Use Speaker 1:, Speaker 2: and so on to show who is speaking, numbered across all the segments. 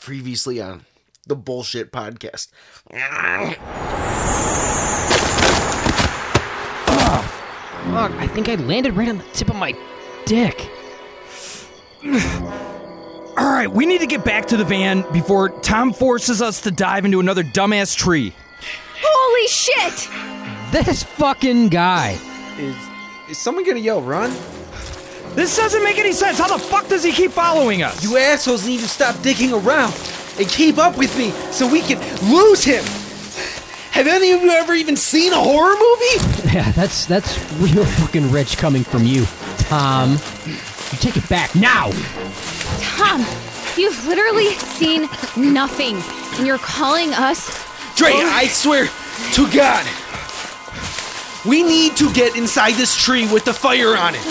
Speaker 1: previously on the bullshit podcast.
Speaker 2: Fuck, I think I landed right on the tip of my dick.
Speaker 3: All right, we need to get back to the van before Tom forces us to dive into another dumbass tree.
Speaker 4: Holy shit!
Speaker 2: This fucking guy.
Speaker 1: Is is someone gonna yell run?
Speaker 3: This doesn't make any sense. How the fuck does he keep following us?
Speaker 1: You assholes need to stop dicking around and keep up with me so we can lose him. Have any of you ever even seen a horror movie?
Speaker 2: Yeah, that's that's real fucking rich coming from you, Tom. You take it back now.
Speaker 4: Tom, you've literally seen nothing, and you're calling us.
Speaker 1: Dre, I swear to God. We need to get inside this tree with the fire on it.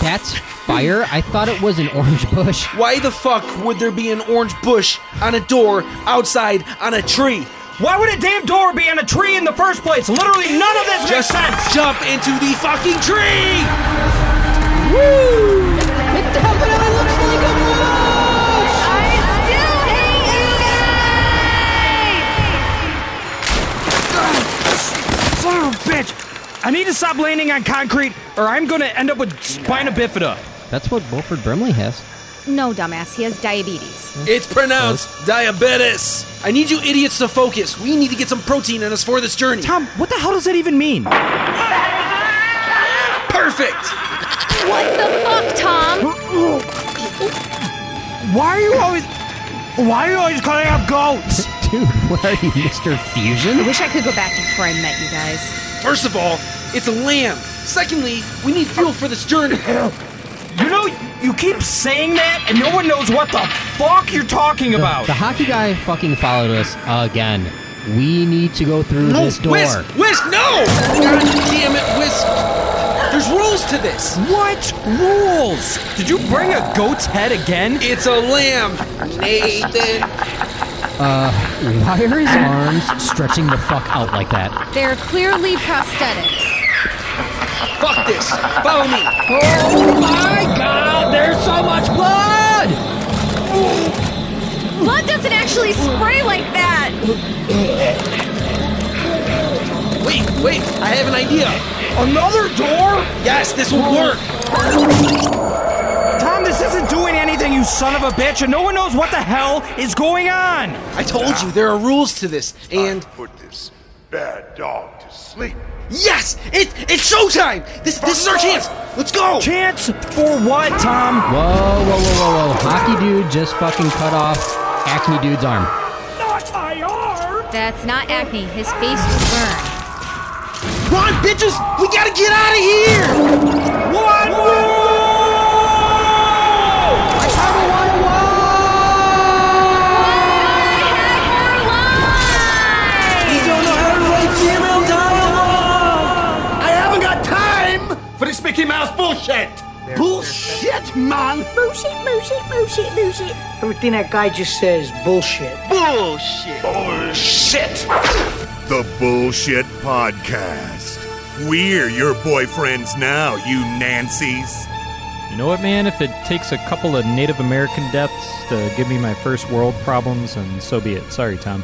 Speaker 2: That's fire. I thought it was an orange bush.
Speaker 1: Why the fuck would there be an orange bush on a door outside on a tree?
Speaker 3: Why would a damn door be on a tree in the first place? Literally none of this
Speaker 1: Just
Speaker 3: makes sense.
Speaker 1: jump into the fucking tree!
Speaker 4: I still hate you
Speaker 3: Son
Speaker 4: guys!
Speaker 3: of a bitch. I need to stop landing on concrete or I'm going to end up with spina bifida.
Speaker 2: That's what Wilford Brimley has.
Speaker 4: No, dumbass, he has diabetes.
Speaker 1: It's pronounced diabetes. I need you idiots to focus. We need to get some protein in us for this journey.
Speaker 3: Tom, what the hell does that even mean?
Speaker 1: Perfect.
Speaker 4: What the fuck, Tom?
Speaker 3: Why are you always. Why are you always calling out goats?
Speaker 2: Dude, where are you, Mr.
Speaker 4: I
Speaker 2: Fusion?
Speaker 4: wish I could go back to before I met you guys.
Speaker 1: First of all, it's a lamb. Secondly, we need fuel for this journey.
Speaker 3: You know, you keep saying that and no one knows what the fuck you're talking
Speaker 2: The,
Speaker 3: about.
Speaker 2: the hockey guy fucking followed us again. We need to go through
Speaker 1: No,
Speaker 2: this door.
Speaker 1: Whisk, Whisk, no! God damn it, Whisk. There's rules to this.
Speaker 3: What rules? Did you bring a goat's head again?
Speaker 1: It's a lamb, Nathan.
Speaker 2: Why are his arms stretching the fuck out like that?
Speaker 4: They're clearly prosthetics.
Speaker 1: Fuck this. Follow me.
Speaker 2: Oh my god, there's so much blood!
Speaker 4: Blood doesn't actually spray like that!
Speaker 1: Wait, wait. I have an idea.
Speaker 3: Another door?
Speaker 1: Yes, this will work.
Speaker 3: Tom, this isn't doing anything, you son of a bitch, and no one knows what the hell is going on.
Speaker 1: I told you there are rules to this. And
Speaker 5: I put this bad dog to sleep.
Speaker 1: yes, it it's showtime. This this is our chance. Let's go.
Speaker 3: Chance for what, Tom?
Speaker 2: Whoa, whoa, whoa, whoa, whoa. Hockey dude just fucking cut off Acme dude's arm.
Speaker 3: Not my arm!
Speaker 4: That's not acne, his face was burned.
Speaker 1: Run, bitches. We gotta get out of here.
Speaker 3: One more!
Speaker 1: We don't know how to write female dialogue.
Speaker 6: I haven't got time for this Mickey Mouse bullshit. bullshit, man.
Speaker 7: Bullshit, bullshit, bullshit, bullshit. Everything that guy just says, bullshit.
Speaker 6: Bullshit. Bullshit.
Speaker 5: The Bullshit Podcast. We're your boyfriends now, you Nancy's.
Speaker 8: You know what, man? If it takes a couple of Native American deaths to give me my first world problems, and so be it. Sorry, Tom.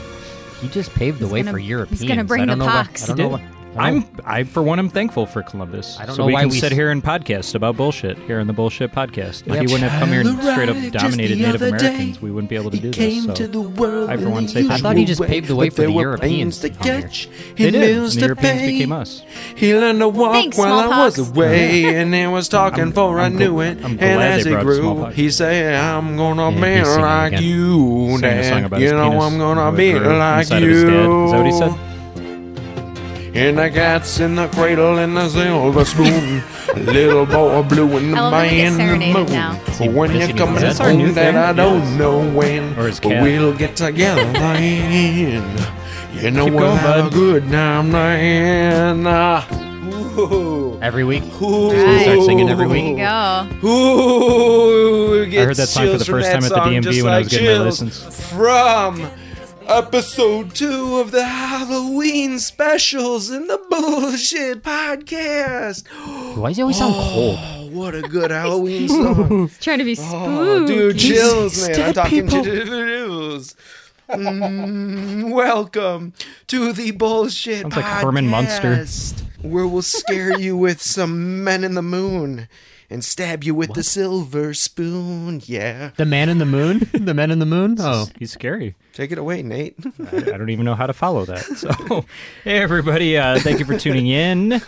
Speaker 2: He just paved the way
Speaker 4: gonna-
Speaker 2: for
Speaker 4: he's
Speaker 2: Europeans.
Speaker 4: gonna bring
Speaker 2: I don't
Speaker 4: the
Speaker 2: know Why,
Speaker 4: pox.
Speaker 2: I don't
Speaker 4: He
Speaker 2: know
Speaker 8: did.
Speaker 2: why- I don't-
Speaker 8: I'm, I for one, am thankful for Columbus.
Speaker 2: I don't
Speaker 8: so
Speaker 2: know
Speaker 8: we
Speaker 2: why
Speaker 8: can
Speaker 2: we
Speaker 8: sit
Speaker 2: s-
Speaker 8: here and podcast about bullshit here on the bullshit podcast. If
Speaker 2: Yep.
Speaker 8: he wouldn't have come here and straight up dominated Native Americans, we wouldn't be able to do this. So
Speaker 1: world
Speaker 8: I, for one, say
Speaker 2: I
Speaker 8: thank
Speaker 2: thought
Speaker 8: you.
Speaker 2: he just paved the way for the Europeans.
Speaker 1: to
Speaker 2: to come here.
Speaker 1: catch.
Speaker 8: They did. And the Europeans became us.
Speaker 1: He learned to walk
Speaker 4: Thanks,
Speaker 1: while I was
Speaker 4: smallpox.
Speaker 1: away, and he was talking
Speaker 8: I'm-
Speaker 1: for I
Speaker 8: I'm
Speaker 1: knew
Speaker 8: gl-
Speaker 1: it.
Speaker 8: I'm
Speaker 1: and
Speaker 8: glad
Speaker 1: as
Speaker 8: they
Speaker 1: he
Speaker 8: brought
Speaker 1: grew,
Speaker 8: smallpox.
Speaker 1: he said, "I'm gonna
Speaker 2: Yeah,
Speaker 1: be
Speaker 2: he's singing
Speaker 1: like
Speaker 2: again.
Speaker 1: you,
Speaker 8: Sang a song
Speaker 1: Dad.
Speaker 8: about
Speaker 1: You
Speaker 8: his
Speaker 1: know
Speaker 8: penis
Speaker 1: I'm
Speaker 8: and how
Speaker 1: gonna
Speaker 8: it
Speaker 1: be
Speaker 8: grew
Speaker 1: like
Speaker 8: inside of his dad.
Speaker 1: you."
Speaker 8: Is that what he said?
Speaker 1: And the cat's in the cradle and the silver spoon. Little boy blue and the
Speaker 4: Eleanor gets
Speaker 1: man in the
Speaker 4: serenaded
Speaker 1: moon.
Speaker 4: now.
Speaker 1: When
Speaker 8: Does
Speaker 1: you're
Speaker 8: he-
Speaker 1: coming
Speaker 8: is that our new
Speaker 1: home, that
Speaker 8: thing?
Speaker 1: I don't
Speaker 8: Yes.
Speaker 1: know when.
Speaker 8: Or his
Speaker 1: but
Speaker 8: cat.
Speaker 1: we'll get together then. You know
Speaker 8: Keep
Speaker 1: we'll
Speaker 8: going,
Speaker 1: have a
Speaker 8: bud.
Speaker 1: good time then. Ah. Ooh.
Speaker 2: Every week.
Speaker 1: Ooh.
Speaker 2: start singing every
Speaker 4: There you
Speaker 2: week.
Speaker 4: go.
Speaker 1: Ooh,
Speaker 8: I heard that song for the first time at the DMV when I was getting my license.
Speaker 1: From episode two of the Halloween specials in the Bullshit Podcast.
Speaker 2: Why does he always sound cold?
Speaker 1: Oh, what a good Halloween song.
Speaker 4: It's trying to be spooky.
Speaker 1: Oh, dude, chills, man. I'm
Speaker 2: dead
Speaker 1: talking
Speaker 2: people.
Speaker 1: chills. Mm, welcome to the bullshit
Speaker 8: Sounds like Herman Munster.
Speaker 1: podcast, where we'll scare you with some men in the moon and stab you with the silver spoon. Yeah,
Speaker 2: The man in the moon? The men in the moon? Oh.
Speaker 8: He's scary.
Speaker 1: take it away, Nate.
Speaker 8: I, I don't even know how to follow that. So, hey, everybody, uh, thank you for tuning in.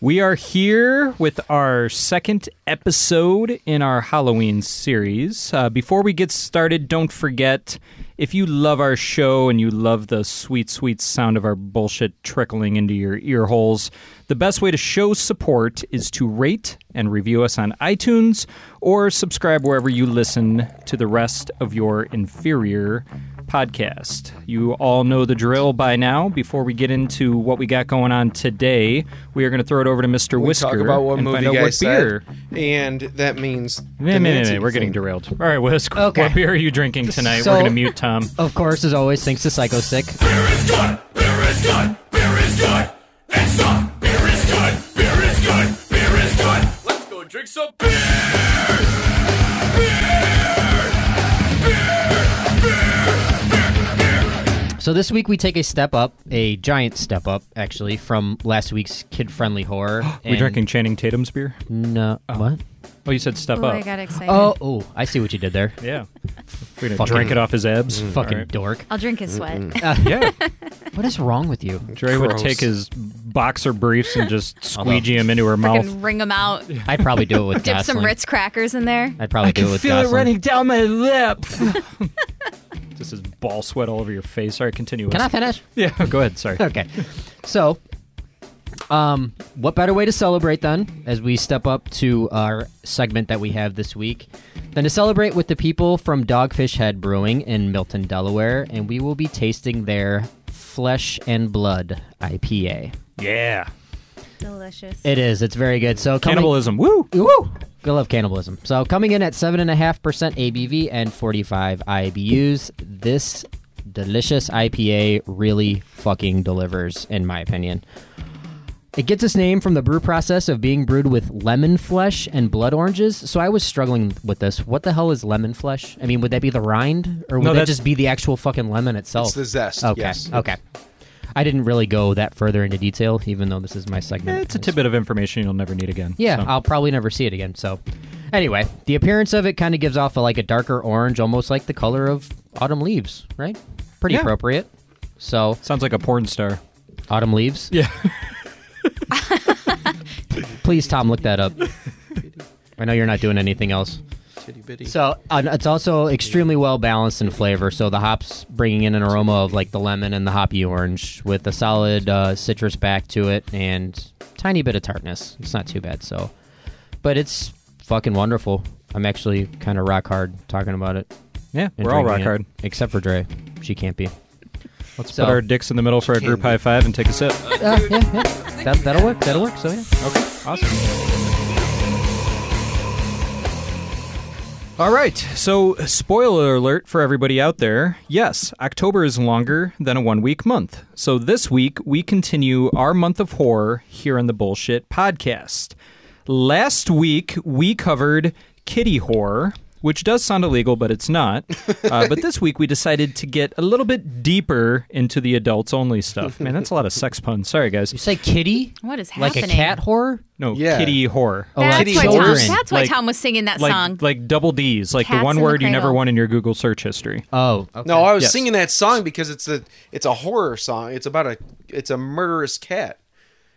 Speaker 8: We are here with our second episode in our Halloween series. Uh, before we get started, don't forget if you love our show and you love the sweet, sweet sound of our bullshit trickling into your ear holes, the best way to show support is to rate and review us on iTunes or subscribe wherever you listen to the rest of your inferior podcast. You all know the drill by now. Before we get into what we got going on today, we are going to throw it over to Mr.
Speaker 1: We
Speaker 8: Whisker
Speaker 1: talk about what
Speaker 8: and
Speaker 1: movie
Speaker 8: find out
Speaker 1: guy
Speaker 8: what
Speaker 1: said,
Speaker 8: beer.
Speaker 1: and that means
Speaker 8: Wait,
Speaker 1: the
Speaker 8: wait, wait,
Speaker 1: Nancy
Speaker 8: wait, We're getting
Speaker 1: thing.
Speaker 8: derailed. All right, Whisk.
Speaker 2: Okay.
Speaker 8: What beer are you drinking tonight?
Speaker 2: So-
Speaker 8: we're going to mute Tom.
Speaker 2: Of course, as always, thanks to Psycho Sick. So this week we take a step up, a giant step up, actually, from last week's kid-friendly horror.
Speaker 8: We
Speaker 2: and-
Speaker 8: drinking Channing Tatum's beer?
Speaker 2: No. What?
Speaker 8: Oh, you said step
Speaker 4: Oh,
Speaker 8: up.
Speaker 4: I got excited.
Speaker 2: Oh, oh, I see what you did there.
Speaker 8: Yeah. We're going to
Speaker 2: Fucking-
Speaker 8: drink it off his abs.
Speaker 2: Fucking
Speaker 8: All right.
Speaker 2: dork.
Speaker 4: I'll drink his sweat.
Speaker 8: Yeah.
Speaker 2: What is wrong with you?
Speaker 8: Dre would
Speaker 1: Gross.
Speaker 8: take his boxer briefs and just squeegee him into her mouth.
Speaker 4: Fucking wring them out.
Speaker 2: I'd probably do it with
Speaker 4: Dip some
Speaker 2: Gosling.
Speaker 4: Ritz crackers in there.
Speaker 2: I'd probably do it with Gosling.
Speaker 8: down my lip. this is ball sweat all over your face. All right, continue.
Speaker 2: Can I
Speaker 8: Wes.
Speaker 2: finish?
Speaker 8: Yeah, go ahead. Sorry.
Speaker 2: Okay. So, um, what better way to celebrate then, as we step up to our segment that we have this week, than to celebrate with the people from Dogfish Head Brewing in Milton, Delaware, and we will be tasting their Flesh and Blood IPA.
Speaker 8: Yeah.
Speaker 4: Delicious.
Speaker 2: It is. It's very good. So coming-
Speaker 8: Cannibalism. Woo.
Speaker 2: Woo! I love cannibalism. So coming in at seven and a half percent ABV and forty-five IBUs, this delicious IPA really fucking delivers, in my opinion. It gets its name from the brew process of being brewed with lemon flesh and blood oranges. So I was struggling with this. What the hell is lemon flesh? I mean, would that be the rind, or would
Speaker 8: No,
Speaker 2: that
Speaker 8: that's-
Speaker 2: just be the actual fucking lemon itself?
Speaker 1: It's the zest,
Speaker 2: Okay.
Speaker 1: yes.
Speaker 2: Okay. I didn't really go that further into detail, even though this is my segment.
Speaker 8: Eh, It's a tidbit of information you'll never need again.
Speaker 2: Yeah,
Speaker 8: So,
Speaker 2: I'll probably never see it again. So, anyway, the appearance of it kind of gives off a, like a darker orange, almost like the color of autumn leaves, right? Pretty
Speaker 8: Yeah.
Speaker 2: appropriate. So,
Speaker 8: sounds like a porn star.
Speaker 2: autumn leaves.
Speaker 8: Yeah.
Speaker 2: Please, Tom, look that up. I know you're not doing anything else.
Speaker 1: Titty bitty.
Speaker 2: So, uh, it's also extremely well balanced in flavor. So, the hops bringing in an aroma of like the lemon and the hoppy orange with a solid uh, citrus back to it and tiny bit of tartness. It's not too bad. So, but it's fucking wonderful. I'm actually kind of rock hard talking about it.
Speaker 8: Yeah.
Speaker 2: and
Speaker 8: We're all rock
Speaker 2: drinking
Speaker 8: hard.
Speaker 2: it, except for Dre. She can't be.
Speaker 8: Let's
Speaker 2: So-
Speaker 8: put our dicks in the middle for a group high five and take a sip.
Speaker 2: Uh, yeah, yeah. That, that'll work. That'll work. So yeah.
Speaker 8: Okay. Awesome. All right. So, spoiler alert for everybody out there. Yes, October is longer than a one week month. So, this week we continue our month of horror here on the Bullshit Podcast. Last week we covered kitty horror, which does sound illegal, but it's not. Uh, but this week we decided to get a little bit deeper into the adults only stuff. Man, that's a lot of sex puns. Sorry, guys.
Speaker 2: You say kitty?
Speaker 4: What is
Speaker 2: like
Speaker 4: happening?
Speaker 2: a cat horror?
Speaker 8: No,
Speaker 1: Yeah.
Speaker 8: kitty horror.
Speaker 4: That's
Speaker 2: like
Speaker 4: why Tom,
Speaker 2: children.
Speaker 4: that's why
Speaker 8: Like-
Speaker 4: Tom was singing that
Speaker 8: like,
Speaker 4: song.
Speaker 8: Like double D's, like
Speaker 4: Cats
Speaker 8: the one
Speaker 4: in the
Speaker 8: word you never
Speaker 4: cradle.
Speaker 8: won in your Google search history.
Speaker 1: Uh,
Speaker 2: Oh, okay.
Speaker 1: No, I was
Speaker 8: Yes.
Speaker 1: singing that song because it's a it's a horror song. It's about a it's a murderous cat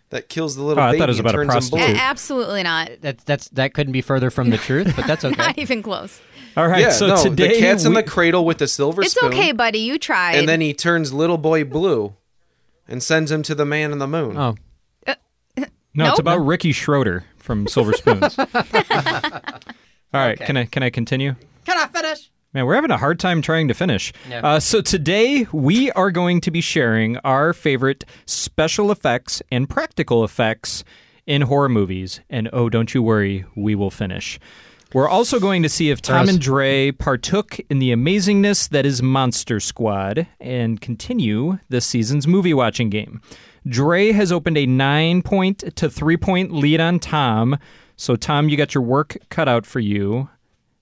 Speaker 1: that kills the little
Speaker 8: Oh, I
Speaker 1: baby
Speaker 8: thought it was about a
Speaker 1: and
Speaker 4: A-
Speaker 1: turns him blue.
Speaker 8: prostitute.
Speaker 4: absolutely not.
Speaker 2: that, that's that couldn't be further from the truth, but that's okay.
Speaker 4: Not even close.
Speaker 8: All right,
Speaker 1: Yeah,
Speaker 8: so
Speaker 1: no,
Speaker 8: today
Speaker 1: the cat's in
Speaker 8: we-
Speaker 1: the cradle with the silver
Speaker 4: It's
Speaker 1: spoon.
Speaker 4: okay, buddy. You tried.
Speaker 1: And then he turns little boy blue and sends him to the man in the moon.
Speaker 2: Oh,
Speaker 8: no,
Speaker 4: Uh,
Speaker 8: it's
Speaker 4: Nope.
Speaker 8: about Ricky Schroeder from Silver Spoons. All right, can I can I continue?
Speaker 2: can I finish?
Speaker 8: Man, we're having a hard time trying to finish. Uh, so today we are going to be sharing our favorite special effects and practical effects in horror movies. And oh, don't you worry, we will finish. We're also going to see if Tom and Dre partook in the amazingness that is Monster Squad and continue this season's movie watching game. Dre has opened a nine point to three point lead on Tom. So, Tom, you got your work cut out for you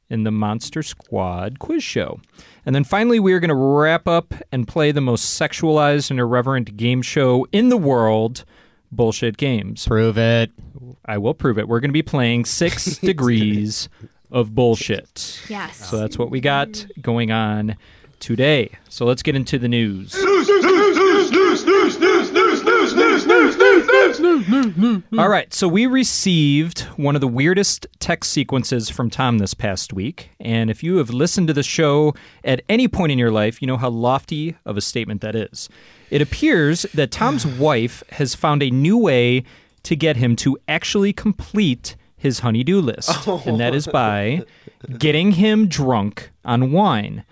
Speaker 8: in the Monster Squad quiz show. And then finally, we are going to wrap up and play the most sexualized and irreverent game show in the world Bullshit Games.
Speaker 2: Prove it.
Speaker 8: I will prove it. We're going to be playing Six Degrees of Bullshit.
Speaker 4: Yes.
Speaker 8: So that's what we got going on today. So let's get into the news.
Speaker 1: Mm.
Speaker 8: All right, so we received one of the weirdest text sequences from Tom this past week. And if you have listened to the show at any point in your life, you know how lofty of a statement that is. It appears that Tom's wife has found a new way to get him to actually complete his honeydew list, and that is by getting him drunk on wine.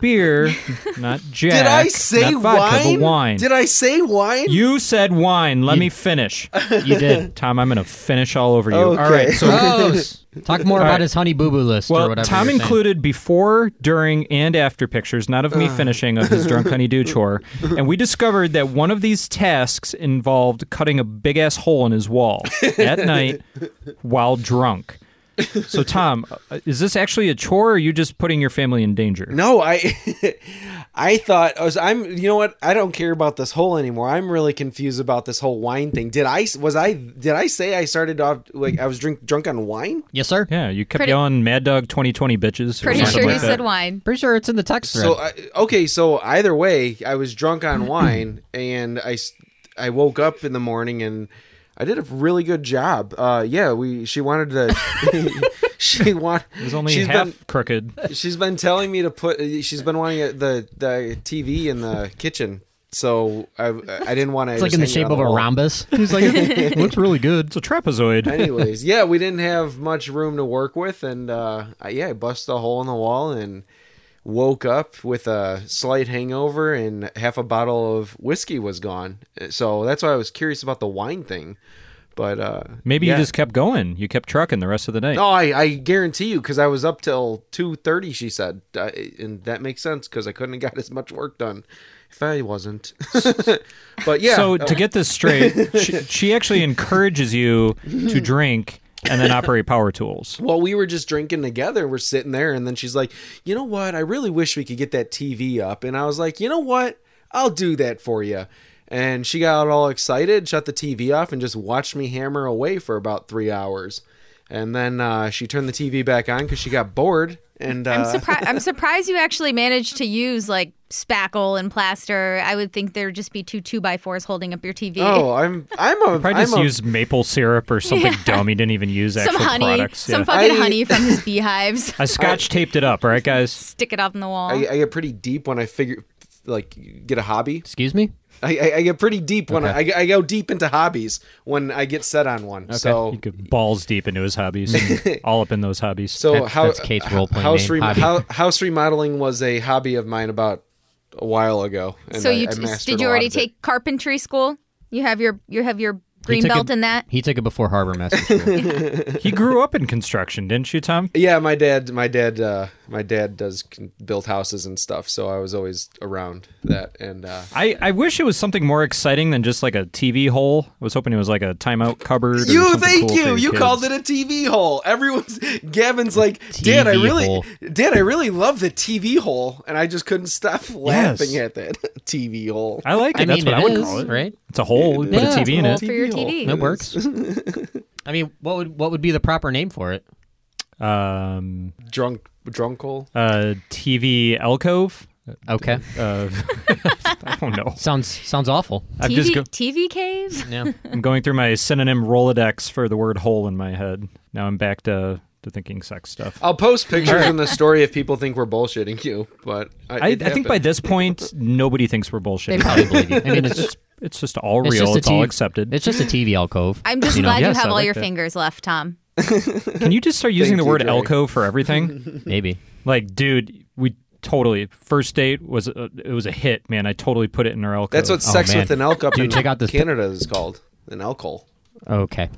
Speaker 8: beer, not jack.
Speaker 1: Did I say
Speaker 8: not vodka,
Speaker 1: wine?
Speaker 8: But wine.
Speaker 1: Did I say wine?
Speaker 8: You said wine. Let me finish.
Speaker 2: You did.
Speaker 8: Tom, I'm going to finish all over you.
Speaker 1: Okay.
Speaker 8: All right. So,
Speaker 2: Gross. Talk more about
Speaker 8: right.
Speaker 2: his honey boo boo list or
Speaker 8: well,
Speaker 2: whatever.
Speaker 8: Tom
Speaker 2: you're saying.
Speaker 8: included before, during, and after pictures, not of me finishing of his drunk honeydew chore. And we discovered that one of these tasks involved cutting a big ass hole in his wall at night while drunk. So, Tom, uh, is this actually a chore or are you just putting your family in danger?
Speaker 1: No, I I thought I was I'm you know what? I don't care about this whole anymore. I'm really confused about this whole wine thing. Did I was I did I say I started off like I was drink drunk on wine?
Speaker 2: Yes, sir.
Speaker 8: Yeah, you kept
Speaker 4: Pretty-
Speaker 8: yelling Mad Dog 2020 bitches. or
Speaker 4: Pretty
Speaker 8: something
Speaker 4: sure
Speaker 8: like
Speaker 4: you
Speaker 8: that.
Speaker 4: said wine.
Speaker 2: Pretty sure it's in the text thread.
Speaker 1: So I, okay, so either way, I was drunk on wine and I s- I woke up in the morning and I did a really good job. Uh yeah, we she wanted to she want
Speaker 8: It was only
Speaker 1: she's
Speaker 8: half
Speaker 1: been-
Speaker 8: crooked.
Speaker 1: She's been telling me to put. She's been wanting a, the the TV in the kitchen, so I I didn't want to.
Speaker 2: it's like in the shape of a rhombus. He's like, it looks really good.
Speaker 8: It's a trapezoid.
Speaker 1: Anyways, yeah, we didn't have much room to work with, and uh, I, yeah, I busted a hole in the wall and woke up with a slight hangover, and half a bottle of whiskey was gone. So that's why I was curious about the wine thing. But uh,
Speaker 8: Maybe
Speaker 1: yeah. Oh,
Speaker 8: you just kept going. You kept trucking the rest of the night.
Speaker 1: No, I, I guarantee you because I was up till two thirty. She said, uh, and that makes sense because I couldn't have got as much work done if I wasn't. but yeah,
Speaker 8: So
Speaker 1: uh,
Speaker 8: to get this straight, she, she actually encourages you to drink and then operate power tools.
Speaker 1: well, we were just drinking together. We're sitting there, and then she's like, "You know what? I really wish we could get that TV up." And I was like, "You know what? I'll do that for you." And she got all excited, shut the TV off, and just watched me hammer away for about three hours. And then uh, she turned the TV back on because she got bored. And uh,
Speaker 4: I'm surprised. I'm surprised you actually managed to use like spackle and plaster. I would think there'd just be two two by fours holding up your TV.
Speaker 1: Oh, I'm I'm a
Speaker 8: Probably just
Speaker 1: I'm a-
Speaker 8: used maple syrup or something dumb. He didn't even use
Speaker 4: some
Speaker 8: actual
Speaker 4: honey,
Speaker 8: products.
Speaker 4: some
Speaker 8: Yeah.
Speaker 4: fucking
Speaker 1: I-
Speaker 4: honey from his beehives.
Speaker 8: I scotch taped it up. All right, guys.
Speaker 4: Stick it up in the wall.
Speaker 1: I, I get pretty deep when I figure like get a hobby.
Speaker 2: Excuse me?
Speaker 1: I, I, I get pretty deep when I, I go deep into hobbies when I get set on one. So
Speaker 8: you could balls deep into his hobbies, all up in those hobbies.
Speaker 1: so
Speaker 2: That's-
Speaker 1: how
Speaker 2: that's Kate's role-playing
Speaker 1: house,
Speaker 2: name, hobby.
Speaker 1: hou- house remodeling was a hobby of mine about a while ago. And
Speaker 4: so
Speaker 1: I-
Speaker 4: you
Speaker 1: I
Speaker 4: t-
Speaker 1: mastered
Speaker 4: did
Speaker 1: a
Speaker 4: you
Speaker 1: lot
Speaker 4: already
Speaker 1: of it.
Speaker 4: take carpentry school? You have your you have your
Speaker 2: He
Speaker 4: green
Speaker 2: took
Speaker 4: belt
Speaker 2: it-
Speaker 4: in that.
Speaker 2: He took it before Harbor Master School.
Speaker 8: he grew up in construction, didn't you, Tom?
Speaker 1: Yeah, my dad, my dad, uh, my dad does con- build houses and stuff. So I was always around that. And uh,
Speaker 8: I, I wish it was something more exciting than just like a TV hole. I was hoping it was like a timeout cupboard. or
Speaker 1: You
Speaker 8: something
Speaker 1: thank
Speaker 8: cool for
Speaker 1: you.
Speaker 8: your
Speaker 1: You
Speaker 8: kids.
Speaker 1: called it a TV hole. Everyone's Gavin's like, Dad, I
Speaker 2: TV
Speaker 1: really,
Speaker 2: hole."
Speaker 1: Dad, I really love the TV hole, and I just couldn't stop laughing at that TV hole.
Speaker 8: I like it.
Speaker 2: I
Speaker 8: That's
Speaker 2: mean,
Speaker 8: what
Speaker 2: it
Speaker 8: I would
Speaker 2: is,
Speaker 8: call it.
Speaker 2: right?
Speaker 8: It's a hole. You
Speaker 2: Yeah,
Speaker 8: put a
Speaker 2: it's
Speaker 8: TV in
Speaker 4: Hole
Speaker 8: it.
Speaker 4: for your TV.
Speaker 2: It works. I mean, what would what would be the proper name for it?
Speaker 8: Um,
Speaker 1: Drunk, drunk hole.
Speaker 8: uh, TV alcove.
Speaker 2: Okay,
Speaker 8: Uh, I don't know.
Speaker 2: sounds sounds awful.
Speaker 8: I'm
Speaker 4: TV,
Speaker 8: just go-
Speaker 4: TV cave.
Speaker 2: Yeah,
Speaker 8: I'm going through my synonym Rolodex for the word hole in my head. Now I'm back to, to thinking sex stuff.
Speaker 1: I'll post pictures in the story if people think we're bullshitting you. But I,
Speaker 8: I, I
Speaker 1: it
Speaker 8: think by
Speaker 1: happened.
Speaker 8: this point, nobody thinks we're
Speaker 2: they
Speaker 8: bullshit.
Speaker 2: probably believe you. I mean, it's,
Speaker 8: It's, it's just all
Speaker 2: it's
Speaker 8: real.
Speaker 2: just a
Speaker 8: it's all
Speaker 2: TV
Speaker 8: accepted.
Speaker 2: It's just a TV alcove.
Speaker 4: I'm just
Speaker 2: You know,
Speaker 4: glad
Speaker 8: yes,
Speaker 4: you have
Speaker 8: I
Speaker 4: all
Speaker 8: like
Speaker 4: your
Speaker 8: that.
Speaker 4: fingers left, Tom.
Speaker 8: Can you just start using the
Speaker 1: you,
Speaker 8: word
Speaker 1: Dre.
Speaker 8: alcove for everything?
Speaker 2: maybe.
Speaker 8: like, dude, we totally first date was a, it was a hit, man. I totally put it in our alcove.
Speaker 1: That's what sex
Speaker 2: man.
Speaker 1: with an elk up
Speaker 2: Dude,
Speaker 1: in
Speaker 2: check out this pi-
Speaker 1: Canada is called an elk hole.
Speaker 2: Okay.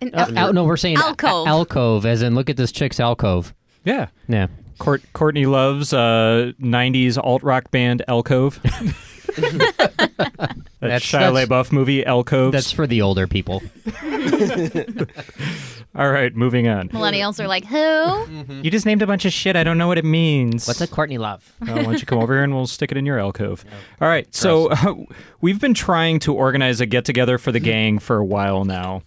Speaker 4: And-
Speaker 2: Uh, al- no, we're saying a-
Speaker 4: Alcove.
Speaker 2: alcove, as in look at this chick's alcove.
Speaker 8: yeah.
Speaker 2: Yeah.
Speaker 8: Court, Courtney loves uh, '90s alt rock band Alcove. That
Speaker 2: That's-
Speaker 8: Shia
Speaker 2: that's-
Speaker 8: LaBeouf movie, El Coves.
Speaker 2: That's for the older people.
Speaker 8: All right, moving on.
Speaker 4: Millennials are like, who?
Speaker 8: You just named a bunch of shit. I don't know what it means.
Speaker 2: What's a Courtney Love?
Speaker 8: Uh, why don't you come over here and we'll stick it in your alcove? All right. So uh, we've been trying to organize a get together for the gang for a while now.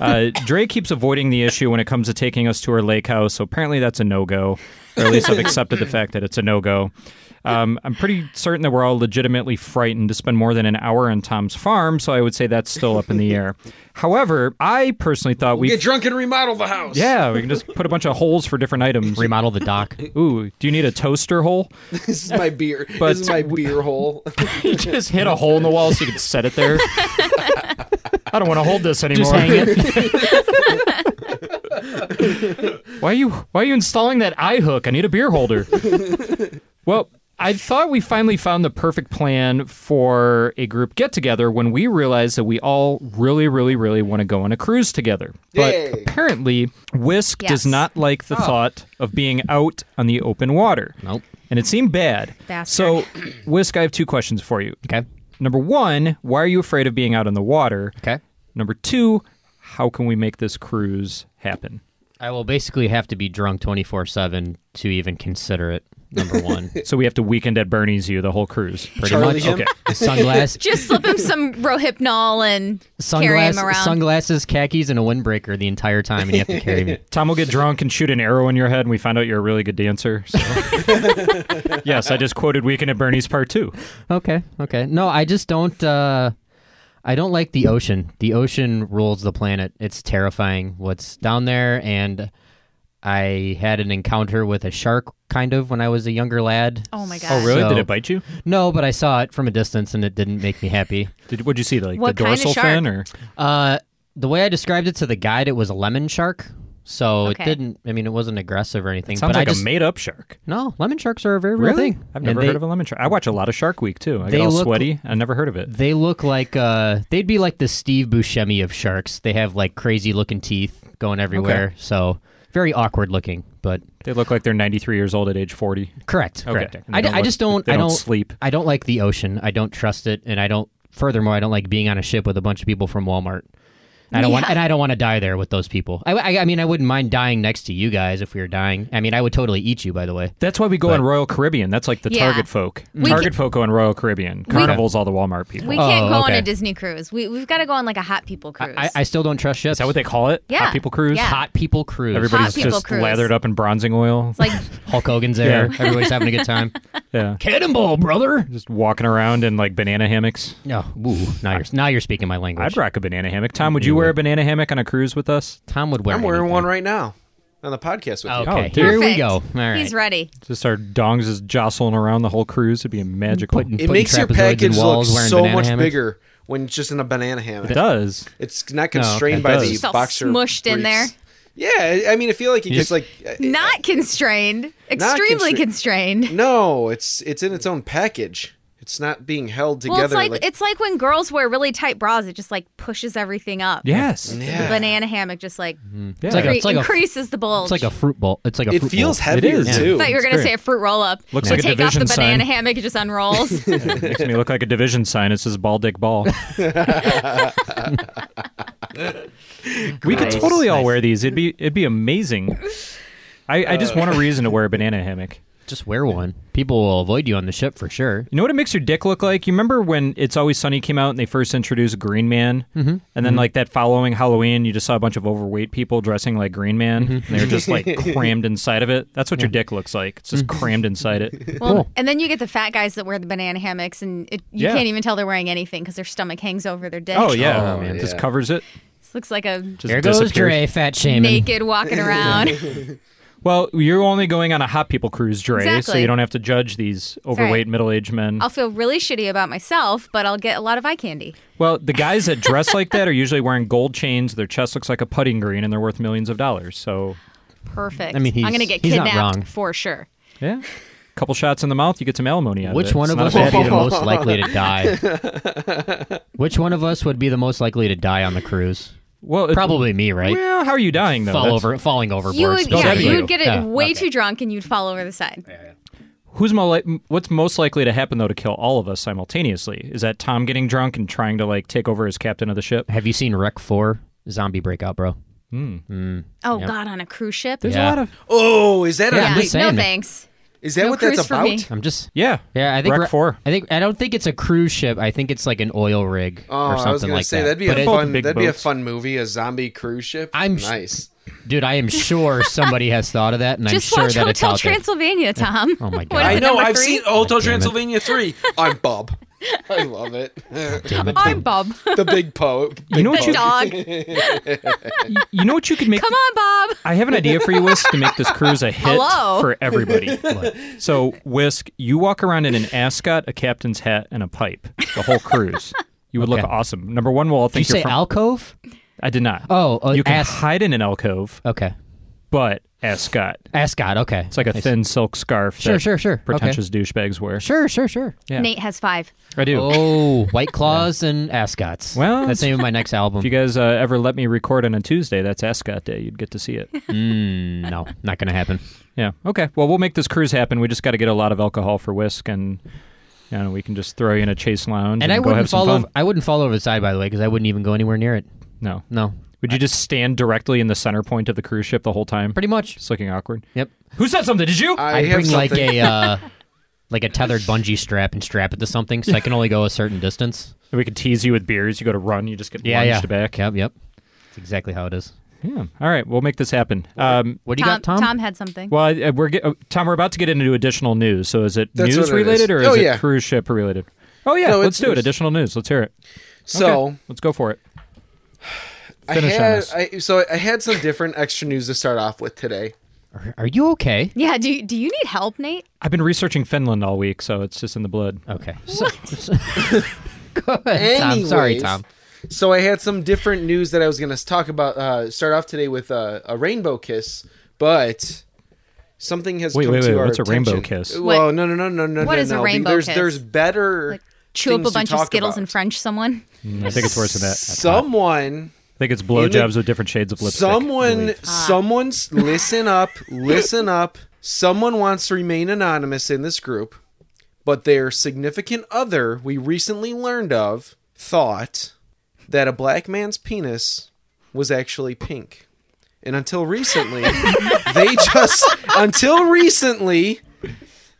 Speaker 8: Uh, Dre keeps avoiding the issue when it comes to taking us to her lake house. So apparently that's a no go, or at least I've accepted the fact that it's a no go. Um, I'm pretty certain that we're all legitimately frightened to spend more than an hour on Tom's farm, so I would say that's still up in the air. However, I personally thought we
Speaker 1: Get drunk and remodel the house.
Speaker 8: yeah we can just put a bunch of holes for different items.
Speaker 2: Remodel the dock.
Speaker 8: Ooh, do you need a toaster hole?
Speaker 1: This is my beer.
Speaker 8: But
Speaker 1: this is my beer hole.
Speaker 8: You just hit a hole in the wall so you can set it there. I don't want to hold this
Speaker 2: Just
Speaker 8: anymore.
Speaker 2: hang it.
Speaker 8: Why are you why are you installing that eye hook? I need a beer holder. well, I thought we finally found the perfect plan for a group get together when we realized that we all really, really, really want to go on a cruise together. But
Speaker 1: Yay.
Speaker 8: apparently, Whisk does
Speaker 4: Yes.
Speaker 8: not like the thought of being out on the open water.
Speaker 2: Oh. Nope.
Speaker 8: And it seemed bad.
Speaker 4: Bastard.
Speaker 8: So, Whisk, I have two questions for you.
Speaker 2: Okay.
Speaker 8: Number one, why are you afraid of being out on the water?
Speaker 2: Okay.
Speaker 8: Number two, how can we make this cruise happen?
Speaker 2: I will basically have to be drunk 24 7 to even consider it. Number one.
Speaker 8: So we have to weekend at Bernie's you the whole cruise. Pretty
Speaker 1: Charlie
Speaker 8: much.
Speaker 1: him?
Speaker 8: Okay.
Speaker 2: Sunglass,
Speaker 4: Just slip him some Rohypnol and carry him
Speaker 2: sunglass,
Speaker 4: around.
Speaker 2: sunglasses, khakis, and a windbreaker the entire time, and you have to carry me.
Speaker 8: Tom will get drunk and shoot an arrow in your head, and we find out you're a really good dancer. So. yes, I just quoted Weekend at Bernie's Part Two.
Speaker 2: Okay. Okay. No, I just don't. Uh, I don't like the ocean. The ocean rules the planet. It's terrifying what's down there, and I had an encounter with a shark, kind of, when I was a younger lad.
Speaker 4: Oh my god.
Speaker 8: Oh, really?
Speaker 2: So-
Speaker 8: Did it bite you?
Speaker 2: No, but I saw it from a distance, and it didn't make me happy.
Speaker 8: Did what'd you see? Like
Speaker 4: What
Speaker 8: the
Speaker 4: kind of
Speaker 8: dorsal
Speaker 4: shark?
Speaker 8: fin, or
Speaker 2: Uh, the way I described it to the guide, it was a lemon shark. So
Speaker 4: Okay.
Speaker 2: it didn't. I mean, it wasn't aggressive or anything.
Speaker 8: sounds
Speaker 2: but
Speaker 8: like
Speaker 2: I just,
Speaker 8: a made-up shark.
Speaker 2: No, lemon sharks are a very real thing.
Speaker 8: I've
Speaker 2: And
Speaker 8: never
Speaker 2: they-
Speaker 8: heard of a lemon shark. I watch a lot of Shark Week too. I get
Speaker 2: They
Speaker 8: all
Speaker 2: look-
Speaker 8: sweaty. I never heard of it.
Speaker 2: They look like uh, they'd be like the Steve Buscemi of sharks. They have like crazy looking teeth going everywhere. So very awkward looking, but
Speaker 8: They look like they're 93 years old at age 40.
Speaker 2: correct.
Speaker 8: Okay.
Speaker 2: Correct.
Speaker 8: And they
Speaker 2: I, d-
Speaker 8: don't
Speaker 2: I
Speaker 8: look-
Speaker 2: just don't.
Speaker 8: they
Speaker 2: I
Speaker 8: don't
Speaker 2: don't
Speaker 8: sleep.
Speaker 2: I don't like the ocean. I don't trust it, and I don't. Furthermore, I don't like being on a ship with a bunch of people from Walmart. I don't want,
Speaker 4: Yeah.
Speaker 2: and I don't want to die there with those people. I, I, I mean, I wouldn't mind dying next to you guys if we were dying. I mean, I would totally eat you. By the way,
Speaker 8: That's why we go on Royal Caribbean. That's like the
Speaker 4: Yeah.
Speaker 8: target folk.
Speaker 4: We
Speaker 8: target
Speaker 4: ca-
Speaker 8: folk go on Royal Caribbean. Carnival's all the Walmart people.
Speaker 4: We
Speaker 8: Is
Speaker 4: can't
Speaker 2: Oh,
Speaker 4: go on
Speaker 2: okay.
Speaker 4: a Disney cruise. We we've got to go on like a hot people cruise.
Speaker 2: I, I still don't trust ships.
Speaker 8: that what they call it?
Speaker 4: Yeah.
Speaker 8: Hot people cruise.
Speaker 4: Yeah.
Speaker 2: Hot people cruise.
Speaker 8: Everybody's
Speaker 4: people
Speaker 8: just
Speaker 4: cruise.
Speaker 8: lathered up in bronzing oil.
Speaker 4: like
Speaker 2: Hulk Hogan's there. Everybody's having a good time.
Speaker 8: yeah.
Speaker 2: Cannonball, brother.
Speaker 8: Just walking around in like banana hammocks.
Speaker 2: No, ooh, now you're now you're speaking my language.
Speaker 8: I'd rock a banana hammock. Tom, would you wear a banana hammock on a cruise with us?
Speaker 2: Tom would wear.
Speaker 1: I'm wearing
Speaker 2: anything.
Speaker 1: one right now on the podcast with
Speaker 2: Okay,
Speaker 1: you.
Speaker 8: Oh, dude.
Speaker 2: here we
Speaker 4: Perfect.
Speaker 2: go. All right.
Speaker 4: He's ready.
Speaker 8: Just our dongs is jostling around the whole cruise. It'd be magical.
Speaker 2: Putting-
Speaker 8: it
Speaker 1: It makes your
Speaker 2: trapezoids in
Speaker 1: package look
Speaker 2: walls, wearing
Speaker 1: so
Speaker 2: banana
Speaker 1: much
Speaker 2: hammocks.
Speaker 1: bigger when it's just in a banana hammock.
Speaker 8: does.
Speaker 1: It's not constrained
Speaker 8: No, it
Speaker 1: by the
Speaker 8: does.
Speaker 4: Just all
Speaker 1: boxer
Speaker 4: smushed in there.
Speaker 1: briefs. Yeah, I- I mean, I feel like it gets like uh,
Speaker 4: Not constrained. Extremely
Speaker 1: constra-
Speaker 4: constrained.
Speaker 1: no, it's it's in its own package. It's not being held together.
Speaker 4: Well, it's like, it's like when girls wear really tight bras, it just like pushes everything up.
Speaker 8: Yes.
Speaker 4: The
Speaker 1: yeah.
Speaker 4: banana hammock just like
Speaker 8: Yeah.
Speaker 2: Mm-hmm. like a-
Speaker 4: cre-
Speaker 2: it's like a-
Speaker 4: increases the
Speaker 2: It's
Speaker 4: bulge.
Speaker 2: like a fruit bowl. It's like a.
Speaker 1: It
Speaker 2: fruit
Speaker 1: feels
Speaker 2: bowl.
Speaker 1: heavier
Speaker 8: is.
Speaker 1: too.
Speaker 4: I thought you were going
Speaker 8: It's
Speaker 4: to
Speaker 8: great.
Speaker 4: say a fruit roll up.
Speaker 8: Looks
Speaker 4: You
Speaker 8: like a
Speaker 4: take off the
Speaker 8: division sign.
Speaker 4: banana hammock, it just unrolls.
Speaker 8: It makes me look like a division sign. It says ball dick ball. we could totally all wear these. It'd be it'd be amazing. I, I just want
Speaker 2: Uh.
Speaker 8: a reason to wear a banana hammock.
Speaker 2: Just wear one. People will avoid you on the ship for sure.
Speaker 8: You know what it makes your dick look like? You remember when It's Always Sunny came out and they first introduced Green Man? Mm-hmm. And then, like, that following Halloween, you just saw a bunch of overweight people dressing like Green Man.
Speaker 2: Mm-hmm.
Speaker 8: And they were just, like, crammed inside of it. That's what your dick looks like. It's
Speaker 2: Mm-hmm.
Speaker 8: just crammed inside it.
Speaker 4: well, And then you get the fat guys that wear the banana hammocks, and it, you
Speaker 8: Yeah.
Speaker 4: can't even tell they're wearing anything because their stomach hangs over their dick.
Speaker 8: Oh, yeah.
Speaker 2: Oh, man.
Speaker 8: Just
Speaker 1: Yeah.
Speaker 8: covers it.
Speaker 4: This looks like a
Speaker 8: Just
Speaker 2: There goes
Speaker 8: disappears.
Speaker 2: Dre, fat shaming.
Speaker 4: naked walking around.
Speaker 8: Well, you're only going on a hot people cruise, Dre, so
Speaker 4: Exactly.
Speaker 8: you don't have to judge these
Speaker 4: right.
Speaker 8: overweight middle aged men.
Speaker 4: I'll feel really shitty about myself, but I'll get a lot of eye candy.
Speaker 8: Well, the guys that dress like that are usually wearing gold chains. Their chest looks like a putting green, and they're worth millions of dollars. So,
Speaker 4: Perfect.
Speaker 2: I mean, he's-
Speaker 4: I'm going to get
Speaker 2: he's not
Speaker 4: kidnapped
Speaker 2: wrong.
Speaker 4: for sure.
Speaker 8: yeah. Couple shots in the mouth, you get some alimony out of it.
Speaker 2: Which one
Speaker 8: It's
Speaker 2: of
Speaker 8: not
Speaker 2: us
Speaker 8: a bad
Speaker 2: would be
Speaker 8: deal.
Speaker 2: the most likely to die? Which one of us would be the most likely to die on the cruise?
Speaker 8: Well, it-
Speaker 2: Probably me, right?
Speaker 8: Well, how are you dying though?
Speaker 2: Fall
Speaker 8: That's-
Speaker 2: over, falling overboard.
Speaker 4: You would, yeah,
Speaker 2: specifically.
Speaker 4: you would get it
Speaker 2: Yeah.
Speaker 4: way too drunk and you'd fall over the side.
Speaker 8: Who's mo- li- what's most likely to happen though to kill all of us simultaneously? Is that Tom getting drunk and trying to like take over as captain of the ship?
Speaker 2: Have you seen Wreck 4 Zombie Breakout, bro?
Speaker 4: Oh God, on a cruise ship.
Speaker 8: There's
Speaker 2: Yeah.
Speaker 8: a lot of
Speaker 1: Oh, is that
Speaker 2: Yeah,
Speaker 1: a,
Speaker 2: I'm
Speaker 4: no
Speaker 2: just saying, man.
Speaker 4: thanks.
Speaker 1: is that
Speaker 4: no
Speaker 1: what that's
Speaker 4: cruise for me.
Speaker 1: about?
Speaker 2: I'm just
Speaker 8: yeah
Speaker 2: Yeah, I think
Speaker 8: Wreck
Speaker 2: we're-
Speaker 8: Four.
Speaker 2: I think I don't think it's a cruise ship. I think it's like an oil rig
Speaker 1: Oh,
Speaker 2: or something
Speaker 1: I was gonna
Speaker 2: like
Speaker 1: say
Speaker 2: that.
Speaker 1: that'd be
Speaker 2: But
Speaker 1: a
Speaker 2: it-
Speaker 1: fun
Speaker 8: big
Speaker 1: that'd be a
Speaker 8: boats.
Speaker 1: fun movie, a zombie cruise ship.
Speaker 2: I'm sh-
Speaker 1: nice.
Speaker 2: dude, I am sure somebody has thought of that, and
Speaker 4: Just
Speaker 2: I'm sure
Speaker 4: watch
Speaker 2: that it's
Speaker 4: Hotel
Speaker 2: out there.
Speaker 4: Transylvania, Tom.
Speaker 2: Oh, my
Speaker 4: What
Speaker 2: God.
Speaker 4: is
Speaker 2: I
Speaker 1: I
Speaker 4: it,
Speaker 1: know.
Speaker 4: number
Speaker 1: I've
Speaker 4: three?
Speaker 1: seen Hotel
Speaker 2: damn it.
Speaker 1: Transylvania three. I'm Bob. I love it.
Speaker 2: Damn it,
Speaker 4: I'm
Speaker 2: dude.
Speaker 4: Bob.
Speaker 1: the big pope.
Speaker 8: You know what
Speaker 4: The
Speaker 8: you,
Speaker 4: dog.
Speaker 8: you know what you could make.
Speaker 4: Come on, Bob.
Speaker 8: I have an idea for you, Whisk, to make this cruise a hit
Speaker 4: Hello?
Speaker 8: for everybody. so, Whisk, you walk around in an ascot, a captain's hat, and a pipe. The whole cruise. You would look
Speaker 2: Okay.
Speaker 8: awesome. Number one, we'll all
Speaker 2: Did you
Speaker 8: think are
Speaker 2: say
Speaker 8: from.
Speaker 2: alcove?
Speaker 8: I did not.
Speaker 2: Oh, uh,
Speaker 8: you can
Speaker 2: as-
Speaker 8: hide in an alcove,
Speaker 2: Okay,
Speaker 8: but ascot.
Speaker 2: ascot. Okay,
Speaker 8: It's like a thin silk scarf.
Speaker 2: Sure,
Speaker 8: that
Speaker 2: sure, sure. Okay.
Speaker 8: Pretentious douchebags wear.
Speaker 2: Sure, sure, sure.
Speaker 8: Yeah.
Speaker 4: Nate has five.
Speaker 8: I do.
Speaker 2: Oh, white claws and ascots.
Speaker 8: Well,
Speaker 2: that's the name of my next album.
Speaker 8: If you guys uh, ever let me record on a Tuesday, that's Ascot Day. You'd get to see it.
Speaker 2: no, not gonna happen.
Speaker 8: yeah. Okay. Well, we'll make this cruise happen. We just got to get a lot of alcohol for Whisk, and you know, we can just throw you in a chase lounge and,
Speaker 2: And I
Speaker 8: go have
Speaker 2: wouldn't
Speaker 8: some
Speaker 2: fall
Speaker 8: fun.
Speaker 2: over. I wouldn't fall over the side, by the way, because I wouldn't even go anywhere near it.
Speaker 8: No.
Speaker 2: No,
Speaker 8: Would you just stand directly in the center point of the cruise ship the whole time?
Speaker 2: pretty much.
Speaker 8: Just looking awkward.
Speaker 2: Yep.
Speaker 8: Who said something? Did you?
Speaker 1: I
Speaker 2: I
Speaker 1: have
Speaker 2: bring like
Speaker 1: something.
Speaker 2: a uh, like a tethered bungee strap and strap it to something, so I can only go a certain distance.
Speaker 8: we could tease you with beers. You go to run. You just get
Speaker 2: Yeah, yeah.
Speaker 8: lunged back.
Speaker 2: Yep, yep. That's exactly how it is.
Speaker 8: Yeah. All right. We'll make this happen. Um,
Speaker 2: What do you
Speaker 4: Tom,
Speaker 2: got, Tom?
Speaker 4: had something.
Speaker 8: well, I- I- we're get, uh, Tom. We're about to get into additional news. So is it
Speaker 1: That's what
Speaker 8: news
Speaker 1: it is.
Speaker 8: related or
Speaker 1: Oh,
Speaker 8: is
Speaker 1: yeah.
Speaker 8: it cruise ship related? Oh yeah.
Speaker 1: No,
Speaker 8: Let's
Speaker 1: it's
Speaker 8: do it.
Speaker 1: news.
Speaker 8: Additional news. Let's hear it.
Speaker 1: So
Speaker 8: Okay, let's go for it.
Speaker 1: I
Speaker 8: Finish on
Speaker 1: had
Speaker 8: this.
Speaker 1: I, so I had some different extra news to start off with today.
Speaker 2: Are- Are you okay?
Speaker 4: yeah. Do do you need help, Nate?
Speaker 8: I've been researching Finland all week, so it's just in the blood.
Speaker 2: Okay. So, go ahead, Tom. Sorry,
Speaker 1: Anyways,
Speaker 2: Tom.
Speaker 1: So I had some different news that I was going to talk about. Uh, start off today with uh, a rainbow kiss, but something has
Speaker 8: Wait,
Speaker 1: come
Speaker 8: wait,
Speaker 1: to
Speaker 8: wait,
Speaker 1: our
Speaker 8: what's a rainbow
Speaker 1: attention.
Speaker 8: kiss?
Speaker 1: Well, no, no, no, no, no.
Speaker 4: What
Speaker 1: no,
Speaker 4: is a
Speaker 1: no.
Speaker 4: rainbow
Speaker 1: there's,
Speaker 4: kiss?
Speaker 1: There's better.
Speaker 4: Like chew up
Speaker 1: things
Speaker 4: a
Speaker 1: to
Speaker 4: bunch of
Speaker 1: talk
Speaker 4: Skittles
Speaker 1: about.
Speaker 4: and French someone.
Speaker 8: I think it's worse than that.
Speaker 1: Someone,
Speaker 8: I think it's
Speaker 1: In
Speaker 8: blowjobs
Speaker 1: the-
Speaker 8: with different shades of lipstick.
Speaker 1: someone, someone's. Listen up, listen up. Someone wants to remain anonymous in this group, but their significant other, we recently learned of, thought that a black man's penis was actually pink. And until recently, they just until recently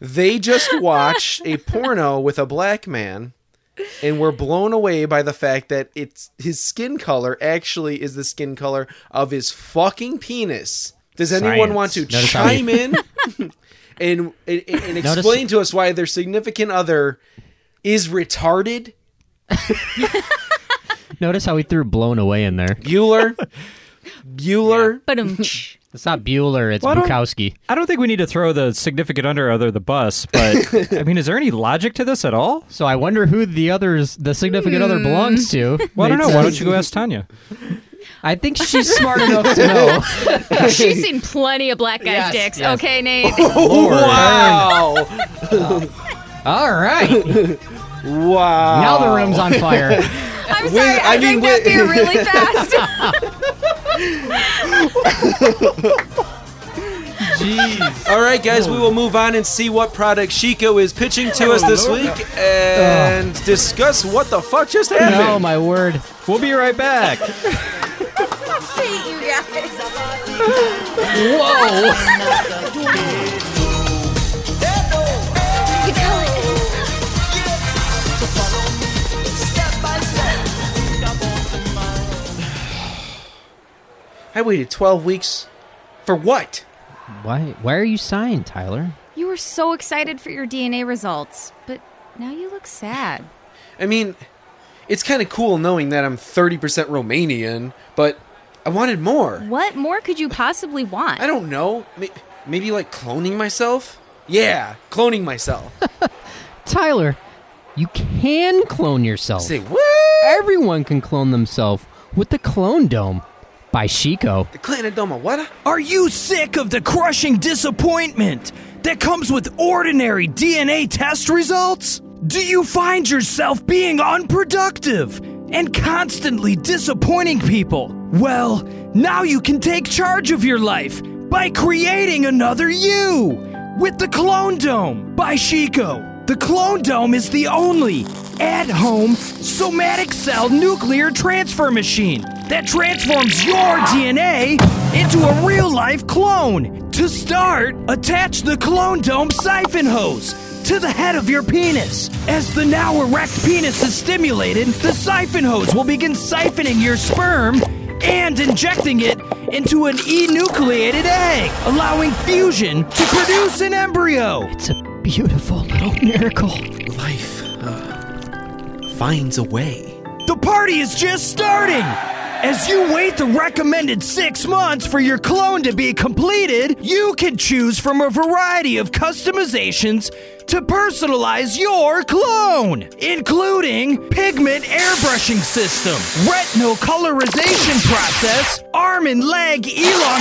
Speaker 1: they just watched a porno with a black man and were blown away by the fact that it's his skin color actually is the skin color of his fucking penis. Does anyone
Speaker 8: Science.
Speaker 1: want to
Speaker 2: Notice how
Speaker 1: chime in and and, and explain to us why their significant other is retarded?
Speaker 2: Notice how he threw blown away in there.
Speaker 1: Bueller, Bueller.
Speaker 4: But um,
Speaker 2: It's not Bueller, it's
Speaker 8: Why don't-
Speaker 2: Bukowski.
Speaker 8: I don't think we need to throw the significant under other the bus, but I mean, is there any logic to this at all?
Speaker 2: So I wonder who the others, the significant other
Speaker 1: Hmm.
Speaker 2: belongs to.
Speaker 8: Well, I don't
Speaker 2: Nate
Speaker 8: know. Why
Speaker 2: says.
Speaker 8: don't you go ask Tanya?
Speaker 2: I think she's smart enough to know.
Speaker 4: she's seen plenty of black
Speaker 2: Yes,
Speaker 4: guys' dicks.
Speaker 2: yes.
Speaker 4: Okay, Nate.
Speaker 1: Wow!
Speaker 2: All right.
Speaker 1: Wow!
Speaker 2: Now the room's on fire.
Speaker 4: I'm sorry.
Speaker 1: Wait,
Speaker 4: I,
Speaker 1: I mean,
Speaker 4: drank that
Speaker 1: wait.
Speaker 4: beer really fast.
Speaker 2: Jeez.
Speaker 1: All right, guys, we will move on and see what product Shiko is pitching to us this
Speaker 8: Oh,
Speaker 1: week and discuss what the fuck just
Speaker 2: Oh,
Speaker 1: happened.
Speaker 2: my word.
Speaker 8: We'll be right back.
Speaker 2: Whoa.
Speaker 1: I waited 12 weeks for what?
Speaker 2: Why, why are you signed, Tyler?
Speaker 4: you were so excited for your DNA results, but now you look sad.
Speaker 1: I mean, it's kind of cool knowing that I'm 30% Romanian, but I wanted more.
Speaker 4: What more could you possibly want?
Speaker 1: I don't know. may- Maybe like cloning myself? Yeah, cloning myself.
Speaker 2: Tyler, you can clone yourself.
Speaker 1: Say what?
Speaker 2: Everyone can clone themselves with the Clone Dome by Chico.
Speaker 1: The Clanadoma, what?
Speaker 3: Are you sick of the crushing disappointment that comes with ordinary DNA test results? Do you find yourself being unproductive and constantly disappointing people? Well, now you can take charge of your life by creating another you. with the Clone Dome by Chico. The Clone Dome is the only at home somatic cell nuclear transfer machine that transforms your DNA into a real life clone. To start, attach the Clone Dome siphon hose to the head of your penis. As the now erect penis is stimulated, the siphon hose will begin siphoning your sperm and injecting it into an enucleated egg, allowing fusion to produce an embryo.
Speaker 2: It's a beautiful little miracle.
Speaker 1: Life uh, finds a way.
Speaker 3: The party is just starting! As you wait the recommended six months for your clone to be completed, you can choose from a variety of customizations to personalize your clone, including pigment airbrushing system, retinal colorization process, arm and leg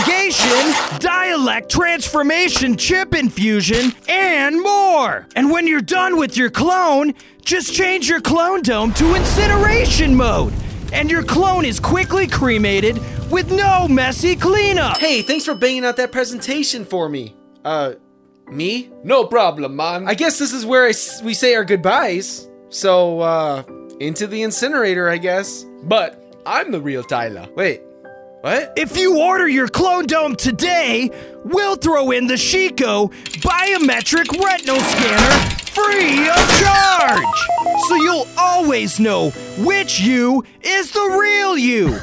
Speaker 3: elongation, dialect transformation chip infusion, and more. And when you're done with your clone, just change your clone dome to incineration mode and your clone is quickly cremated with no messy cleanup.
Speaker 1: Hey, thanks for banging out that presentation for me. Uh, me? No problem, Mom. I guess this is where I s- we say our goodbyes. So, uh, into the incinerator, I guess. But I'm the real Tyler. Wait, what?
Speaker 3: If you order your clone dome today, we'll throw in the Chico biometric retinal scanner free of charge. So you'll always know which you is the real you.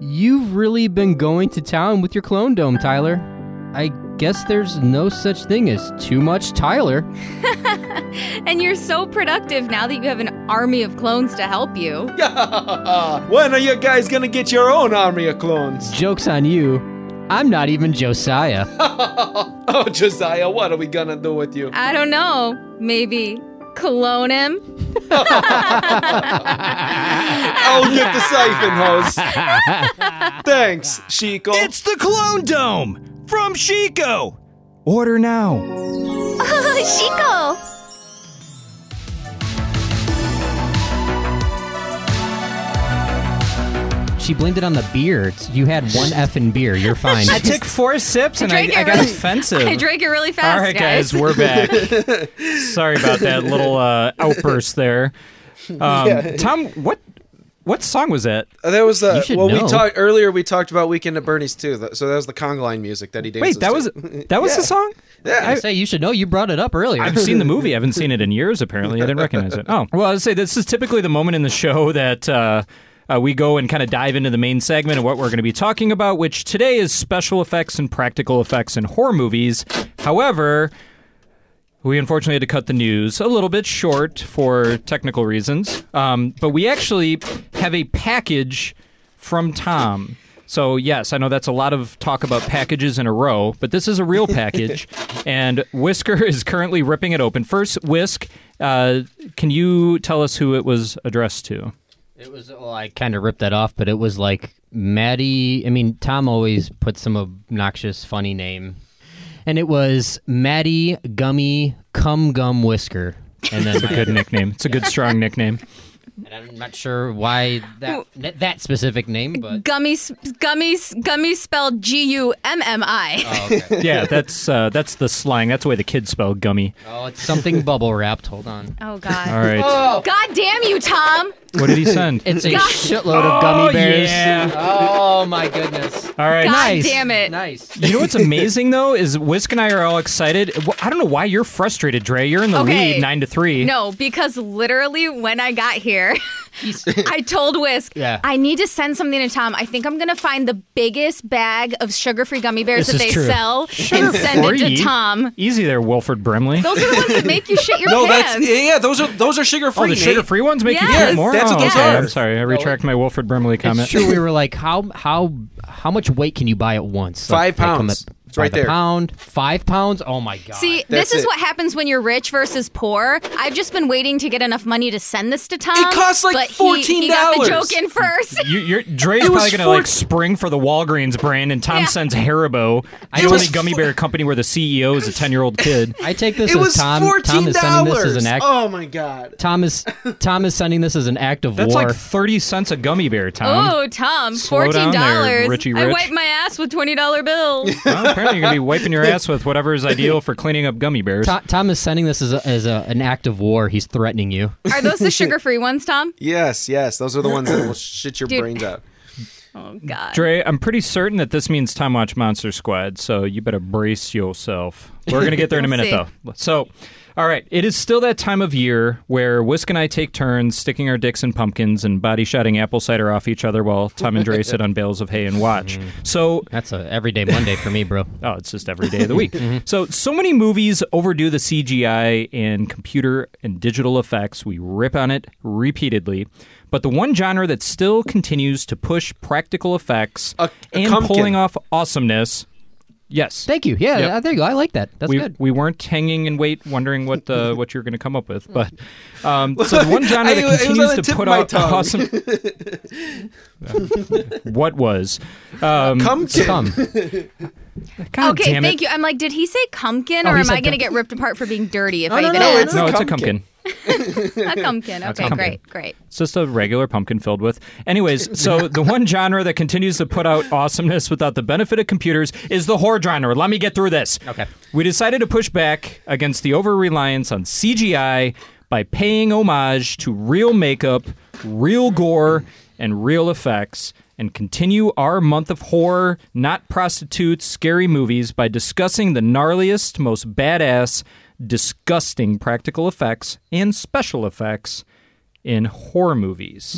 Speaker 2: You've really been going to town with your clone dome, Tyler. I guess there's no such thing as too much Tyler.
Speaker 4: And you're so productive now that you have an army of clones to help you.
Speaker 1: when are you guys gonna get your own army of clones?
Speaker 2: Joke's on you. I'm not even Josiah.
Speaker 1: Oh, Josiah, what are we gonna do with you?
Speaker 4: I don't know. Maybe clone him?
Speaker 1: I'll get the siphon hose. Thanks, Chico.
Speaker 3: It's the clone dome from Chico. Order now.
Speaker 4: Chico!
Speaker 2: She blamed it on the beards. You had one effing beer. You're fine.
Speaker 8: I took four sips and I,
Speaker 4: drank it
Speaker 8: I got
Speaker 4: really-
Speaker 8: offensive.
Speaker 4: I drank it really fast,
Speaker 8: All right, guys, we're back. Sorry about that little uh, outburst there. Um, Tom, what what song was that?
Speaker 1: That Uh, was the
Speaker 2: You should
Speaker 1: well.
Speaker 2: know.
Speaker 1: We talked earlier. We talked about Weekend at Bernie's too. th- So that was the conga line music that he dances.
Speaker 8: Wait, that
Speaker 1: to.
Speaker 8: was that was the song.
Speaker 2: I say you should know. You brought it up earlier.
Speaker 8: I've seen the movie. I haven't seen it in years. Apparently, I didn't recognize it. Oh, well, I'd say this is typically the moment in the show that uh, uh, we go and kind of dive into the main segment of what we're going to be talking about, which today is special effects and practical effects in horror movies. However, we unfortunately had to cut the news a little bit short for technical reasons, um, but we actually have a package from Tom. So, yes, I know that's a lot of talk about packages in a row, but this is a real package. and Whisker is currently ripping it open. First, Whisk, uh, can you tell us who it was addressed to?
Speaker 2: It was well, I kind of ripped that off, but it was like Maddie. I mean, Tom always puts some obnoxious, funny name, and it was Maddie Gummy Cum Gum Whisker. And then
Speaker 8: It's a good nickname. It's a good, strong nickname.
Speaker 2: and I'm not sure why that that- that specific name, but
Speaker 4: Gummy, s- gummy, s- gummy spelled G U M M I.
Speaker 8: Yeah, that's uh, that's the slang. That's the way the kids spell gummy.
Speaker 2: oh, it's something bubble wrapped. Hold on,
Speaker 4: Oh,
Speaker 8: All
Speaker 4: God.
Speaker 8: right.
Speaker 4: God damn you, Tom!
Speaker 8: What did he send?
Speaker 2: it's a
Speaker 4: God.
Speaker 2: shitload of gummy
Speaker 8: Oh,
Speaker 2: bears.
Speaker 8: yeah.
Speaker 2: Oh my goodness!
Speaker 8: All right.
Speaker 4: God
Speaker 2: Nice.
Speaker 4: damn it.
Speaker 2: Nice.
Speaker 8: You know what's amazing though is Whisk and I are all excited. Wh- I don't know why you're frustrated, Dre. You're in the
Speaker 4: Okay.
Speaker 8: lead, nine to three.
Speaker 4: No, because literally when I got here, I told Whisk,
Speaker 2: Yeah.
Speaker 4: I need to send something to Tom. I think I'm going to find the biggest bag of sugar free gummy bears
Speaker 2: This
Speaker 4: that
Speaker 2: is
Speaker 4: they
Speaker 2: true.
Speaker 4: sell and send it to
Speaker 8: Free.
Speaker 4: Tom.
Speaker 8: Easy there, Wilford Brimley.
Speaker 4: Those are the ones that make you shit your
Speaker 1: no,
Speaker 4: pants.
Speaker 1: Oh, that's yeah, yeah. Those are those are sugar free.
Speaker 8: oh, the sugar-free ones make you
Speaker 4: Yes,
Speaker 8: drink more.
Speaker 1: that's
Speaker 8: oh,
Speaker 1: what those
Speaker 8: okay.
Speaker 1: are.
Speaker 8: I'm sorry, I retract my Wilford Brimley comment.
Speaker 2: It's true. We were like, how how how much weight can you buy at once? Like,
Speaker 1: Five
Speaker 2: like, from
Speaker 1: pounds.
Speaker 2: the-
Speaker 1: It's
Speaker 2: by
Speaker 1: right
Speaker 2: the
Speaker 1: there.
Speaker 2: Pound. Five pounds. Oh my god.
Speaker 4: See,
Speaker 1: That's
Speaker 4: this is
Speaker 1: it.
Speaker 4: what happens when you're rich versus poor. I've just been waiting to get enough money to send this to Tom.
Speaker 1: costs, like,
Speaker 4: but he- He,
Speaker 1: $14.
Speaker 4: got the joke in first.
Speaker 8: You, you're, Dre's
Speaker 1: It was
Speaker 8: probably gonna
Speaker 1: four-
Speaker 8: like spring for the Walgreens brand, and Tom
Speaker 4: Yeah.
Speaker 8: sends Haribo, the
Speaker 2: It was
Speaker 8: only gummy bear company where the CEO is a ten-year-old kid.
Speaker 2: I take this
Speaker 1: It
Speaker 2: as
Speaker 1: was
Speaker 2: Tom. Tom
Speaker 1: fourteen
Speaker 2: is sending this as
Speaker 1: dollars.
Speaker 2: an act.
Speaker 1: Oh my god.
Speaker 2: Tom is Tom is sending this as an act of
Speaker 8: That's
Speaker 2: war.
Speaker 8: like thirty cents a gummy bear, Tom.
Speaker 4: Oh, Tom,
Speaker 8: slow
Speaker 4: $14.
Speaker 8: down there, Richie
Speaker 4: I
Speaker 8: Rich.
Speaker 4: wiped my ass with $20 bills.
Speaker 8: Well, apparently, you're gonna be wiping your ass with whatever is ideal for cleaning up gummy bears.
Speaker 2: Tom, Tom is sending this as, a, as a, an act of war. He's threatening you.
Speaker 4: Are those the sugar-free ones, Tom?
Speaker 1: Yes, yes. Those are the ones that will shit your
Speaker 4: Dude.
Speaker 1: brains out.
Speaker 4: Oh God.
Speaker 8: Dre, I'm pretty certain that this means Time Watch Monster Squad, so you better brace yourself. We're going to get there in a
Speaker 4: We'll
Speaker 8: minute, though. So, all right, it is still that time of year where Whisk and I take turns sticking our dicks in pumpkins and body shotting apple cider off each other while Tom and Dre sit on bales of hay and watch. So,
Speaker 2: That's a everyday Monday for me, bro.
Speaker 8: Oh, it's just every day of the week.
Speaker 1: Mm-hmm.
Speaker 8: So, so many movies overdo the CGI and computer and digital effects. We rip on it repeatedly. But the one genre that still continues to push practical effects
Speaker 1: A- a
Speaker 8: and
Speaker 1: pumpkin.
Speaker 8: pulling off awesomeness. Yes.
Speaker 2: Thank you. Yeah,
Speaker 8: Yep.
Speaker 2: uh, there you go. I like that. That's
Speaker 8: we,
Speaker 2: good.
Speaker 8: we weren't hanging in wait, wondering what uh, what you're going to come up with, but um, so the one genre
Speaker 1: Hmm. I- it
Speaker 8: that
Speaker 1: was on the
Speaker 8: continues to
Speaker 1: tip of
Speaker 8: put
Speaker 1: my
Speaker 8: out
Speaker 1: tongue.
Speaker 8: awesome. what was? Um,
Speaker 1: Come to
Speaker 2: Come.
Speaker 8: God
Speaker 4: okay,
Speaker 8: damn it.
Speaker 4: thank you. I'm like, did he say pumpkin,
Speaker 2: Oh,
Speaker 4: or
Speaker 2: he
Speaker 4: am I
Speaker 2: said
Speaker 4: going to
Speaker 2: pumpkin.
Speaker 4: get ripped apart for being dirty if
Speaker 1: No,
Speaker 4: I
Speaker 1: no,
Speaker 4: even
Speaker 1: no,
Speaker 4: ask?
Speaker 1: it's
Speaker 8: No, it's a
Speaker 1: Pumpkin.
Speaker 8: pumpkin.
Speaker 4: a pumpkin. Okay,
Speaker 8: pumpkin.
Speaker 4: great, great.
Speaker 8: It's just a regular pumpkin filled with. Anyways, so the one genre that continues to put out awesomeness without the benefit of computers is the horror genre. Let me get through this.
Speaker 2: Okay.
Speaker 8: We decided to push back against the over reliance on CGI by paying homage to real makeup, real gore, and real effects. And continue our month of horror, not prostitutes, scary movies by discussing the gnarliest, most badass, disgusting practical effects and special effects in horror movies.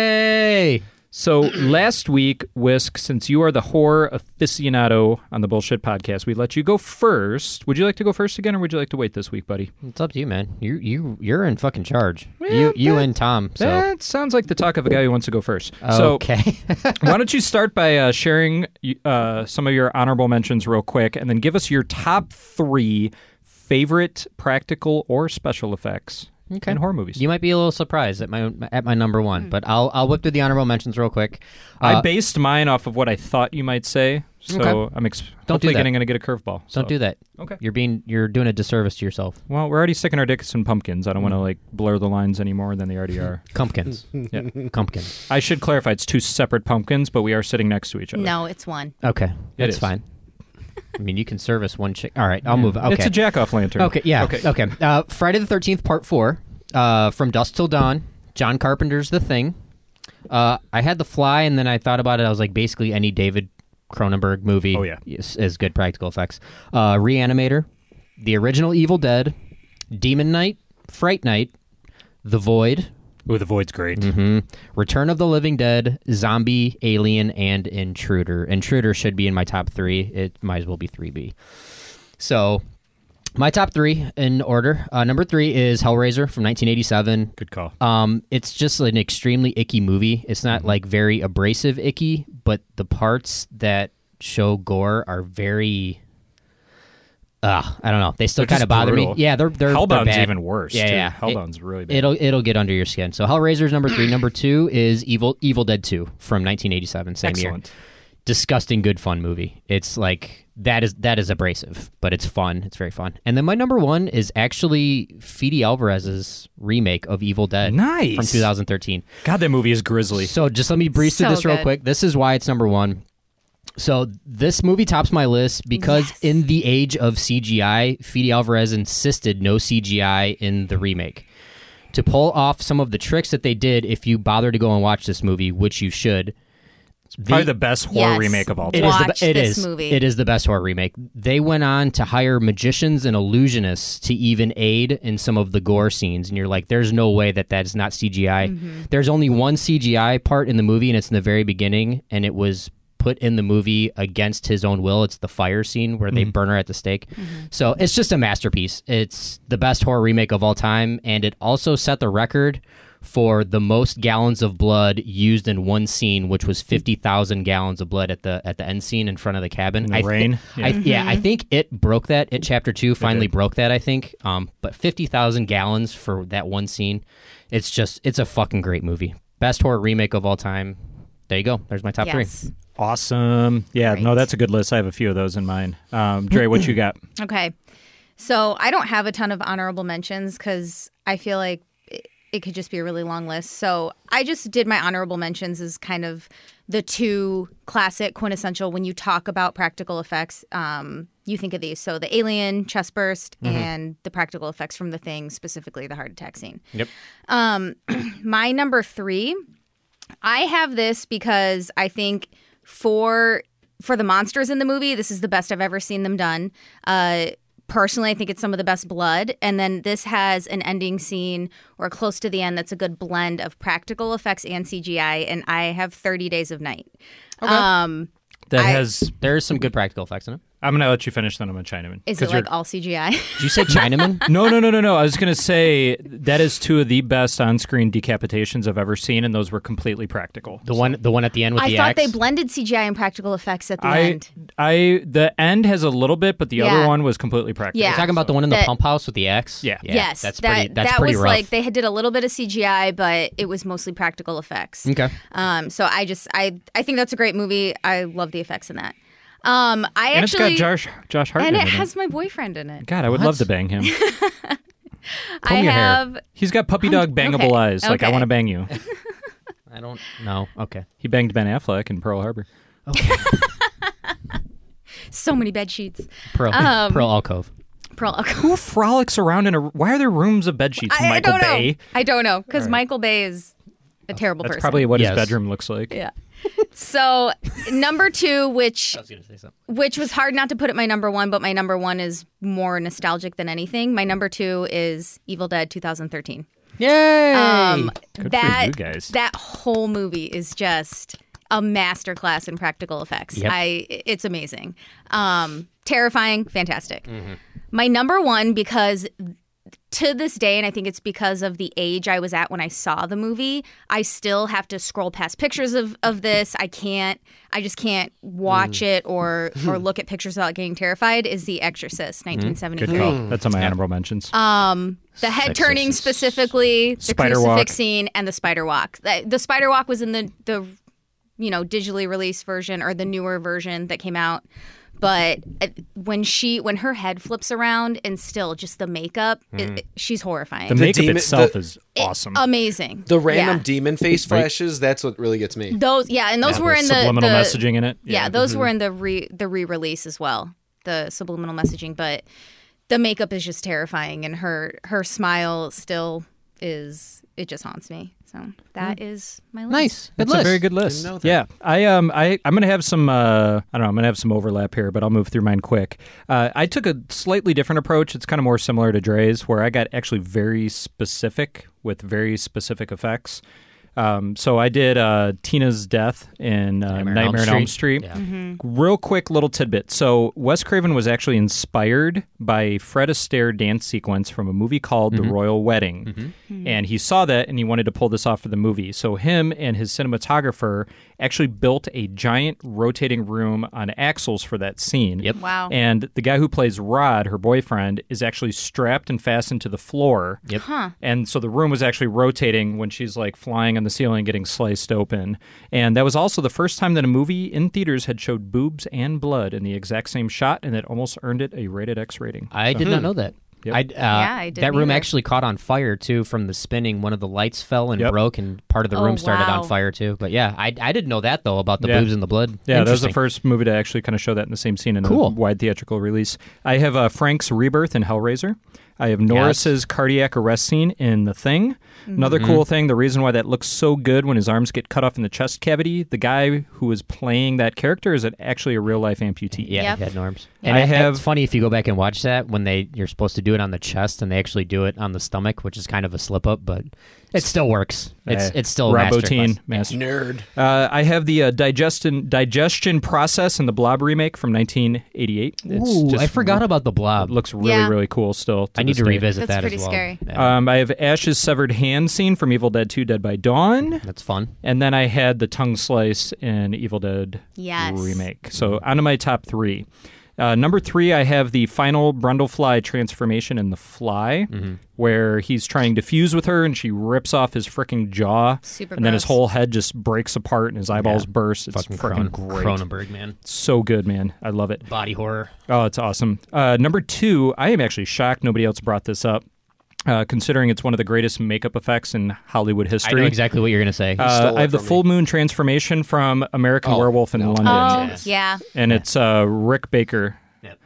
Speaker 2: Yay!
Speaker 8: So last week, Whisk, since you are the horror aficionado on the Bullshit Podcast, we let you go first. Would you like to go first again, or would you like to wait this week, buddy?
Speaker 2: It's up to you, man. You you you're in fucking charge. you you and Tom. So
Speaker 8: That sounds like the talk of a guy who wants to go first.
Speaker 2: okay.
Speaker 8: So why don't you start by uh, sharing uh, some of your honorable mentions real quick, and then give us your top three favorite practical or special effects in horror movies.
Speaker 2: you might be a little surprised at my at my number one, but I'll I'll whip through the honorable mentions real quick.
Speaker 8: I
Speaker 2: Uh,
Speaker 8: based mine off of what I thought you might say, so
Speaker 2: Okay.
Speaker 8: I'm ex-
Speaker 2: do
Speaker 8: hopefully
Speaker 2: that.
Speaker 8: getting going to get a curveball.
Speaker 2: don't do that.
Speaker 8: Okay.
Speaker 2: You're being you're doing a disservice to yourself.
Speaker 8: Well, we're already sticking our dicks in pumpkins. I don't want to like blur the lines any more than they already are.
Speaker 2: Pumpkins.
Speaker 8: Yeah.
Speaker 2: Pumpkins.
Speaker 8: I should clarify it's two separate pumpkins, but we are sitting next to each other.
Speaker 4: No, it's one.
Speaker 2: Okay. That's
Speaker 8: is.
Speaker 2: fine. I mean, you can service one chick. All right, I'll move. Okay.
Speaker 8: It's a jack off lantern.
Speaker 2: Okay, yeah.
Speaker 8: Okay.
Speaker 2: Okay. Uh, Friday the 13th, part four. Uh, From Dusk Till Dawn. John Carpenter's The Thing. Uh, I had The Fly, and then I thought about it. I was like, basically, any David Cronenberg movie
Speaker 8: Oh, yeah.
Speaker 2: is, is good practical effects. Uh, Reanimator. The original Evil Dead. Demon Knight. Fright Night. The Void. Mm-hmm.
Speaker 8: Ooh, the void's great.
Speaker 2: Return of the Living Dead, Zombie, Alien, and Intruder. Intruder should be in my top three. It might as well be 3B. So, my top three in order. Uh, number three is Hellraiser from 1987.
Speaker 8: Good call.
Speaker 2: Um, it's just an extremely icky movie. It's
Speaker 8: Mm-hmm.
Speaker 2: not like very abrasive icky, but the parts that show gore are very. Uh, I don't know. They still
Speaker 8: They're just
Speaker 2: kind of bother
Speaker 8: brutal.
Speaker 2: me. Yeah, they're they're
Speaker 8: Hellbound's
Speaker 2: they're bad.
Speaker 8: even worse,
Speaker 2: Yeah,
Speaker 8: too.
Speaker 2: yeah.
Speaker 8: Hellbound's really bad.
Speaker 2: It'll it'll get under your skin. So Hellraiser's number three. number two is Evil Evil Dead Two from 1987. Same year
Speaker 8: Excellent.
Speaker 2: disgusting good fun movie. It's like that is that is abrasive, but it's fun. It's very fun. And then my number one is actually Fede Alvarez's remake of Evil Dead,
Speaker 8: Nice.
Speaker 2: from 2013.
Speaker 8: God, that movie is grisly.
Speaker 2: So just let me breeze through
Speaker 4: So
Speaker 2: this real
Speaker 4: good.
Speaker 2: quick. This is why it's number one. So this movie tops my list because in the age of CGI, Fede Alvarez insisted no CGI in the remake. To pull off some of the tricks that they did, if you bother to go and watch this movie, which you should,
Speaker 8: Probably the best horror
Speaker 4: Yes.
Speaker 8: remake of all
Speaker 4: It
Speaker 8: time.
Speaker 4: is.
Speaker 2: the be-
Speaker 4: Watch
Speaker 2: it
Speaker 4: this
Speaker 2: is-
Speaker 4: movie.
Speaker 2: It is the best horror remake. They went on to hire magicians and illusionists to even aid in some of the gore scenes, and you're like, "There's no way that that is not CGI." There's only one CGI part in the movie, and it's in the very beginning, and it was put in the movie against his own will. It's the fire scene where they burn her at the stake. So it's just a masterpiece. It's the best horror remake of all time, and it also set the record. For the most gallons of blood used in one scene, which was fifty thousand gallons of blood at the at the end scene in front of the cabin.
Speaker 8: the
Speaker 2: I thi-
Speaker 8: rain?
Speaker 2: I, yeah,
Speaker 4: Mm-hmm.
Speaker 2: I think it broke that. It chapter two finally broke that. I think. Um, but fifty thousand gallons for that one scene. It's just it's a fucking great movie. Best horror remake of all time. There you go. There's my top
Speaker 4: Yes.
Speaker 2: three.
Speaker 8: Awesome. Yeah, no,
Speaker 4: Great.
Speaker 8: that's a good list. I have a few of those in mind. Um, Dre, what you got?
Speaker 4: Okay. So I don't have a ton of honorable mentions because I feel like it, it could just be a really long list. So I just did my honorable mentions as kind of the two classic quintessential when you talk about practical effects um, you think of these so the alien chest burst and the practical effects from the thing specifically the heart attack scene Um,
Speaker 2: Yep.
Speaker 4: my number three i have this because i think for for the monsters in the movie this is the best i've ever seen them done uh personally i think it's some of the best blood and then this has an ending scene or close to the end that's a good blend of practical effects and cgi and i have 30 days of night um
Speaker 8: That has.
Speaker 2: There's some good practical effects in it.
Speaker 8: I'm gonna let you finish. Then I'm a Chinaman.
Speaker 4: is
Speaker 8: 'Cause
Speaker 4: it
Speaker 8: you're-
Speaker 4: like all cgi
Speaker 2: Did you say Chinaman?
Speaker 8: No, no, no, no, no. I was gonna say that is two of the best on-screen decapitations I've ever seen, and those were completely practical.
Speaker 2: the one, the one at the end with
Speaker 4: i
Speaker 2: the
Speaker 4: thought
Speaker 2: axe.
Speaker 4: they blended cgi and practical effects at the
Speaker 8: I,
Speaker 4: end
Speaker 8: I, the end has a little bit, but the
Speaker 4: Yeah.
Speaker 8: other one was completely practical.
Speaker 4: Yeah.
Speaker 2: You're talking about the one in the
Speaker 4: That-
Speaker 2: pump house with the axe.
Speaker 8: Yeah.
Speaker 4: yes,
Speaker 2: That's
Speaker 4: that
Speaker 2: pretty. That's
Speaker 4: that
Speaker 2: pretty
Speaker 4: was
Speaker 2: rough.
Speaker 4: like they had did a little bit of CGI, but it was mostly practical effects.
Speaker 2: Okay.
Speaker 4: Um, so I just I I think that's a great movie. I love the effects in that. Um, I
Speaker 8: and
Speaker 4: actually
Speaker 8: it's got Josh, Josh Hartnett.
Speaker 4: and it
Speaker 8: in
Speaker 4: has my boyfriend in it.
Speaker 8: God, I would love to bang him. Comb
Speaker 4: I
Speaker 8: your
Speaker 4: have
Speaker 8: hair. He's got puppy dog bangable
Speaker 4: okay,
Speaker 8: eyes. Like I
Speaker 4: okay.
Speaker 8: want to bang you.
Speaker 2: I don't know. Okay.
Speaker 8: He banged Ben Affleck in Pearl Harbor.
Speaker 4: so many bed sheets.
Speaker 2: Pearl,
Speaker 4: Um,
Speaker 2: Pearl alcove.
Speaker 4: Pearl. Okay.
Speaker 8: Who frolics around in a? Why are there rooms of bed sheets? in
Speaker 4: I, I
Speaker 8: Michael
Speaker 4: don't
Speaker 8: Bay.
Speaker 4: know. I don't know because Michael Bay is a terrible
Speaker 8: That's
Speaker 4: person.
Speaker 8: probably what
Speaker 2: Yes.
Speaker 8: his bedroom looks like.
Speaker 4: yeah. So number two, which
Speaker 2: was gonna say something.
Speaker 4: which was hard not to put at my number one, but my number one is more nostalgic than anything. My number two is Evil Dead 2013.
Speaker 2: Yay!
Speaker 4: Um,
Speaker 8: Good
Speaker 4: that
Speaker 8: for you guys.
Speaker 4: that whole movie is just a masterclass in practical effects.
Speaker 2: Yep.
Speaker 4: I it's amazing, um, terrifying, fantastic. My number one because to this day, and I think it's because of the age I was at when I saw the movie, I still have to scroll past pictures of, of this. I can't, I just can't
Speaker 8: Mm.
Speaker 4: watch it or or look at pictures without getting terrified. Is The Exorcist, nineteen seventy
Speaker 8: Mm-hmm. Good
Speaker 4: three?
Speaker 8: call. That's on my honorable mentions.
Speaker 4: Um, The head turning specifically, the
Speaker 8: Spider
Speaker 4: crucifix
Speaker 8: walk.
Speaker 4: scene, and the spider walk. The, the spider walk was in the the you know digitally released version or the newer version that came out. But uh, when she when her head flips around and still just the makeup, it, it- she's horrifying.
Speaker 8: Mm. the makeup
Speaker 1: demon-
Speaker 8: itself
Speaker 1: the-
Speaker 8: is awesome.
Speaker 2: Um,
Speaker 4: Amazing.
Speaker 1: The random
Speaker 4: yeah.
Speaker 1: demon face flashes, that's what really gets me.
Speaker 4: those yeah, and those were in the
Speaker 8: Subliminal
Speaker 4: the-
Speaker 8: messaging in it.
Speaker 4: Yeah, those were in the re the re release as well. The subliminal messaging, but the makeup is just terrifying, and her her smile still is it just haunts me. So that is my list.
Speaker 2: Mm. nice. Good
Speaker 8: That's
Speaker 2: list.
Speaker 8: a very good list.
Speaker 1: know that.
Speaker 8: Yeah, I um, I I'm gonna have some. Uh, I don't know. I'm gonna have some overlap here, but I'll move through mine quick. Uh, I took a slightly different approach. It's kind of more similar to Dre's, where I got actually very specific with very specific effects. Um, so I did uh, Tina's death in uh, Nightmare, on Elm Street.
Speaker 2: Yeah.
Speaker 8: Real quick little tidbit. So Wes Craven was actually inspired by Fred Astaire dance sequence from a movie called The Royal Wedding. And he saw that and he wanted to pull this off for the movie. So him and his cinematographer actually built a giant rotating room on axles for that scene.
Speaker 2: Yep.
Speaker 4: Wow.
Speaker 8: And the guy who plays Rod, her boyfriend, is actually strapped and fastened to the floor.
Speaker 2: Yep.
Speaker 8: And so the room was actually rotating when she's like flying on the ceiling, getting sliced open. And that was also the first time that a movie in theaters had showed boobs and blood in the exact same shot, and it almost earned it a rated X rating.
Speaker 2: I did not know that. I, uh,
Speaker 4: I
Speaker 2: that
Speaker 4: didn't
Speaker 2: room
Speaker 4: either.
Speaker 2: actually caught on fire too from the spinning. One of the lights fell and
Speaker 8: Yep.
Speaker 2: broke, and part of the room
Speaker 4: Oh,
Speaker 2: started
Speaker 4: wow.
Speaker 2: on fire too. But yeah, I, I didn't know that though about the
Speaker 8: Yeah.
Speaker 2: boobs and the blood.
Speaker 8: Yeah, that was the
Speaker 2: Interesting.
Speaker 8: first movie to actually kind of show that in the same scene in
Speaker 2: Cool.
Speaker 8: a wide theatrical release. I have uh, Frank's rebirth in Hellraiser. I have Norris's cardiac arrest scene in The Thing. Another
Speaker 2: Mm-hmm.
Speaker 8: cool thing, the reason why that looks so good when his arms get cut off in the chest cavity, the guy who is playing that character is an- actually a real life amputee.
Speaker 2: Yeah,
Speaker 4: Yep.
Speaker 2: he had norms. And
Speaker 8: I
Speaker 2: it-
Speaker 8: have-
Speaker 2: It's funny if you go back and watch that when they you're supposed to do it on the chest and they actually do it on the stomach, which is kind of a slip up, but it still works. It's
Speaker 8: Uh,
Speaker 2: it's still a
Speaker 8: Robotine
Speaker 2: masterclass.
Speaker 8: master.
Speaker 1: Nerd.
Speaker 8: Uh, I have the uh, digestion digestion process in the Blob remake from 1988. It's
Speaker 2: Ooh,
Speaker 8: just-
Speaker 2: I forgot about the blob.
Speaker 8: It looks really
Speaker 4: Yeah.
Speaker 8: really cool still.
Speaker 2: I need
Speaker 8: this
Speaker 2: to
Speaker 8: day.
Speaker 2: revisit
Speaker 4: That's
Speaker 2: that
Speaker 4: pretty
Speaker 2: as well.
Speaker 4: scary.
Speaker 2: Yeah,
Speaker 8: Um, I have Ash's severed hand scene from Evil Dead 2 Dead by Dawn.
Speaker 2: that's fun.
Speaker 8: And then I had the tongue slice in Evil Dead
Speaker 4: Yes.
Speaker 8: remake. So on to my top three. Uh, number three, I have the final Brundlefly transformation in The Fly,
Speaker 2: Mm-hmm.
Speaker 8: where he's trying to fuse with her and she rips off his freaking jaw.
Speaker 4: Super
Speaker 8: and then his
Speaker 4: gross.
Speaker 8: whole head just breaks apart and his eyeballs burst. It's
Speaker 2: Fucking
Speaker 8: freaking
Speaker 2: Cron-
Speaker 8: great.
Speaker 2: Cronenberg, man.
Speaker 8: So good, man. I love it.
Speaker 2: Body horror.
Speaker 8: Oh, it's awesome. Uh, number two, I am actually shocked nobody else brought this up. uh, considering it's one of the greatest makeup effects in Hollywood
Speaker 2: I
Speaker 8: history.
Speaker 2: know exactly what you're gonna say.
Speaker 8: Uh,
Speaker 1: stole
Speaker 8: I have
Speaker 1: it
Speaker 8: the
Speaker 1: from
Speaker 8: full moon transformation from American Werewolf in London,
Speaker 4: Oh, yeah.
Speaker 8: and it's uh, Rick Baker.
Speaker 2: Yep.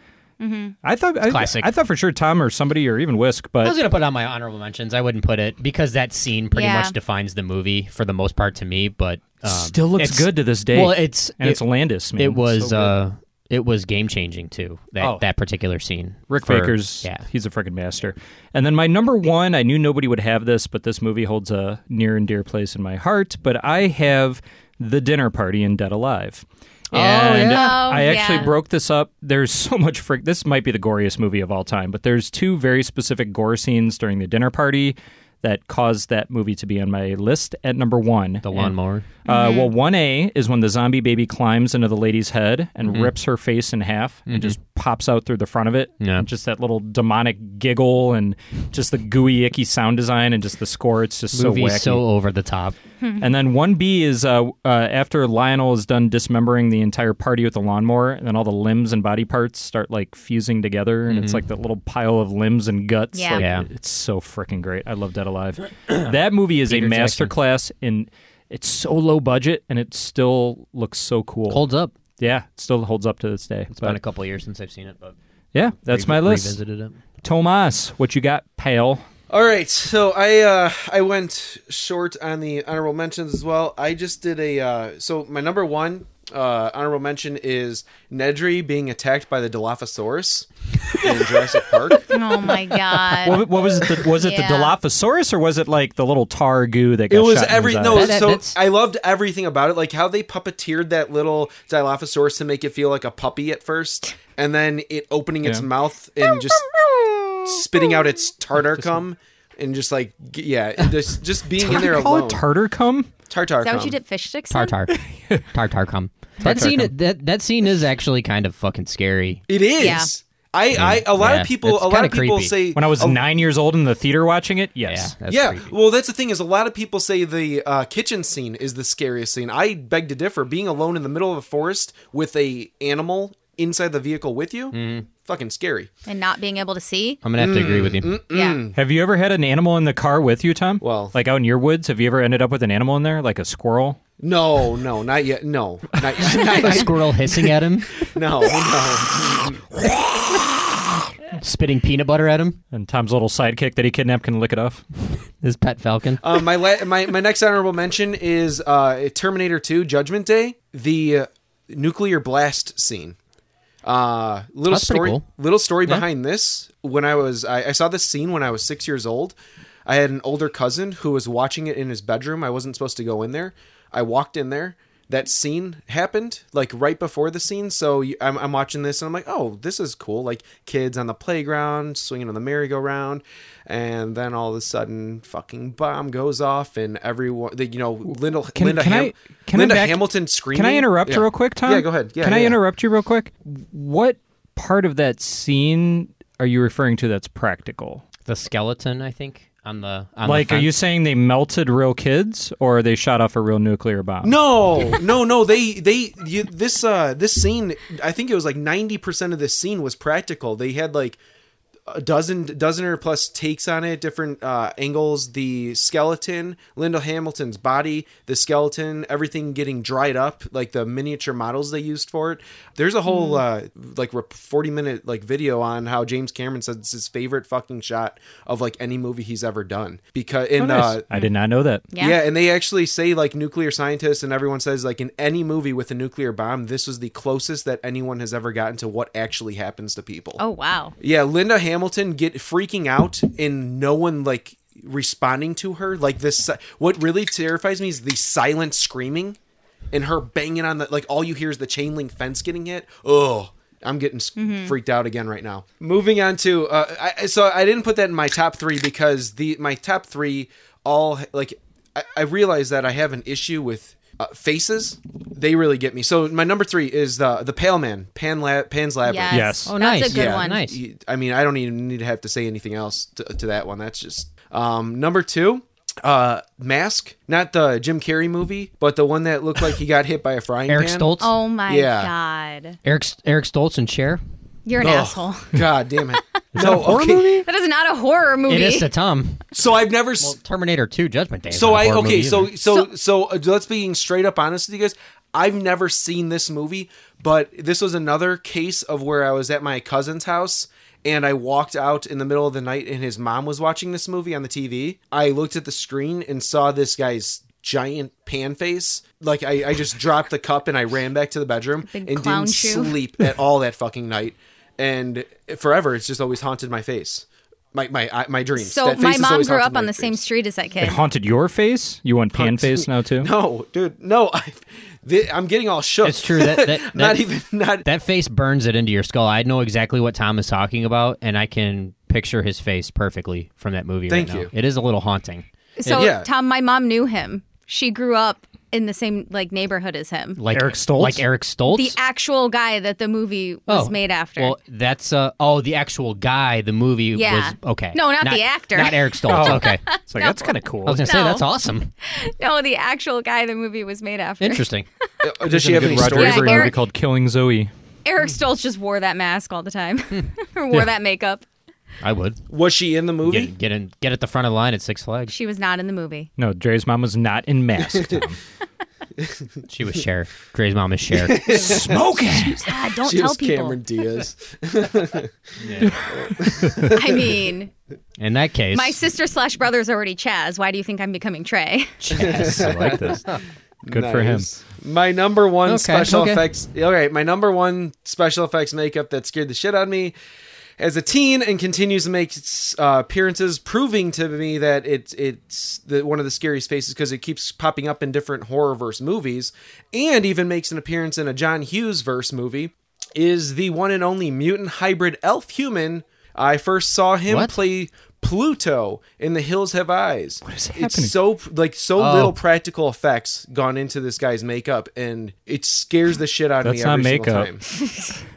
Speaker 8: I thought I,
Speaker 2: classic.
Speaker 8: I thought for sure Tom or somebody or even Whisk,
Speaker 2: I
Speaker 8: but
Speaker 2: was gonna put on my honorable mentions. I wouldn't put it because that scene pretty
Speaker 4: Yeah.
Speaker 2: much defines the movie for the most part to me. But um,
Speaker 8: still looks
Speaker 2: it's-
Speaker 8: good to this day.
Speaker 2: Well, it's
Speaker 8: and
Speaker 2: it-
Speaker 8: it's Landis. Man.
Speaker 2: it was
Speaker 8: It's so good.
Speaker 2: uh it was game changing too that
Speaker 8: Oh.
Speaker 2: that particular scene
Speaker 8: Rick
Speaker 2: For-
Speaker 8: Baker's.
Speaker 2: yeah
Speaker 8: he's a freaking master. And then my number one, I knew nobody would have this, but this movie holds a near and dear place in my heart. But I have the dinner party in Dead Alive. Oh, and
Speaker 4: yeah. Oh,
Speaker 8: I actually
Speaker 4: yeah.
Speaker 8: broke this up. There's so much freak. This might be the goriest movie of all time, but there's two very specific gore scenes during the dinner party that caused that movie to be on my list at number one.
Speaker 2: the
Speaker 8: And-
Speaker 2: lawnmower
Speaker 8: uh,
Speaker 2: Mm-hmm.
Speaker 8: well, one A is when the zombie baby climbs into the lady's head and
Speaker 2: Mm-hmm.
Speaker 8: rips her face in half and just pops out through the front of it.
Speaker 2: Yeah.
Speaker 8: And just that little demonic giggle and just the gooey, icky sound design and just the score. It's just so
Speaker 2: movie
Speaker 8: wacky.
Speaker 2: so over the top
Speaker 8: And then one B is uh, uh, after Lionel is done dismembering the entire party with the lawnmower, and then all the limbs and body parts start like fusing together, and it's like that little pile of limbs and guts.
Speaker 4: Yeah.
Speaker 8: like,
Speaker 2: Mm-hmm. Yeah.
Speaker 8: it's so freaking great. I love Dead Alive. that movie is
Speaker 2: Peter
Speaker 8: a
Speaker 2: Jackson.
Speaker 8: masterclass in. It's so low budget, and it still looks so cool.
Speaker 2: holds up
Speaker 8: yeah, it still holds up to this day.
Speaker 2: it's
Speaker 8: But-
Speaker 2: been a couple years since I've seen it but
Speaker 8: yeah, that's my list.
Speaker 2: revisited it
Speaker 8: Tomas, what you got, pal?
Speaker 1: All right, so I uh, I went short on the honorable mentions as well. I just did a uh, so my number one uh, honorable mention is Nedry being attacked by the Dilophosaurus in Jurassic Park.
Speaker 4: Oh my god.
Speaker 8: What, what was it? The, was it
Speaker 4: Yeah.
Speaker 8: the Dilophosaurus, or was it like the little tar goo that got
Speaker 1: It was
Speaker 8: shot in his
Speaker 1: every
Speaker 8: eye?
Speaker 1: no.
Speaker 2: That-
Speaker 1: so
Speaker 2: that's-
Speaker 1: I loved everything about it, like how they puppeteered that little Dilophosaurus to make it feel like a puppy at first, and then it opening its
Speaker 8: Yeah.
Speaker 1: mouth and just spitting out its tartar cum, and just like g- yeah, and just just being in there
Speaker 8: you call
Speaker 1: alone.
Speaker 8: it tartar cum?
Speaker 1: tartar.
Speaker 4: Is that what you
Speaker 1: cum.
Speaker 4: did fish sticks? in?
Speaker 2: tartar tartar cum that scene
Speaker 8: cum.
Speaker 2: that that scene is actually kind of fucking scary
Speaker 1: It is.
Speaker 4: Yeah.
Speaker 1: I, I a lot
Speaker 2: Yeah,
Speaker 1: of people
Speaker 2: it's
Speaker 1: a lot
Speaker 2: kinda
Speaker 1: of people
Speaker 2: creepy.
Speaker 1: say
Speaker 8: When I was
Speaker 1: a-
Speaker 8: nine years old in the theater watching it,
Speaker 2: yeah
Speaker 8: yes.
Speaker 2: that's
Speaker 1: yeah,
Speaker 2: creepy.
Speaker 1: well, that's the thing is a lot of people say the uh, kitchen scene is the scariest scene. I beg to differ. Being alone in the middle of a forest with a animal inside the vehicle with you,
Speaker 2: Mm-hmm.
Speaker 1: fucking scary.
Speaker 4: And not being able to see?
Speaker 2: I'm gonna have to agree with you
Speaker 4: Yeah.
Speaker 8: Have you ever had an animal in the car with you, Tom?
Speaker 1: Well-
Speaker 8: like out in your woods, have you ever ended up with an animal in there, like a squirrel?
Speaker 1: No, no, not yet. No, not yet.
Speaker 2: a squirrel hissing at him
Speaker 1: no, no.
Speaker 2: spitting peanut butter at him
Speaker 8: And Tom's little sidekick that he kidnapped can lick it off.
Speaker 2: his pet falcon
Speaker 1: Um, my, la- my my next honorable mention is uh, Terminator 2: Judgment Day, the uh, nuclear blast scene. Uh, little
Speaker 2: That's pretty
Speaker 1: story,
Speaker 2: cool.
Speaker 1: little story behind this. When I was, I, I saw this scene when I was six years old. I had an older cousin who was watching it in his bedroom. I wasn't supposed to go in there. I walked in there. That scene happened like right before the scene. So you, I'm, I'm watching this and I'm like, oh, this is cool. Like kids on the playground swinging on the merry-go-round, and then all of a sudden, fucking bomb goes off and everyone, the, you know, Linda,
Speaker 8: Can-
Speaker 1: Linda,
Speaker 8: can I-
Speaker 1: Ham-
Speaker 8: can I
Speaker 1: Linda
Speaker 8: back-
Speaker 1: Hamilton screaming.
Speaker 8: Can I interrupt
Speaker 1: Yeah.
Speaker 8: real quick, Tom?
Speaker 1: Yeah, go ahead. Yeah,
Speaker 8: can
Speaker 1: yeah,
Speaker 8: I
Speaker 1: yeah.
Speaker 8: interrupt you real quick? What part of that scene are you referring to that's practical?
Speaker 2: the skeleton I think on the on the
Speaker 8: Like, are
Speaker 2: fence.
Speaker 8: you saying they melted real kids, or they shot off a real nuclear bomb?
Speaker 1: No, no, no. They they you, this uh this scene. I think it was like ninety percent of this scene was practical. They had like a dozen dozen or plus takes on it, different uh, angles. The skeleton, Linda Hamilton's body, the skeleton, everything getting dried up, like the miniature models they used for it. There's a whole
Speaker 8: Hmm.
Speaker 1: uh, like rep- forty minute like video on how James Cameron says it's his favorite fucking shot of like any movie he's ever done because in
Speaker 8: Oh, nice.
Speaker 1: uh,
Speaker 8: I did not know that.
Speaker 4: Yeah.
Speaker 1: yeah, and they actually say like nuclear scientists and everyone says like in any movie with a nuclear bomb, this was the closest that anyone has ever gotten to what actually happens to people.
Speaker 4: Oh wow.
Speaker 1: Yeah, Linda Hamilton get freaking out and no one like responding to her. Like this si- what really terrifies me is the silent screaming and her banging on the like all you hear is the chain link fence getting hit. Oh, I'm getting s freaked out again right now. Moving on to uh, I, I- so I didn't put that in my top three because the my top three all like I, I realize that I have an issue with uh, faces. They really get me. So my number three is the the Pale Man, Pan La- Pan's Labyrinth.
Speaker 4: Yes.
Speaker 8: Yes.
Speaker 2: Oh,
Speaker 4: That's
Speaker 2: nice.
Speaker 4: a good
Speaker 2: Yeah,
Speaker 4: one.
Speaker 2: nice.
Speaker 1: You- I mean, I don't even need to have to say anything else to, to that one. That's just um, number two. Uh, Mask, not the Jim Carrey movie, but the one that looked like he got hit by a frying
Speaker 2: Eric
Speaker 1: pan.
Speaker 2: Stoltz
Speaker 4: Oh my
Speaker 1: Yeah.
Speaker 4: god.
Speaker 2: Eric Eric Stoltz and Cher
Speaker 4: You're an
Speaker 1: Ugh.
Speaker 4: asshole.
Speaker 1: God damn it. no, okay.
Speaker 4: That is not a horror movie.
Speaker 2: It is to Tom.
Speaker 1: So I've never. s-
Speaker 2: Terminator 2 Judgment Day. is
Speaker 1: so
Speaker 2: not a
Speaker 1: I
Speaker 2: horror
Speaker 1: okay.
Speaker 2: movie
Speaker 1: So
Speaker 2: either.
Speaker 1: so so uh, let's being straight up honest with you guys. I've never seen this movie, but this was another case of where I was at my cousin's house and I walked out in the middle of the night and his mom was watching this movie on the TV. I looked at the screen and saw this guy's giant pan face. Like I, I just dropped the cup and I ran back to the bedroom
Speaker 4: Big
Speaker 1: and
Speaker 4: clown
Speaker 1: didn't
Speaker 4: shoe.
Speaker 1: sleep at all that fucking night. And forever, it's just always haunted my face, my my my dreams.
Speaker 4: So
Speaker 1: That
Speaker 4: my
Speaker 1: face has
Speaker 4: mom
Speaker 1: always
Speaker 4: grew
Speaker 1: haunted
Speaker 4: up on
Speaker 1: my
Speaker 4: the same
Speaker 1: dreams.
Speaker 4: street as that
Speaker 8: It
Speaker 4: kid.
Speaker 8: haunted your face? You want pan face now too?
Speaker 1: No, dude, no. I, th- I'm getting all shook.
Speaker 2: It's true, that- that-
Speaker 1: not
Speaker 2: that-
Speaker 1: even not.
Speaker 2: that face burns it into your skull. I know exactly what Tom is talking about, and I can picture his face perfectly from that movie
Speaker 1: Thank
Speaker 2: right
Speaker 1: you.
Speaker 2: now. It is a little haunting.
Speaker 4: So
Speaker 1: Yeah.
Speaker 4: Tom, my mom knew him. She grew up in the same like neighborhood as him.
Speaker 2: Like
Speaker 8: Eric Stoltz?
Speaker 2: Like Eric Stoltz?
Speaker 4: The actual guy that the movie
Speaker 1: Oh,
Speaker 4: was made after.
Speaker 2: Well, that's uh oh, the actual guy. The movie
Speaker 4: Yeah.
Speaker 2: was okay.
Speaker 4: No, not the actor.
Speaker 2: Not Eric Stoltz.
Speaker 8: Oh.
Speaker 2: Okay, I
Speaker 8: It's like that's kind of cool.
Speaker 2: was gonna say
Speaker 4: No.
Speaker 2: that's awesome.
Speaker 4: no, the actual guy the movie was made after.
Speaker 2: Interesting.
Speaker 1: Uh, Does she have any
Speaker 8: Roger
Speaker 1: stories?
Speaker 4: Yeah,
Speaker 8: Ebert
Speaker 4: Eric-
Speaker 8: movie called Killing Zoe.
Speaker 4: Eric Stoltz just wore that mask all the time,
Speaker 1: Hmm.
Speaker 4: or wore that makeup.
Speaker 2: I would
Speaker 1: Was she in the movie?
Speaker 2: get get in get at the front of the line at Six Flags.
Speaker 4: She was not in the movie.
Speaker 8: No, Dre's mom was not in mask. Tom.
Speaker 2: She was Cher. Dre's mom is Cher.
Speaker 8: Smoking.
Speaker 4: God, Ah, don't
Speaker 1: She
Speaker 4: tell
Speaker 1: was
Speaker 4: people.
Speaker 1: Cameron Diaz.
Speaker 4: I mean,
Speaker 2: In that case,
Speaker 4: my sister slash brother is already Chaz. Why do you think I'm becoming Trey?
Speaker 2: Yes.
Speaker 8: I like this. Good for him.
Speaker 1: Nice. My number one
Speaker 2: Okay,
Speaker 1: special
Speaker 2: okay.
Speaker 1: effects. All right, my number one special effects makeup that scared the shit out of me as a teen and continues to make uh, appearances, proving to me that it's it's the, one of the scariest faces because it keeps popping up in different horror verse movies, and even makes an appearance in a John Hughes verse movie. Is the one and only mutant hybrid elf human? I first saw him
Speaker 2: What?
Speaker 1: play Pluto in The Hills Have Eyes. What is happening? It's so like so
Speaker 2: Oh.
Speaker 1: little practical effects gone into this guy's makeup, and it scares the shit out of
Speaker 8: That's
Speaker 1: me
Speaker 8: not
Speaker 1: every
Speaker 8: makeup.
Speaker 1: single time.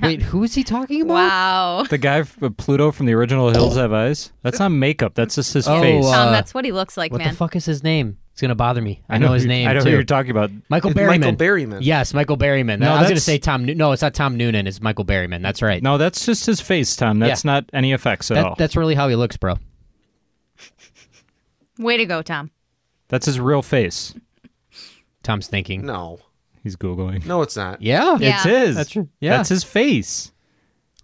Speaker 2: wait, who is he talking about?
Speaker 1: uh,
Speaker 4: Wow.
Speaker 8: The guy from Pluto from the original Hills Have Eyes. That's not makeup. That's just his
Speaker 2: Oh,
Speaker 8: face.
Speaker 2: uh,
Speaker 4: Tom, that's what he looks like,
Speaker 2: What
Speaker 4: man.
Speaker 2: the fuck is his name? It's gonna bother me. I know, his
Speaker 8: who-
Speaker 2: name
Speaker 8: I know
Speaker 2: too.
Speaker 8: who you're talking about.
Speaker 2: Michael
Speaker 1: It's
Speaker 2: Berryman.
Speaker 1: Michael Berryman.
Speaker 2: Yes, Michael Berryman.
Speaker 8: No,
Speaker 2: I was gonna
Speaker 8: that's-
Speaker 2: say Tom. Nu- no, it's not Tom Noonan. It's Michael Berryman. That's right.
Speaker 8: No, that's just his face, Tom. That's
Speaker 2: Yeah.
Speaker 8: not any effects at all.
Speaker 2: that, that's really how he looks, bro.
Speaker 4: Way to go, Tom.
Speaker 8: That's his real face.
Speaker 2: Tom's thinking.
Speaker 1: No,
Speaker 8: He's googling.
Speaker 1: no, it's not.
Speaker 2: Yeah.
Speaker 4: Yeah.
Speaker 8: It's his.
Speaker 2: That's true. Yeah.
Speaker 8: That's his face.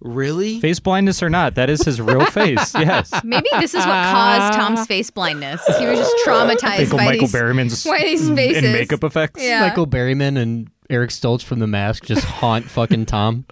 Speaker 1: Really?
Speaker 8: Face blindness or not, that is his real face. Yes.
Speaker 4: Maybe this is what caused Tom's face blindness. He was just traumatized
Speaker 8: Think of
Speaker 4: by
Speaker 8: Michael
Speaker 4: these,
Speaker 8: Berryman's
Speaker 4: by these faces.
Speaker 8: and makeup effects.
Speaker 4: Yeah.
Speaker 2: Michael Berryman and Eric Stoltz from The Mask just haunt fucking Tom.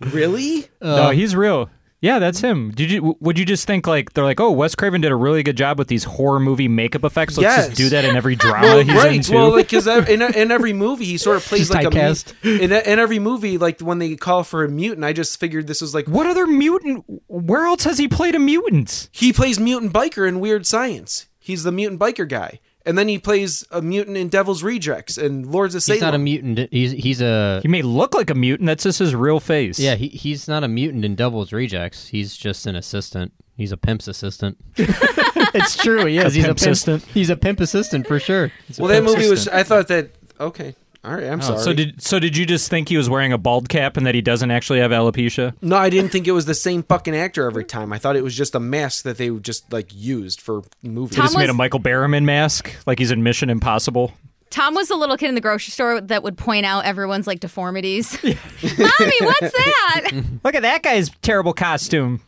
Speaker 1: Really?
Speaker 8: no, he's real. Yeah, that's him. Did you? w- Would you just think like they're like, oh, Wes Craven did a really good job with these horror movie makeup effects. Let's
Speaker 1: Yes.
Speaker 8: just do that in every drama he's
Speaker 1: right.
Speaker 8: in too.
Speaker 1: Well, like because in, e, in every movie he sort of plays
Speaker 2: Just
Speaker 1: like
Speaker 2: typecast.
Speaker 1: a mu- in, e, in every movie like when they call for a mutant. I just figured this was like
Speaker 8: what other mutant? Where else has he played a mutant?
Speaker 1: he plays mutant biker in Weird Science. He's the mutant biker guy, and then he plays a mutant in Devil's Rejects and Lords of
Speaker 2: He's
Speaker 1: Salem.
Speaker 2: not a mutant. He's he's a
Speaker 8: He may look like a mutant. That's just his real face.
Speaker 2: yeah. He, he's not a mutant in Devil's Rejects. He's just an assistant. He's a pimp's assistant. it's true. Yes,
Speaker 8: A pimp assistant.
Speaker 2: He's a pimp assistant for sure.
Speaker 1: well, that movie was.
Speaker 8: consistent.
Speaker 1: I thought that okay. All right, I'm
Speaker 8: Oh,
Speaker 1: sorry.
Speaker 8: so did so did you just think he was wearing a bald cap and that he doesn't actually have alopecia?
Speaker 1: no, I didn't think it was the same fucking actor every time. I thought it was just a mask that they just like used for movies.
Speaker 8: They
Speaker 4: Tom
Speaker 8: just made a
Speaker 4: was-
Speaker 8: Michael Berryman mask, like he's in Mission Impossible.
Speaker 4: Tom was the little kid in the grocery store that would point out everyone's like deformities. Mommy, what's that?
Speaker 8: Look at that guy's terrible costume.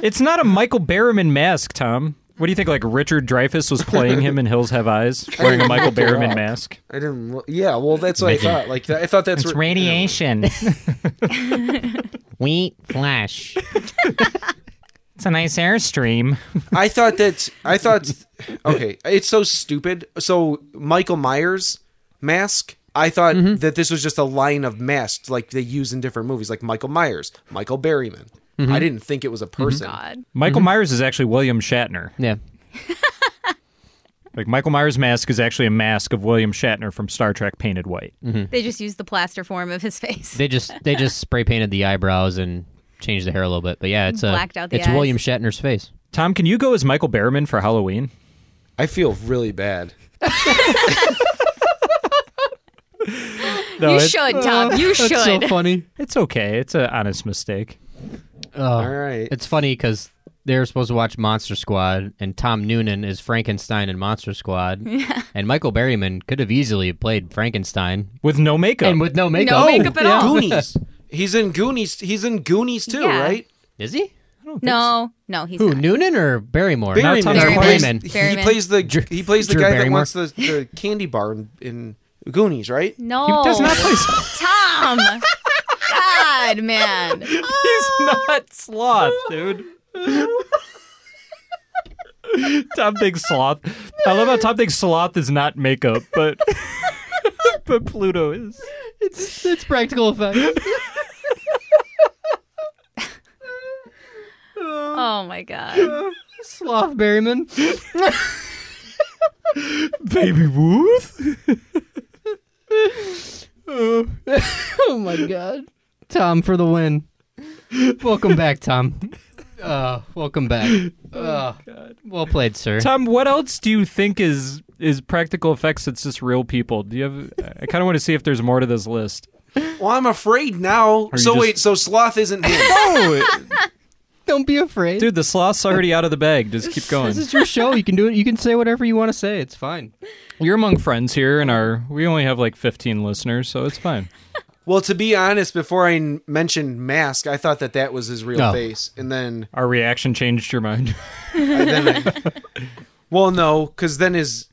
Speaker 8: it's not a Michael Berryman mask, Tom. What do you think? Like Richard Dreyfuss was playing him in Hills Have Eyes, wearing a Michael Berryman mask.
Speaker 1: I didn't. lo- Yeah, well, that's what I thought. Like, that- I thought that's where-
Speaker 8: radiation.
Speaker 2: Wheat Flash.
Speaker 8: It's a nice airstream.
Speaker 1: I thought that I thought okay, it's so stupid. So Michael Myers mask. I thought
Speaker 2: Mm-hmm.
Speaker 1: that this was just a line of masks like they use in different movies, like Michael Myers, Michael Berryman.
Speaker 2: Mm-hmm.
Speaker 1: I didn't think it was a person.
Speaker 4: God.
Speaker 2: Mhm.
Speaker 8: Michael Myers is actually William Shatner.
Speaker 2: Yeah.
Speaker 8: Like Michael Myers' mask is actually a mask of William Shatner from Star Trek painted white.
Speaker 4: They just used the plaster form of his face.
Speaker 2: They just they just spray painted the eyebrows and changed the hair a little bit. But yeah, it's a
Speaker 4: Blacked out the
Speaker 2: it's William
Speaker 4: eyes.
Speaker 2: Shatner's face.
Speaker 8: Tom, can you go as Michael Berryman for Halloween?
Speaker 1: I feel really bad.
Speaker 8: No,
Speaker 4: you
Speaker 8: it's- uh,
Speaker 4: should, Tom. You should.
Speaker 2: That's so funny.
Speaker 8: It's okay. It's an honest mistake.
Speaker 1: All right.
Speaker 2: It's funny because they're supposed to watch Monster Squad, and Tom Noonan is Frankenstein in Monster Squad, and Michael Berryman could have easily played Frankenstein
Speaker 8: With no makeup.
Speaker 2: and with no makeup.
Speaker 4: No makeup at all.
Speaker 1: Goonies. He's in Goonies. He's in Goonies too,
Speaker 4: Yeah.
Speaker 1: right?
Speaker 2: Is he?
Speaker 4: No, no, he's
Speaker 2: Who
Speaker 4: not.
Speaker 2: Noonan or Barrymore?
Speaker 8: Now Tom
Speaker 1: He
Speaker 8: Barryman.
Speaker 1: plays-
Speaker 2: Berryman.
Speaker 1: He,
Speaker 4: Berryman.
Speaker 1: plays the he plays the
Speaker 2: Drew
Speaker 1: guy that
Speaker 2: Barrymore.
Speaker 1: wants the, the candy bar in, in Goonies, right?
Speaker 4: No,
Speaker 8: He does not play. He's
Speaker 4: Tom. God, man.
Speaker 8: not sloth, dude. Tom thinks sloth. I love how Tom thinks sloth is not makeup, but but Pluto is.
Speaker 2: It's, it's practical effect.
Speaker 4: Oh my God.
Speaker 2: Sloth Berryman.
Speaker 8: Baby Ruth.
Speaker 2: Oh my god. Tom for the win. Welcome back, Tom. Uh, welcome back. Uh, well played, sir.
Speaker 8: Oh Tom, what else do you think is is practical effects that's just real people? Do you have? I kind of want to see if there's more to this list.
Speaker 1: Well, I'm afraid now.
Speaker 8: you
Speaker 1: So
Speaker 8: just-
Speaker 1: wait, so Sloth isn't him.
Speaker 8: Oh,
Speaker 2: Don't be afraid.
Speaker 8: dude, the sloth's already out of the bag. Just keep going.
Speaker 2: This is your show. You can do it. You can say whatever you want to say. It's fine.
Speaker 8: You're among friends here, and our we only have like 15 listeners, so it's fine.
Speaker 1: well, to be honest, before I n- mentioned Mask, I thought that that was his real
Speaker 2: Oh.
Speaker 1: face, and then
Speaker 8: Our reaction changed your mind.
Speaker 1: Well, no, because then his.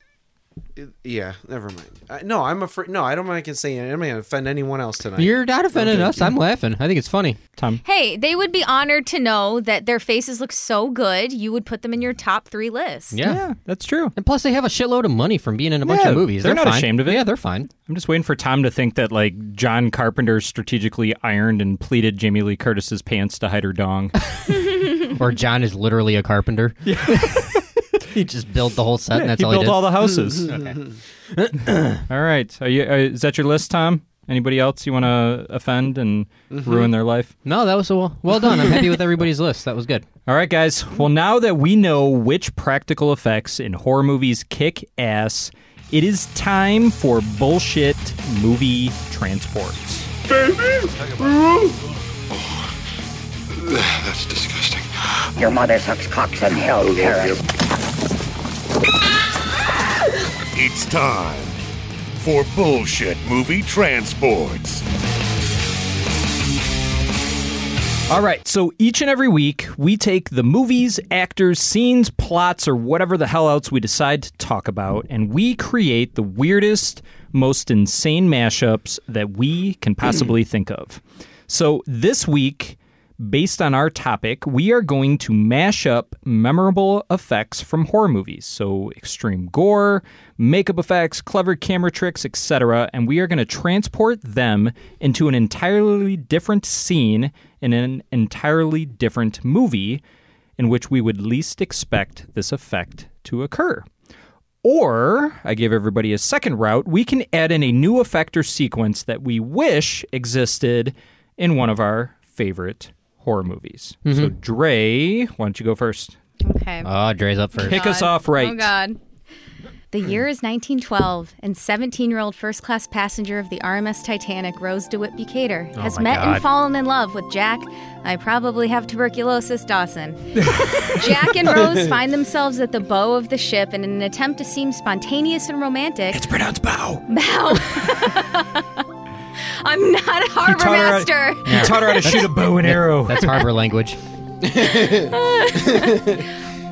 Speaker 1: Yeah, never mind. I, no, I'm afraid. No, I don't mind. I can say I'm not gonna offend anyone else tonight.
Speaker 2: You're not offending us. I'm laughing. I think it's funny.
Speaker 8: Tom,
Speaker 4: Hey, they would be honored to know that their faces look so good. You would put them in your top three list.
Speaker 2: Yeah.
Speaker 8: that's true.
Speaker 2: And plus, they have a shitload of money from being in a bunch
Speaker 8: Yeah,
Speaker 2: of movies.
Speaker 8: they're
Speaker 2: They're,
Speaker 8: not
Speaker 2: fine.
Speaker 8: ashamed of it.
Speaker 2: Yeah, they're fine.
Speaker 8: I'm just waiting for Tom to think that like John Carpenter strategically ironed and pleated Jamie Lee Curtis's pants to hide her dong.
Speaker 2: Or John is literally a carpenter. he just built the whole set, and that's
Speaker 8: he
Speaker 2: all
Speaker 8: built
Speaker 2: he did.
Speaker 8: all the houses. all right, are you? Are, is that your list, Tom? Anybody else you want to offend and
Speaker 2: Mm-hmm.
Speaker 8: ruin their life?
Speaker 2: no, that was well, well done. I'm happy with everybody's list. That was good.
Speaker 8: All right, guys. Well, now that we know which practical effects in horror movies kick ass, it is time for bullshit movie transports.
Speaker 9: That's disgusting.
Speaker 7: Your mother sucks cocks in hell, Karen.
Speaker 5: It's time for Bullshit Movie Transports.
Speaker 8: All right, so each and every week, we take the movies, actors, scenes, plots, or whatever the hell else we decide to talk about, and we create the weirdest, most insane mashups that we can possibly think of. So this week, based on our topic, we are going to mash up memorable effects from horror movies. So extreme gore, makeup effects, clever camera tricks, etc. And we are going to transport them into an entirely different scene in an entirely different movie in which we would least expect this effect to occur. Or, I gave everybody a second route, we can add in a new effect or sequence that we wish existed in one of our favorite horror movies. So, Dre, why don't you go first?
Speaker 4: Okay.
Speaker 2: Oh, Dre's up first.
Speaker 8: Kick us off right.
Speaker 4: Oh God. The year is 1912, and 17 year old first class passenger of the RMS Titanic, Rose DeWitt Bucator,
Speaker 8: Oh,
Speaker 4: has
Speaker 2: my
Speaker 4: met
Speaker 2: God.
Speaker 4: and fallen in love with Jack. I probably have tuberculosis, Dawson. Jack and Rose find themselves at the bow of the ship, and in an attempt to seem spontaneous and romantic,
Speaker 8: It's pronounced bow.
Speaker 4: I'm not a harbor master.
Speaker 8: He taught her how to shoot a bow and arrow.
Speaker 2: That's harbor language.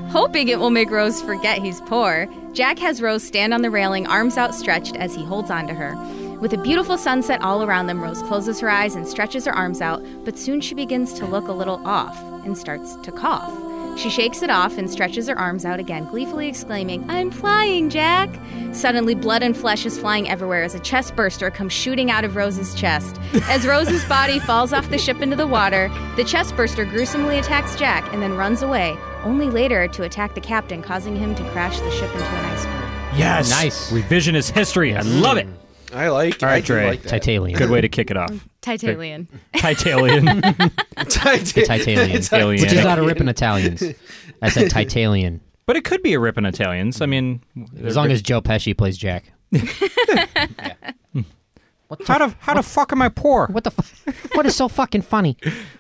Speaker 4: Hoping it will make Rose forget he's poor, Jack has Rose stand on the railing, arms outstretched as he holds onto her. With a beautiful sunset all around them, Rose closes her eyes and stretches her arms out, but soon she begins to look a little off and starts to cough. She shakes it off and stretches her arms out again, gleefully exclaiming, I'm flying, Jack! Suddenly, blood and flesh is flying everywhere as a chest burster comes shooting out of Rose's chest. As Rose's body falls off the ship into the water, the chest burster gruesomely attacks Jack and then runs away, only later to attack the captain, causing him to crash the ship into an iceberg.
Speaker 8: yes.
Speaker 2: Nice.
Speaker 8: Revisionist history. I love it.
Speaker 1: I like.
Speaker 8: All
Speaker 1: I
Speaker 8: right,
Speaker 1: do
Speaker 8: Dre.
Speaker 1: like that.
Speaker 2: Titalian.
Speaker 8: Good way to kick it off.
Speaker 4: Titalian.
Speaker 8: Titalian.
Speaker 1: Titan-
Speaker 2: Titalian.
Speaker 8: Titalian.
Speaker 2: Which is not a rip in Italians. I said Titalian.
Speaker 8: but it could be a rip in Italians. I mean,
Speaker 2: As long as Joe Pesci plays Jack. What the,
Speaker 8: How the how the fuck am I poor?
Speaker 2: what the fu- What is so fucking funny?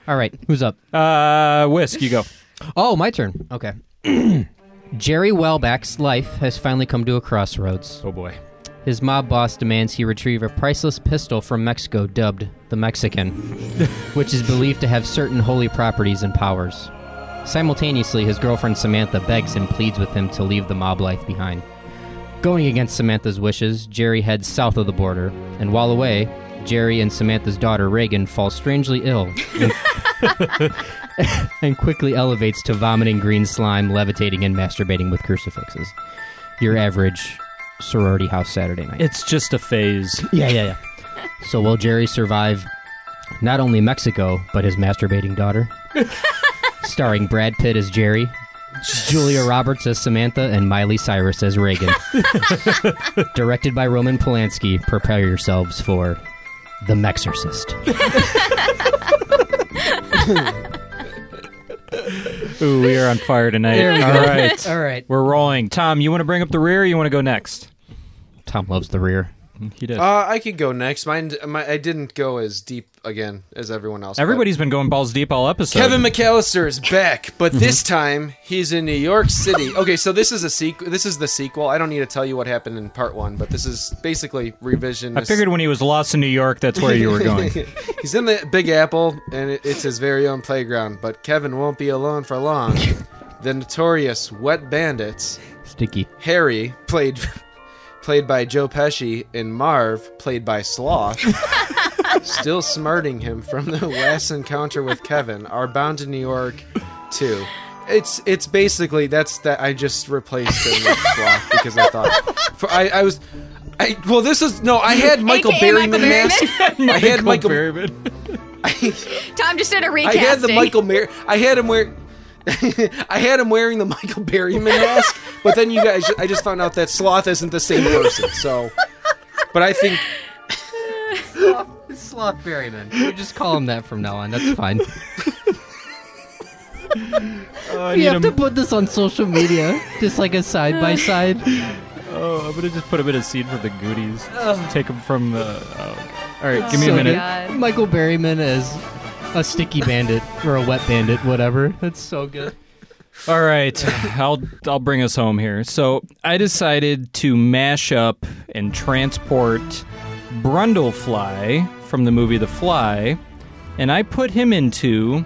Speaker 2: All right, who's up?
Speaker 8: Uh, whisk, you go.
Speaker 2: Oh, my turn. Okay. Jerry Welbeck's life has finally come to a crossroads.
Speaker 8: Oh boy.
Speaker 2: His mob boss demands he retrieve a priceless pistol from Mexico dubbed the Mexican, which is believed to have certain holy properties and powers. Simultaneously, his girlfriend Samantha begs and pleads with him to leave the mob life behind. Going against Samantha's wishes, Jerry heads south of the border, and while away, Jerry and Samantha's daughter Reagan falls strangely ill and, and quickly elevates to vomiting green slime, levitating and masturbating with crucifixes. Your average sorority house Saturday night.
Speaker 8: It's just a phase.
Speaker 2: Yeah, yeah, yeah. So will Jerry survive not only Mexico, but his masturbating daughter? Starring Brad Pitt as Jerry, Julia Roberts as Samantha, and Miley Cyrus as Reagan. Directed by Roman Polanski, prepare yourselves for The Mexorcist.
Speaker 8: Ooh, we are on fire tonight. All right.
Speaker 2: All right.
Speaker 8: We're rolling. Tom, you want to bring up the rear or you want to go next?
Speaker 2: Tom loves the rear.
Speaker 8: He does.
Speaker 1: Uh, I could go next. Mine, my, I didn't go as deep again as everyone else. but-
Speaker 8: Everybody's been going balls deep all episode.
Speaker 1: Kevin McAllister is back,
Speaker 8: Mm-hmm.
Speaker 1: but this time he's in New York City. Okay, so this is a sequel. This is the sequel. I don't need to tell you what happened in part one, but this is basically revision.
Speaker 8: I figured when he was lost in New York, that's where you were going.
Speaker 1: he's in the Big Apple, and it, it's his very own playground. But Kevin won't be alone for long. the notorious Wet Bandits,
Speaker 2: Sticky.
Speaker 1: Harry, played played by Joe Pesci, and Marv, played by Sloth. Still smarting him from the last encounter with Kevin, are bound to New York too. It's it's basically that's that I just replaced him with Sloth because I thought for, I, I was I well this is no I had Michael
Speaker 4: AKA
Speaker 1: Berryman
Speaker 4: Michael
Speaker 1: mask I had Michael
Speaker 4: Tom just did a
Speaker 1: I
Speaker 4: recasting.
Speaker 1: had the Michael Mer- I had him wear I had him wearing the Michael Berryman mask, but then you guys I just found out that Sloth isn't the same person. So but I think
Speaker 2: Sloth Berryman. We just call him that from now on. That's fine.
Speaker 8: Oh,
Speaker 2: we have to put this on social media, just like a side by side.
Speaker 8: Oh, I'm gonna just put a bit of seed for the goodies. Just take them from the. Oh, all right, give me a minute.
Speaker 4: God.
Speaker 2: Michael Berryman as a sticky bandit or a wet bandit, whatever. That's so good.
Speaker 8: All right, I'll I'll bring us home here. So I decided to mash up and transport Brundlefly from the movie The Fly, and I put him into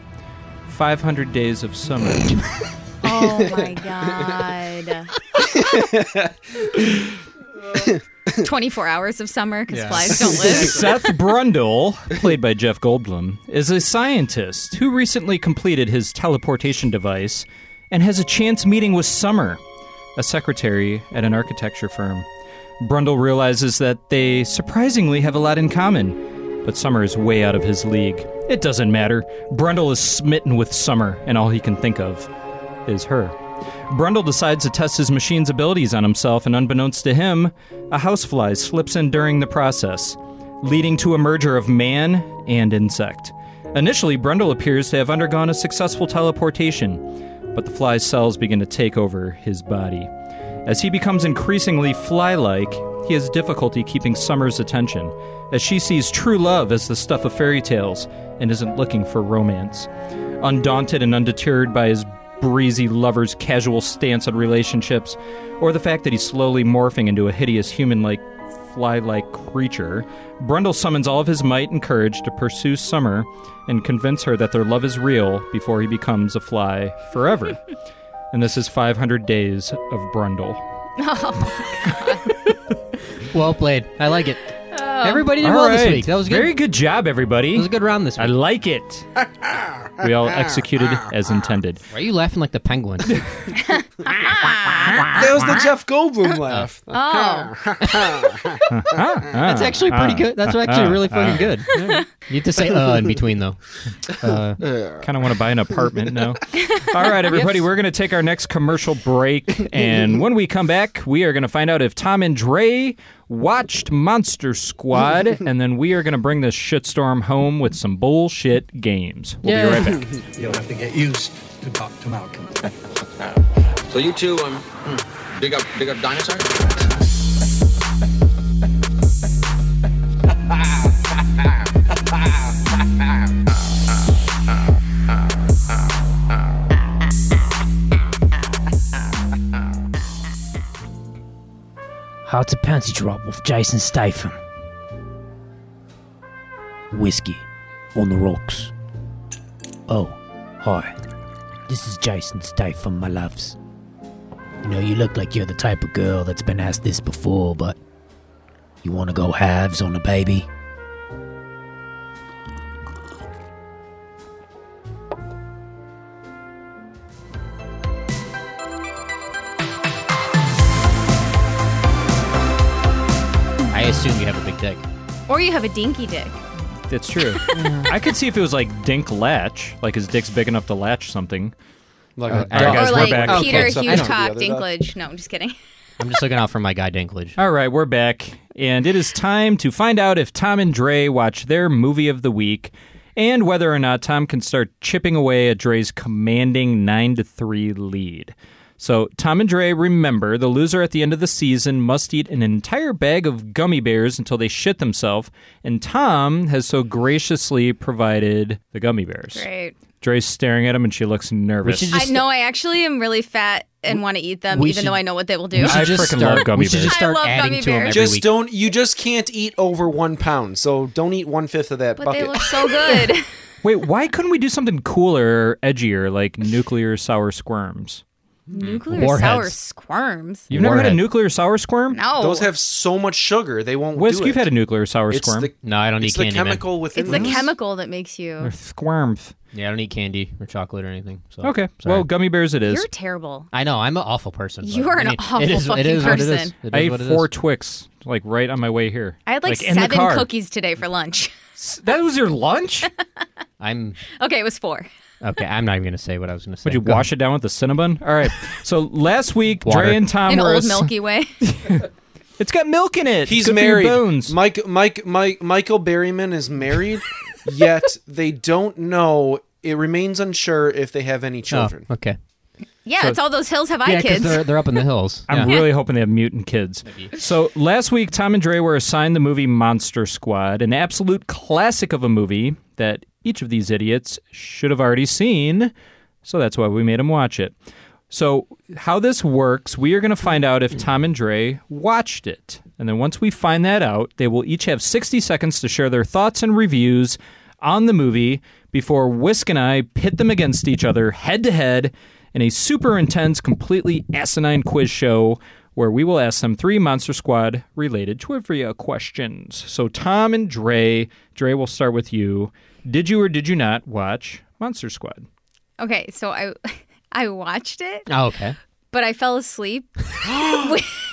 Speaker 8: 500 Days of Summer.
Speaker 4: Oh my god. Oh 24 hours of summer because flies don't live.
Speaker 8: Seth Brundle, played by Jeff Goldblum, is a scientist who recently completed his teleportation device and has a chance meeting with Summer, a secretary at an architecture firm. Brundle realizes that they surprisingly have a lot in common, but Summer is way out of his league. It doesn't matter. Brundle is smitten with Summer, and all he can think of is her. Brundle decides to test his machine's abilities on himself, and unbeknownst to him, a housefly slips in during the process, leading to a merger of man and insect. Initially, Brundle appears to have undergone a successful teleportation, but the fly's cells begin to take over his body. As he becomes increasingly fly like, he has difficulty keeping Summer's attention, as she sees true love as the stuff of fairy tales and isn't looking for romance. Undaunted and undeterred by his breezy lover's casual stance on relationships, or the fact that he's slowly morphing into a hideous human like, fly like creature, Brundle summons all of his might and courage to pursue Summer and convince her that their love is real before he becomes a fly forever. and this is 500 Days of Brundle.
Speaker 2: Well played. I like it.
Speaker 4: Oh.
Speaker 2: Everybody did well this
Speaker 8: Alright.
Speaker 2: week. That was good.
Speaker 8: Very good job, everybody.
Speaker 2: It was a good round this
Speaker 8: I
Speaker 2: week.
Speaker 8: like it. we all executed as intended.
Speaker 2: Why are you laughing like the penguin?
Speaker 1: that was the Jeff Goldblum laugh.
Speaker 4: Oh.
Speaker 8: Ah,
Speaker 2: That's actually pretty good. That's actually really fucking good. Yeah. You have to say uh in between though. Uh,
Speaker 8: Kind of want to buy an apartment now. all right, everybody, we're going to take our next commercial break. And when we come back, we are going to find out if Tom and Dre watched Monster Squad. and then we are going to bring this shitstorm home with some bullshit games. We'll be right back.
Speaker 9: You'll have to get used to Dr. Malcolm.
Speaker 10: So you two, um, big up, big up dinosaur?
Speaker 11: How to Panty Drop with Jason Statham. Whiskey on the rocks. Oh, hi. This is Jason Statham, my loves. You know, you look like you're the type of girl that's been asked this before, but you want to go halves on a baby?
Speaker 2: I assume you have a big dick.
Speaker 4: Or you have a dinky dick.
Speaker 8: That's true. I could see if it was like Dink Latch, like his dick's big enough to latch something.
Speaker 1: Like
Speaker 8: All
Speaker 2: Uh,
Speaker 1: a
Speaker 8: right, guys,
Speaker 4: or
Speaker 8: we're
Speaker 4: like
Speaker 1: Oh,
Speaker 8: back.
Speaker 4: Peter Hitchcock Dinklage. No, I'm just kidding.
Speaker 2: I'm just looking out for my guy Dinklage.
Speaker 8: All right, we're back, and it is time to find out if Tom and Dre watch their movie of the week, and whether or not Tom can start chipping away at Dre's commanding nine to three lead. So, Tom and Dre, remember the loser at the end of the season must eat an entire bag of gummy bears until they shit themselves, and Tom has so graciously provided the gummy bears.
Speaker 4: Great.
Speaker 8: Dre's staring at him, and she looks nervous.
Speaker 4: I know. I actually am really fat and want to eat them,
Speaker 8: we
Speaker 4: even
Speaker 8: should-
Speaker 4: though I know what they will do.
Speaker 8: we should I just frickin' love start- gummy we should bears. just
Speaker 4: I
Speaker 8: start
Speaker 4: love
Speaker 8: adding
Speaker 4: gummy
Speaker 8: to 'em
Speaker 4: bears.
Speaker 8: every
Speaker 1: just
Speaker 8: week.
Speaker 1: don't. You just can't eat over one pound, so don't eat one fifth of that
Speaker 4: But
Speaker 1: bucket.
Speaker 4: they look so good.
Speaker 8: Wait, why couldn't we do something cooler or edgier like nuclear sour squirms?
Speaker 4: Nuclear sour
Speaker 8: Warheads.
Speaker 4: squirms.
Speaker 8: You've never had a nuclear sour squirm?
Speaker 4: No. Those have
Speaker 1: so much sugar they won't.
Speaker 8: Whisk,
Speaker 1: do
Speaker 8: you've
Speaker 1: it.
Speaker 8: had a nuclear sour
Speaker 1: It's
Speaker 8: squirm.
Speaker 1: the-
Speaker 2: No, I don't
Speaker 1: it's
Speaker 2: eat
Speaker 1: the
Speaker 2: candy.
Speaker 1: chemical
Speaker 2: man.
Speaker 1: within
Speaker 4: It's the chemical that makes you.
Speaker 8: Or squirmth.
Speaker 2: Yeah, I don't eat candy or chocolate or anything. So.
Speaker 8: Okay.
Speaker 2: Oh, sorry.
Speaker 8: Well, gummy bears it is.
Speaker 4: You're terrible.
Speaker 2: I know I'm an awful person. but
Speaker 4: You are
Speaker 2: I
Speaker 4: an
Speaker 2: mean,
Speaker 4: awful
Speaker 2: it is,
Speaker 4: fucking
Speaker 2: it is what it is.
Speaker 4: person.
Speaker 2: It
Speaker 8: I
Speaker 2: is
Speaker 8: ate
Speaker 2: what it
Speaker 8: four
Speaker 2: is.
Speaker 8: Twix, like right on my way here.
Speaker 4: I had like,
Speaker 8: in the
Speaker 4: seven
Speaker 8: car.
Speaker 4: cookies today for lunch.
Speaker 8: S- That was your lunch?
Speaker 2: I'm
Speaker 4: okay, it was four.
Speaker 2: okay. I'm not even gonna say what I was gonna say.
Speaker 8: Would you
Speaker 2: Go
Speaker 8: wash it down with the cinnamon? All right. So last week,
Speaker 2: Water.
Speaker 8: Dre and Tom
Speaker 4: An
Speaker 8: were
Speaker 4: old
Speaker 8: ass-
Speaker 4: Milky Way.
Speaker 8: It's got milk in it.
Speaker 1: He's
Speaker 8: Good for your
Speaker 1: married.
Speaker 8: bones.
Speaker 1: Mike, Mike, Mike, Michael Berryman is married, yet they don't know. It remains unsure if they have any
Speaker 2: ahead.
Speaker 1: children.
Speaker 2: Oh, okay.
Speaker 4: Yeah,
Speaker 8: So-
Speaker 4: it's all those hills have eye
Speaker 2: yeah, because
Speaker 4: kids.
Speaker 2: they're they're up in the hills.
Speaker 8: I'm
Speaker 2: Yeah.
Speaker 8: really hoping they have mutant kids. So last week, Tom and Dre were assigned the movie Monster Squad, an absolute classic of a movie that each of these idiots should have already seen. So that's why we made them watch it. So how this works, we are going to find out if Tom and Dre watched it, and then once we find that out, they will each have 60 seconds to share their thoughts and reviews on the movie before Whisk and I pit them against each other head to head in a super intense, completely asinine quiz show where we will ask them three Monster Squad related trivia questions. So, Tom and Dre, Dre, will start with you. Did you or did you not watch Monster Squad?
Speaker 4: Okay, so I I watched it,
Speaker 2: Oh, okay.
Speaker 4: but I fell asleep with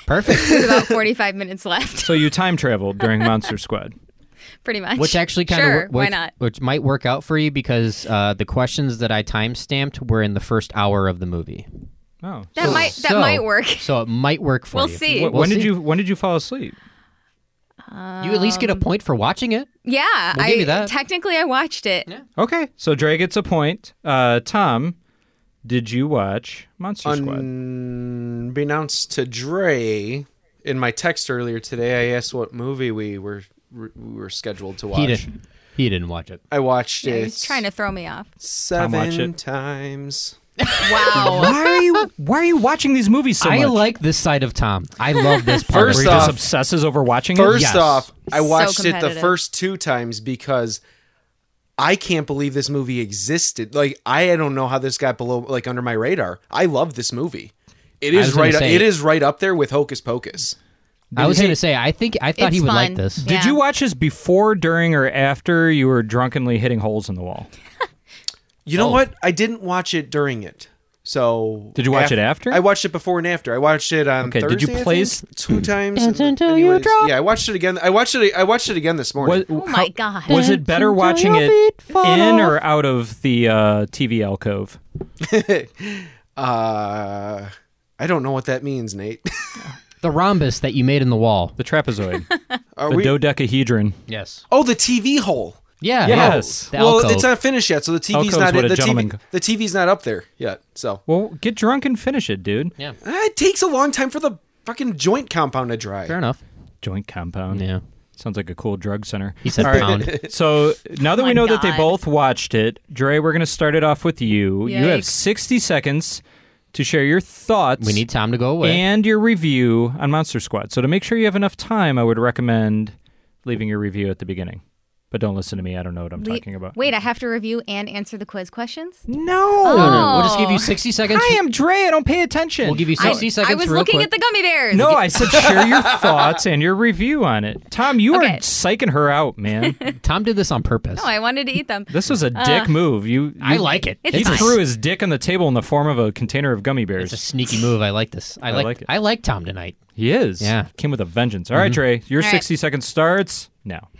Speaker 2: Perfect.
Speaker 4: with about 45 minutes left,
Speaker 8: So, you time traveled during Monster Squad.
Speaker 4: pretty much.
Speaker 2: Which actually kind of
Speaker 4: sure, why
Speaker 2: which,
Speaker 4: not?
Speaker 2: Which might work out for you because uh, the questions that I time stamped were in the first hour of the movie.
Speaker 8: Oh.
Speaker 4: That might that
Speaker 2: So-
Speaker 4: might work.
Speaker 2: So it might work for
Speaker 4: We'll
Speaker 2: you.
Speaker 4: see.
Speaker 8: Wh-
Speaker 2: We'll
Speaker 8: when did
Speaker 2: see.
Speaker 8: you when did you fall asleep?
Speaker 2: You at least get
Speaker 4: Um,
Speaker 2: a point for watching it.
Speaker 4: Yeah,
Speaker 2: We'll
Speaker 4: I
Speaker 2: give you that.
Speaker 4: technically I watched it.
Speaker 8: Okay, so Dre gets a point. Uh, Tom, did you watch Monster Squad?
Speaker 1: Unbeknownst to Dre, in my text earlier today, I asked what movie we were we were scheduled to watch.
Speaker 2: He didn't. He didn't watch it.
Speaker 1: I watched
Speaker 4: Yeah,
Speaker 1: it
Speaker 4: he's trying to throw me off.
Speaker 1: seven
Speaker 8: Tom, watch it.
Speaker 1: times.
Speaker 4: Wow.
Speaker 8: Why are you Why are you watching these movies so
Speaker 2: I
Speaker 8: much?
Speaker 2: like this side of Tom. I love this part.
Speaker 8: Where
Speaker 1: First
Speaker 8: he just
Speaker 1: off-
Speaker 8: obsesses over watching it.
Speaker 1: First
Speaker 2: Yes.
Speaker 1: off, I
Speaker 4: So
Speaker 1: watched it the
Speaker 4: competitive.
Speaker 1: first two times because I can't believe this movie existed. Like I don't know how this got below like under my radar. I love this movie. It
Speaker 2: I
Speaker 1: is
Speaker 2: was gonna
Speaker 1: right
Speaker 2: say-
Speaker 1: it is right up there with Hocus Pocus.
Speaker 2: I was
Speaker 8: Hey,
Speaker 2: going to say. I think I thought
Speaker 4: It's
Speaker 2: he would
Speaker 4: fun.
Speaker 2: like this.
Speaker 8: Did
Speaker 4: Yeah.
Speaker 8: you watch this before, during, or after you were drunkenly hitting holes in the wall?
Speaker 1: You know what? I didn't watch it during it. So
Speaker 8: Oh. Did you watch it after?
Speaker 1: I watched it before and after. I watched it on
Speaker 8: Okay, did
Speaker 1: Thursday.
Speaker 8: you
Speaker 1: I think,
Speaker 8: place-
Speaker 1: two times?
Speaker 2: Dance until
Speaker 1: until
Speaker 2: you drop.
Speaker 1: Yeah, I watched it again. I watched it. I watched it again this morning.
Speaker 8: Was, oh
Speaker 4: my God.
Speaker 8: Was it better watching it in or out of the uh, TV alcove?
Speaker 1: Uh, I don't know what that means, Nate.
Speaker 2: The rhombus that you made in the wall.
Speaker 8: The trapezoid,
Speaker 1: Are
Speaker 8: the
Speaker 1: we?
Speaker 8: dodecahedron.
Speaker 2: Yes.
Speaker 1: oh, the TV hole.
Speaker 2: Yeah.
Speaker 8: Yes.
Speaker 2: The
Speaker 1: well,
Speaker 2: alcove.
Speaker 1: it's not finished yet, so the TV's
Speaker 8: Alcove's
Speaker 1: not
Speaker 8: what a
Speaker 1: the
Speaker 8: gentleman
Speaker 1: TV,
Speaker 8: go-
Speaker 1: the TV's not up there yet. So
Speaker 8: Well, get drunk and finish it, dude.
Speaker 2: Yeah.
Speaker 1: Uh, it takes a long time for the fucking joint compound to dry.
Speaker 2: Fair enough.
Speaker 8: Joint compound.
Speaker 2: Yeah.
Speaker 8: Sounds like a cool drug center.
Speaker 2: He said
Speaker 8: All right.
Speaker 2: pound.
Speaker 8: So now that
Speaker 4: Oh
Speaker 8: we
Speaker 4: my
Speaker 8: know that they
Speaker 4: God.
Speaker 8: both watched it, Dre, we're going to start it off with you. You have
Speaker 4: Yikes.
Speaker 8: 60 seconds to share your thoughts.
Speaker 2: We need time to go away.
Speaker 8: And your review on Monster Squad. So to make sure you have enough time, I would recommend leaving your review at the beginning. But don't listen to me. I don't know what I'm
Speaker 4: Le-
Speaker 8: talking about.
Speaker 4: Wait, I have to review and answer the quiz questions?
Speaker 8: No.
Speaker 4: Oh.
Speaker 2: We'll just give you 60 seconds.
Speaker 8: I am Dre. I don't pay attention.
Speaker 2: We'll give you
Speaker 4: I,
Speaker 2: 60 seconds
Speaker 4: I was
Speaker 2: real
Speaker 4: looking
Speaker 2: quick.
Speaker 4: at the gummy bears.
Speaker 8: No, I said share your thoughts and your review on it. Tom, you are psyching her out, man.
Speaker 2: Tom did this on purpose.
Speaker 4: No, I wanted to eat them.
Speaker 8: This was a dick
Speaker 4: Uh,
Speaker 8: move. You,
Speaker 2: I
Speaker 8: you-
Speaker 2: like it.
Speaker 4: It's
Speaker 8: he
Speaker 4: fine.
Speaker 8: threw his dick on the table in the form of a container of gummy bears.
Speaker 2: It's a sneaky move. I like this. I,
Speaker 8: I
Speaker 2: like,
Speaker 8: like it.
Speaker 2: I like Tom tonight.
Speaker 8: He is.
Speaker 2: Yeah.
Speaker 8: Came with a vengeance. All right,
Speaker 2: Mhm.
Speaker 8: Trey, your
Speaker 4: All right.
Speaker 8: sixty seconds starts now.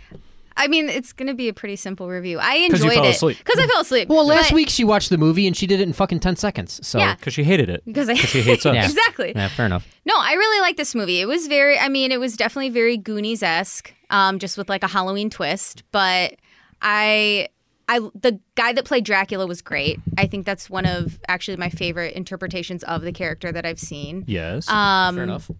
Speaker 4: I mean, it's going to be a pretty simple review. I
Speaker 8: 'Cause you
Speaker 4: enjoyed
Speaker 8: fell
Speaker 4: it
Speaker 8: asleep.
Speaker 4: because I fell asleep.
Speaker 2: Well, last
Speaker 4: But-
Speaker 2: week she watched the movie and she did it in fucking 10 seconds. So
Speaker 4: Yeah.
Speaker 8: Because she hated it.
Speaker 4: Because I-
Speaker 8: she hates us.
Speaker 2: Yeah.
Speaker 4: Exactly.
Speaker 2: Yeah, fair enough.
Speaker 4: No, I really like this movie. It was very, I mean, it was definitely very Goonies esque, um, just with like a Halloween twist. But I, I, the guy that played Dracula was great. I think that's one of actually my favorite interpretations of the character that I've seen.
Speaker 8: Yes.
Speaker 4: Um,
Speaker 2: fair enough.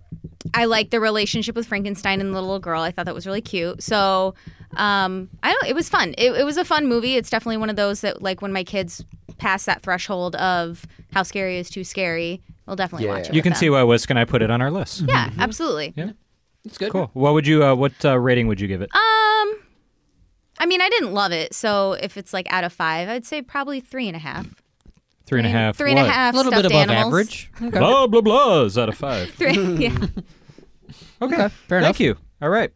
Speaker 4: I like the relationship with Frankenstein and the little girl. I thought that was really cute. So, um, I don't. It was fun. It, it was a fun movie. It's definitely one of those that, like, when my kids pass that threshold of how scary is too scary, we'll definitely watch it.
Speaker 8: You
Speaker 4: with
Speaker 8: can
Speaker 4: them.
Speaker 8: see why Wisk and I put it on our list.
Speaker 4: Yeah, absolutely.
Speaker 8: Yeah.
Speaker 2: It's good.
Speaker 8: Cool. What would you? Uh, what uh, rating would you give it?
Speaker 4: Um, I mean, I didn't love it, so if it's like out of five, I'd say probably three and a half.
Speaker 8: Three and a half.
Speaker 4: Three and a
Speaker 8: what?
Speaker 4: half
Speaker 2: A little bit
Speaker 4: stuffed
Speaker 2: above
Speaker 4: animals.
Speaker 2: average. Okay.
Speaker 8: Blah blah blahs out of five.
Speaker 4: Three, yeah.
Speaker 8: Okay.
Speaker 2: fair enough.
Speaker 8: Thank you. All right.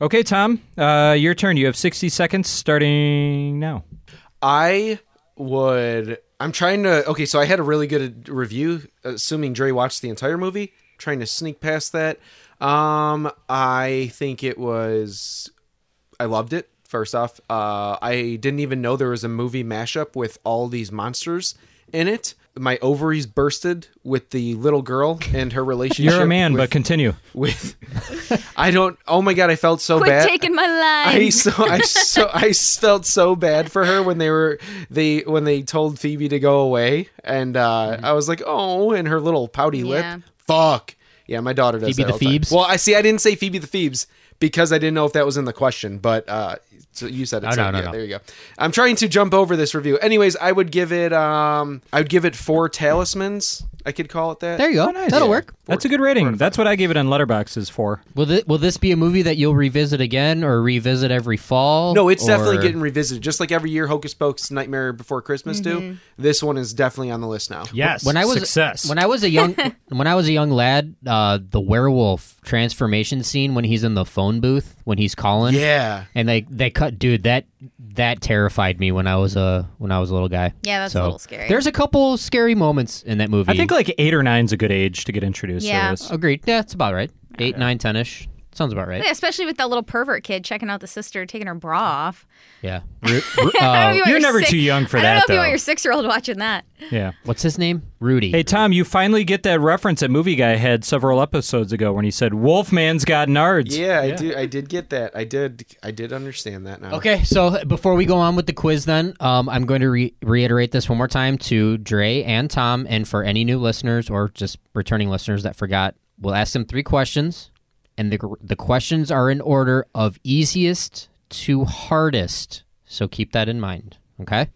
Speaker 8: Okay, Tom. Uh, your turn. You have sixty seconds starting now.
Speaker 1: I would. I'm trying to. Okay, so I had a really good review, assuming Dre watched the entire movie. Trying to sneak past that. Um, I think it was. I loved it. First off, uh, I didn't even know there was a movie mashup with all these monsters in it. My ovaries bursted with the little girl and her relationship.
Speaker 8: You're a man,
Speaker 1: with,
Speaker 8: but continue.
Speaker 1: with. I don't. Oh my god! I felt so
Speaker 4: Quit
Speaker 1: bad.
Speaker 4: taking my
Speaker 1: I
Speaker 4: line.
Speaker 1: so I so I felt so bad for her when they were they when they told Phoebe to go away, and uh, I was like, oh, and her little pouty
Speaker 4: Yeah.
Speaker 1: lip. Fuck. Yeah, my daughter does
Speaker 2: Phoebe
Speaker 1: that
Speaker 2: the
Speaker 1: all time.
Speaker 2: Phoebes?
Speaker 1: Well, I see. I didn't say Phoebe the Thebes because I didn't know if that was in the question, but uh, so you said it.
Speaker 2: Oh,
Speaker 1: so
Speaker 2: no, no,
Speaker 1: yeah,
Speaker 2: no.
Speaker 1: There you go. I'm trying to jump over this review. Anyways, I would give it. Um, I would give it four talismans. I could call it that.
Speaker 2: There you go. That'll work.
Speaker 8: That's a good rating. That's what I gave it on Letterboxd is for.
Speaker 2: Will this, will this be a movie that you'll revisit again or revisit every fall?
Speaker 1: No, it's
Speaker 2: or-
Speaker 1: definitely getting revisited. Just like every year, Hocus Pocus, Nightmare Before Christmas do. This one is definitely on the list now.
Speaker 8: Yes.
Speaker 2: when I was
Speaker 8: success.
Speaker 2: when I was a young when I was a young lad, uh, the werewolf transformation scene when he's in the phone booth when he's calling,
Speaker 1: Yeah.
Speaker 2: and they they cut dude that that terrified me when I was a when I was a little guy.
Speaker 4: Yeah, that's a
Speaker 2: So,
Speaker 4: little scary.
Speaker 2: There's a couple scary moments in that movie.
Speaker 8: I think like eight or nine's a good age to get introduced
Speaker 4: Yeah.
Speaker 8: to this.
Speaker 2: agreed. Yeah, it's about right. Eight, nine, ten ish. Sounds about right.
Speaker 4: Yeah, especially with that little pervert kid checking out the sister, taking her bra off.
Speaker 2: Yeah. Ru- Ru- uh,
Speaker 4: You
Speaker 8: Oh, You're
Speaker 4: are
Speaker 8: never
Speaker 4: sick-
Speaker 8: too young for
Speaker 4: I don't know
Speaker 8: that,
Speaker 4: if you want
Speaker 8: though.
Speaker 4: your six-year-old watching that.
Speaker 8: Yeah.
Speaker 2: what's his name? Rudy.
Speaker 8: Hey Tom, you finally get that reference that movie guy had several episodes ago when he said Wolfman's got nards.
Speaker 1: Yeah, I do. I did get that. I did. I did understand that now.
Speaker 2: Okay, so before we go on with the quiz, then um, I'm going to re- reiterate this one more time to Dre and Tom, and for any new listeners or just returning listeners that forgot, we'll ask them three questions, and the gr- the questions are in order of easiest to hardest. So keep that in mind. Okay.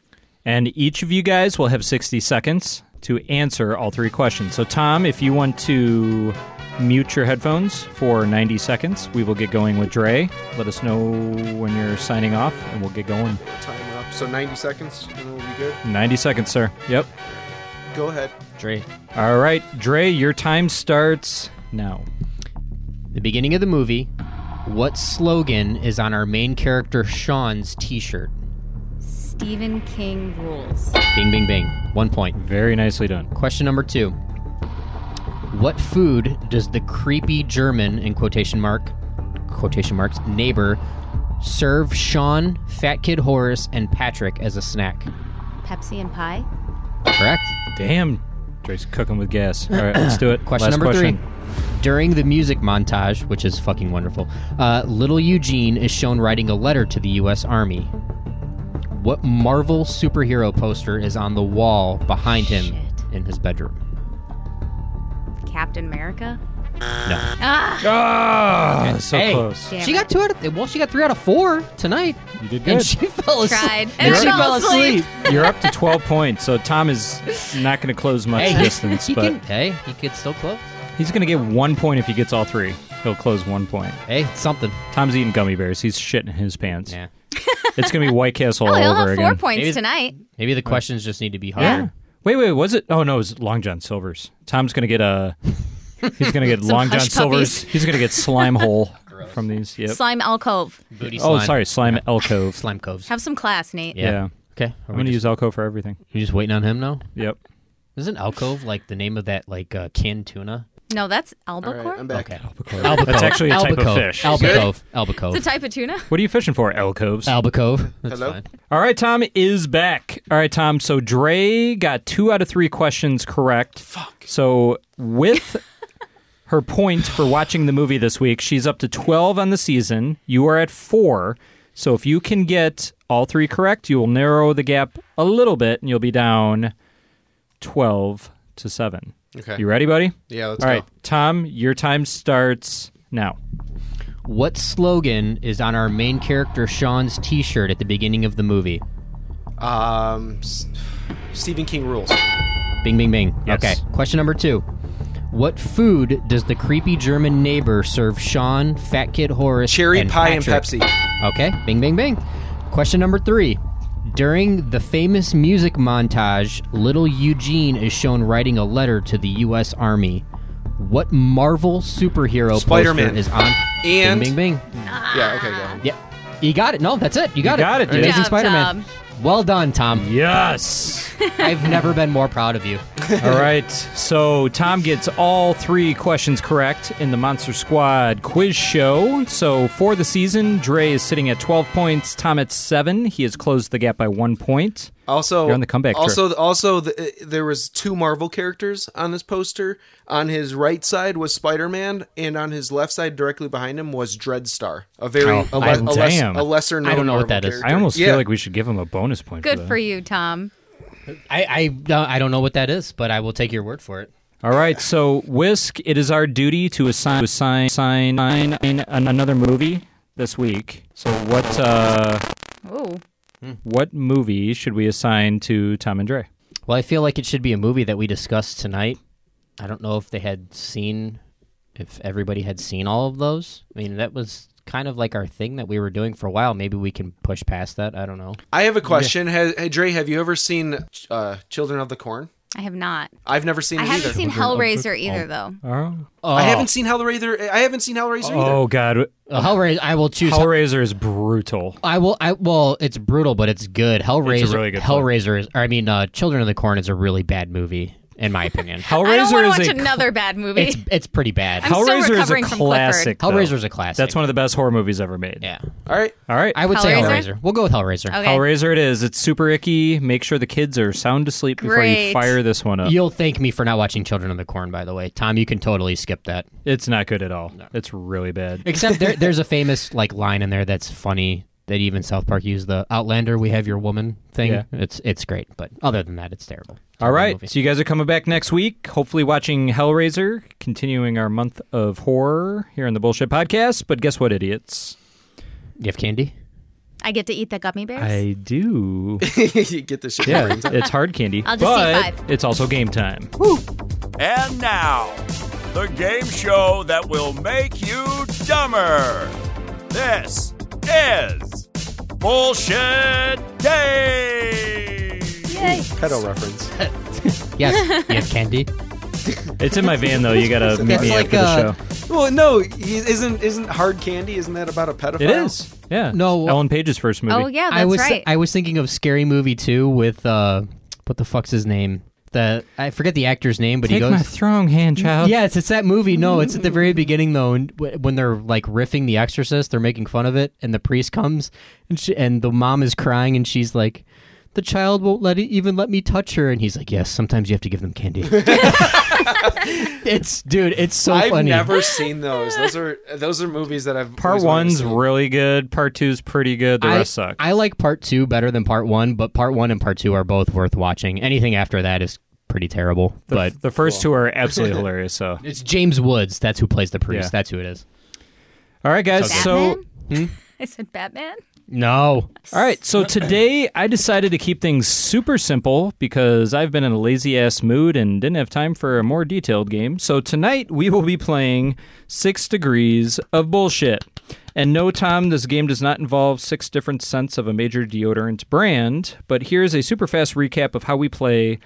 Speaker 8: And each of you guys will have 60 seconds to answer all three questions. So Tom, if you want to mute your headphones for 90 seconds, we will get going with Dre. Let us know when you're signing off and we'll get going.
Speaker 1: Time up. So 90 seconds, and we'll be good.
Speaker 8: 90 seconds, sir. Yep.
Speaker 1: Go ahead.
Speaker 2: Dre.
Speaker 8: All right, Dre, your time starts now.
Speaker 2: The beginning of the movie. What slogan is on our main character Sean's T-shirt?
Speaker 4: Stephen King rules.
Speaker 2: Bing, bing, bing. One point.
Speaker 8: Very nicely done.
Speaker 2: Question number two. What food does the creepy German in quotation mark quotation marks neighbor serve Sean, Fat Kid Horace, and Patrick as a snack?
Speaker 4: Pepsi and pie.
Speaker 2: Correct?
Speaker 8: Damn. Dre's cooking with gas. All right, let's do it.
Speaker 2: Question
Speaker 8: Last
Speaker 2: number
Speaker 8: question.
Speaker 2: three. During the music montage, which is fucking wonderful, uh, little Eugene is shown writing a letter to the U.S. Army. What Marvel superhero poster is on the wall behind him
Speaker 4: Shit.
Speaker 2: in his bedroom?
Speaker 4: Captain America.
Speaker 2: No.
Speaker 4: Ah.
Speaker 8: Ah, so
Speaker 2: Hey,
Speaker 8: close.
Speaker 4: Damn
Speaker 2: she got two out of well, she got three out of four tonight.
Speaker 8: You did
Speaker 2: And
Speaker 8: good.
Speaker 2: she fell asleep.
Speaker 4: Tried.
Speaker 2: And
Speaker 4: And
Speaker 2: she
Speaker 4: fell
Speaker 2: fell asleep.
Speaker 4: asleep.
Speaker 8: You're up to 12 points, so Tom is not going to close much
Speaker 2: Hey, he-
Speaker 8: distance,
Speaker 2: he
Speaker 8: but
Speaker 2: can- hey, he could still close.
Speaker 8: he's going to get one point if he gets all three. He'll close one point.
Speaker 2: Hey, something.
Speaker 8: Tom's eating gummy bears. He's shitting his pants.
Speaker 2: Yeah.
Speaker 8: it's going to be White Castle
Speaker 4: Oh,
Speaker 8: all
Speaker 4: he'll
Speaker 8: over
Speaker 4: have four
Speaker 8: again.
Speaker 4: points tonight.
Speaker 2: Maybe the questions just need to be
Speaker 8: Yeah.
Speaker 2: harder.
Speaker 8: Wait, wait, was it? Oh no, it was Long John Silver's. Tom's gonna get a. He's gonna get
Speaker 4: Some
Speaker 8: Long John
Speaker 4: hush
Speaker 8: Silver's.
Speaker 4: puppies.
Speaker 8: He's gonna get slime hole from these. Yep.
Speaker 4: Slime alcove.
Speaker 2: Booty
Speaker 8: oh,
Speaker 2: slime.
Speaker 8: sorry, slime alcove.
Speaker 2: Slime coves.
Speaker 4: Have some class, Nate.
Speaker 8: Yeah.
Speaker 2: Okay.
Speaker 8: I'm gonna use alcove for everything.
Speaker 2: You just waiting on him now?
Speaker 8: Yep.
Speaker 2: Isn't alcove like the name of that like uh, canned tuna?
Speaker 4: No, that's albacore.
Speaker 1: right, I'm back.
Speaker 2: Okay.
Speaker 8: Albacore. That's actually a type of
Speaker 2: Albacove.
Speaker 8: fish.
Speaker 2: Albacove. Albacove.
Speaker 4: It's a type of tuna.
Speaker 8: What are you fishing for? Alcoves.
Speaker 2: Albacove. That's
Speaker 1: Hello?
Speaker 2: fine.
Speaker 8: All right, Tom is back. All right, Tom. So Dre got two out of three questions correct. Fuck. So with her point for watching the movie this week, she's up to 12 on the season. You are at four. So if you can get all three correct, you will narrow the gap a little bit and you'll be down 12 to seven.
Speaker 1: Okay.
Speaker 8: You ready, buddy?
Speaker 1: Yeah, let's
Speaker 8: All
Speaker 1: go.
Speaker 8: right, Tom, your time starts now.
Speaker 2: What slogan is on our main character Sean's T-shirt at the beginning of the movie?
Speaker 1: Um, S- Stephen King rules.
Speaker 2: Bing, bing, bing.
Speaker 8: Yes.
Speaker 2: Okay. Question number two. What food does the creepy German neighbor serve Sean, Fat Kid Horace,
Speaker 1: Cherry
Speaker 2: and
Speaker 1: pie
Speaker 2: Patrick?
Speaker 1: and Pepsi.
Speaker 2: Okay, bing, bing, bing. Question number three. During the famous music montage, little Eugene is shown writing a letter to the U.S. Army. What Marvel superhero
Speaker 1: Spider-Man.
Speaker 2: poster is on?
Speaker 1: And-
Speaker 2: bing, bing, bing.
Speaker 1: Yeah, okay, go. ahead.
Speaker 2: Yep, you got it. No, that's it. You got
Speaker 8: You
Speaker 2: it.
Speaker 8: got it, dude.
Speaker 2: Amazing
Speaker 4: Good job,
Speaker 2: Spider-Man.
Speaker 4: Tom.
Speaker 2: Well done, Tom.
Speaker 8: Yes.
Speaker 2: I've never been more proud of you.
Speaker 8: All right. So Tom gets all three questions correct in the Monster Squad quiz show. So for the season, Dre is sitting at 12 points, Tom at 7. He has closed the gap by 1 point.
Speaker 1: Also,
Speaker 8: You're on the comeback trip.
Speaker 1: Also, also, the, there was two Marvel characters on this poster. On his right side was Spider Man, and on his left side, directly behind him, was Dreadstar. A very
Speaker 8: Oh,
Speaker 1: a, le-
Speaker 8: I-
Speaker 1: a, less,
Speaker 8: damn.
Speaker 1: a lesser known.
Speaker 2: I don't know what
Speaker 1: Marvel
Speaker 2: that is.
Speaker 1: character.
Speaker 8: I almost
Speaker 1: Yeah.
Speaker 8: feel like we should give him a bonus point.
Speaker 4: Good
Speaker 8: for, that.
Speaker 4: for you, Tom.
Speaker 2: I, I, don't- I don't know what that is, but I will take your word for it.
Speaker 8: All right. So Whisk, it is our duty to assign assign assign, assign an- another movie this week. So what uh,
Speaker 4: Ooh.
Speaker 8: what movie should we assign to Tom and Dre?
Speaker 2: Well, I feel like it should be a movie that we discussed tonight. I don't know if they had seen, if everybody had seen all of those. I mean, that was kind of like our thing that we were doing for a while. Maybe we can push past that. I don't know.
Speaker 1: I have a question. Has, hey, Dre, have you ever seen uh, Children of the Corn?
Speaker 4: I have not.
Speaker 1: I've never seen.
Speaker 4: I
Speaker 1: it
Speaker 4: haven't
Speaker 1: either.
Speaker 4: seen Hellraiser either, though.
Speaker 8: Oh,
Speaker 1: I haven't seen Hellraiser. I haven't seen Hellraiser either.
Speaker 8: oh God.
Speaker 2: Uh, Hellraiser. I will choose.
Speaker 8: Hellraiser is brutal.
Speaker 2: I will. I well, it's brutal, but it's good. Hellraiser.
Speaker 8: really good film.
Speaker 2: Hellraiser is. Or I mean, uh, Children of the Corn is a really bad movie, in my opinion.
Speaker 4: I don't want
Speaker 8: Hellraiser
Speaker 4: to
Speaker 8: is
Speaker 4: watch
Speaker 8: a
Speaker 4: another bad movie.
Speaker 2: it's it's pretty bad.
Speaker 4: I'm still
Speaker 8: Hellraiser is a
Speaker 4: recovering from
Speaker 8: classic. though.
Speaker 2: Hellraiser is a classic.
Speaker 8: That's one of the best horror movies ever made.
Speaker 2: Yeah.
Speaker 1: All right.
Speaker 8: All right.
Speaker 2: I would say
Speaker 4: Hellraiser?
Speaker 2: Hellraiser. We'll go with Hellraiser.
Speaker 4: Okay.
Speaker 8: Hellraiser it is. It's super icky. Make sure the kids are sound asleep before you
Speaker 4: Great.
Speaker 8: fire this one up.
Speaker 2: You'll thank me for not watching Children of the Corn, by the way. Tom, you can totally skip that.
Speaker 8: It's not good at all. It's really bad.
Speaker 2: Except there, there's a famous like line in there that's funny that even South Park used the Outlander, we have your woman thing.
Speaker 8: Yeah.
Speaker 2: It's it's great, but other than that, it's terrible.
Speaker 8: All right.
Speaker 2: Movie.
Speaker 8: So you guys are coming back next week, hopefully watching Hellraiser, continuing our month of horror here on the Bullshit Podcast. But guess what, idiots?
Speaker 2: You have candy?
Speaker 4: I get to eat the gummy bears.
Speaker 8: I do.
Speaker 1: you get this shit.
Speaker 8: Yeah, it's hard candy.
Speaker 4: I'll just
Speaker 8: but
Speaker 4: eat five.
Speaker 8: it's also game time.
Speaker 12: And now, the game show that will make you dumber. This is Bullshit Day.
Speaker 4: Yay.
Speaker 1: Pedal reference.
Speaker 2: Yes. you have candy?
Speaker 8: It's in my van though. You gotta meet
Speaker 2: That's
Speaker 8: me
Speaker 2: like,
Speaker 8: after
Speaker 2: uh,
Speaker 8: the show.
Speaker 1: Well, no, he- isn't isn't hard candy? Isn't that about a pedophile?
Speaker 8: It is. Yeah.
Speaker 2: No.
Speaker 8: Ellen Page's first movie.
Speaker 4: Oh yeah, that's
Speaker 2: I was
Speaker 4: right.
Speaker 2: I was thinking of Scary Movie 2 with uh what the fuck's his name? The I forget the actor's name, but he
Speaker 8: Take
Speaker 2: goes
Speaker 8: my strong hand, child.
Speaker 2: Yes, it's, that movie. No, it's at the very beginning though, and w- when they're like riffing The Exorcist, they're making fun of it, and the priest comes, and she, and the mom is crying, and she's like, "The child won't let it, even let me touch her," and he's like, "Yes, sometimes you have to give them candy." it's dude, it's so
Speaker 1: I've
Speaker 2: funny.
Speaker 1: never seen those. Those are those are movies that I've
Speaker 8: Part
Speaker 1: always wanted to
Speaker 8: one's
Speaker 1: see.
Speaker 8: really good. Part two's pretty good. The
Speaker 2: I,
Speaker 8: rest suck.
Speaker 2: I like part two better than part one, but part one and part two are both worth watching. Anything after that is pretty terrible.
Speaker 8: The,
Speaker 2: but
Speaker 8: the first two are absolutely hilarious. So
Speaker 2: it's James Woods. That's who plays the priest.
Speaker 8: Yeah.
Speaker 2: That's who it is.
Speaker 8: All right, guys. So Hmm?
Speaker 4: I said Batman.
Speaker 2: no.
Speaker 8: All right, so today I decided to keep things super simple because I've been in a lazy ass mood and didn't have time for a more detailed game. So tonight we will be playing Six Degrees of Bullshit. And no, Tom, this game does not involve six different scents of a major deodorant brand, but here's a super fast recap of how we play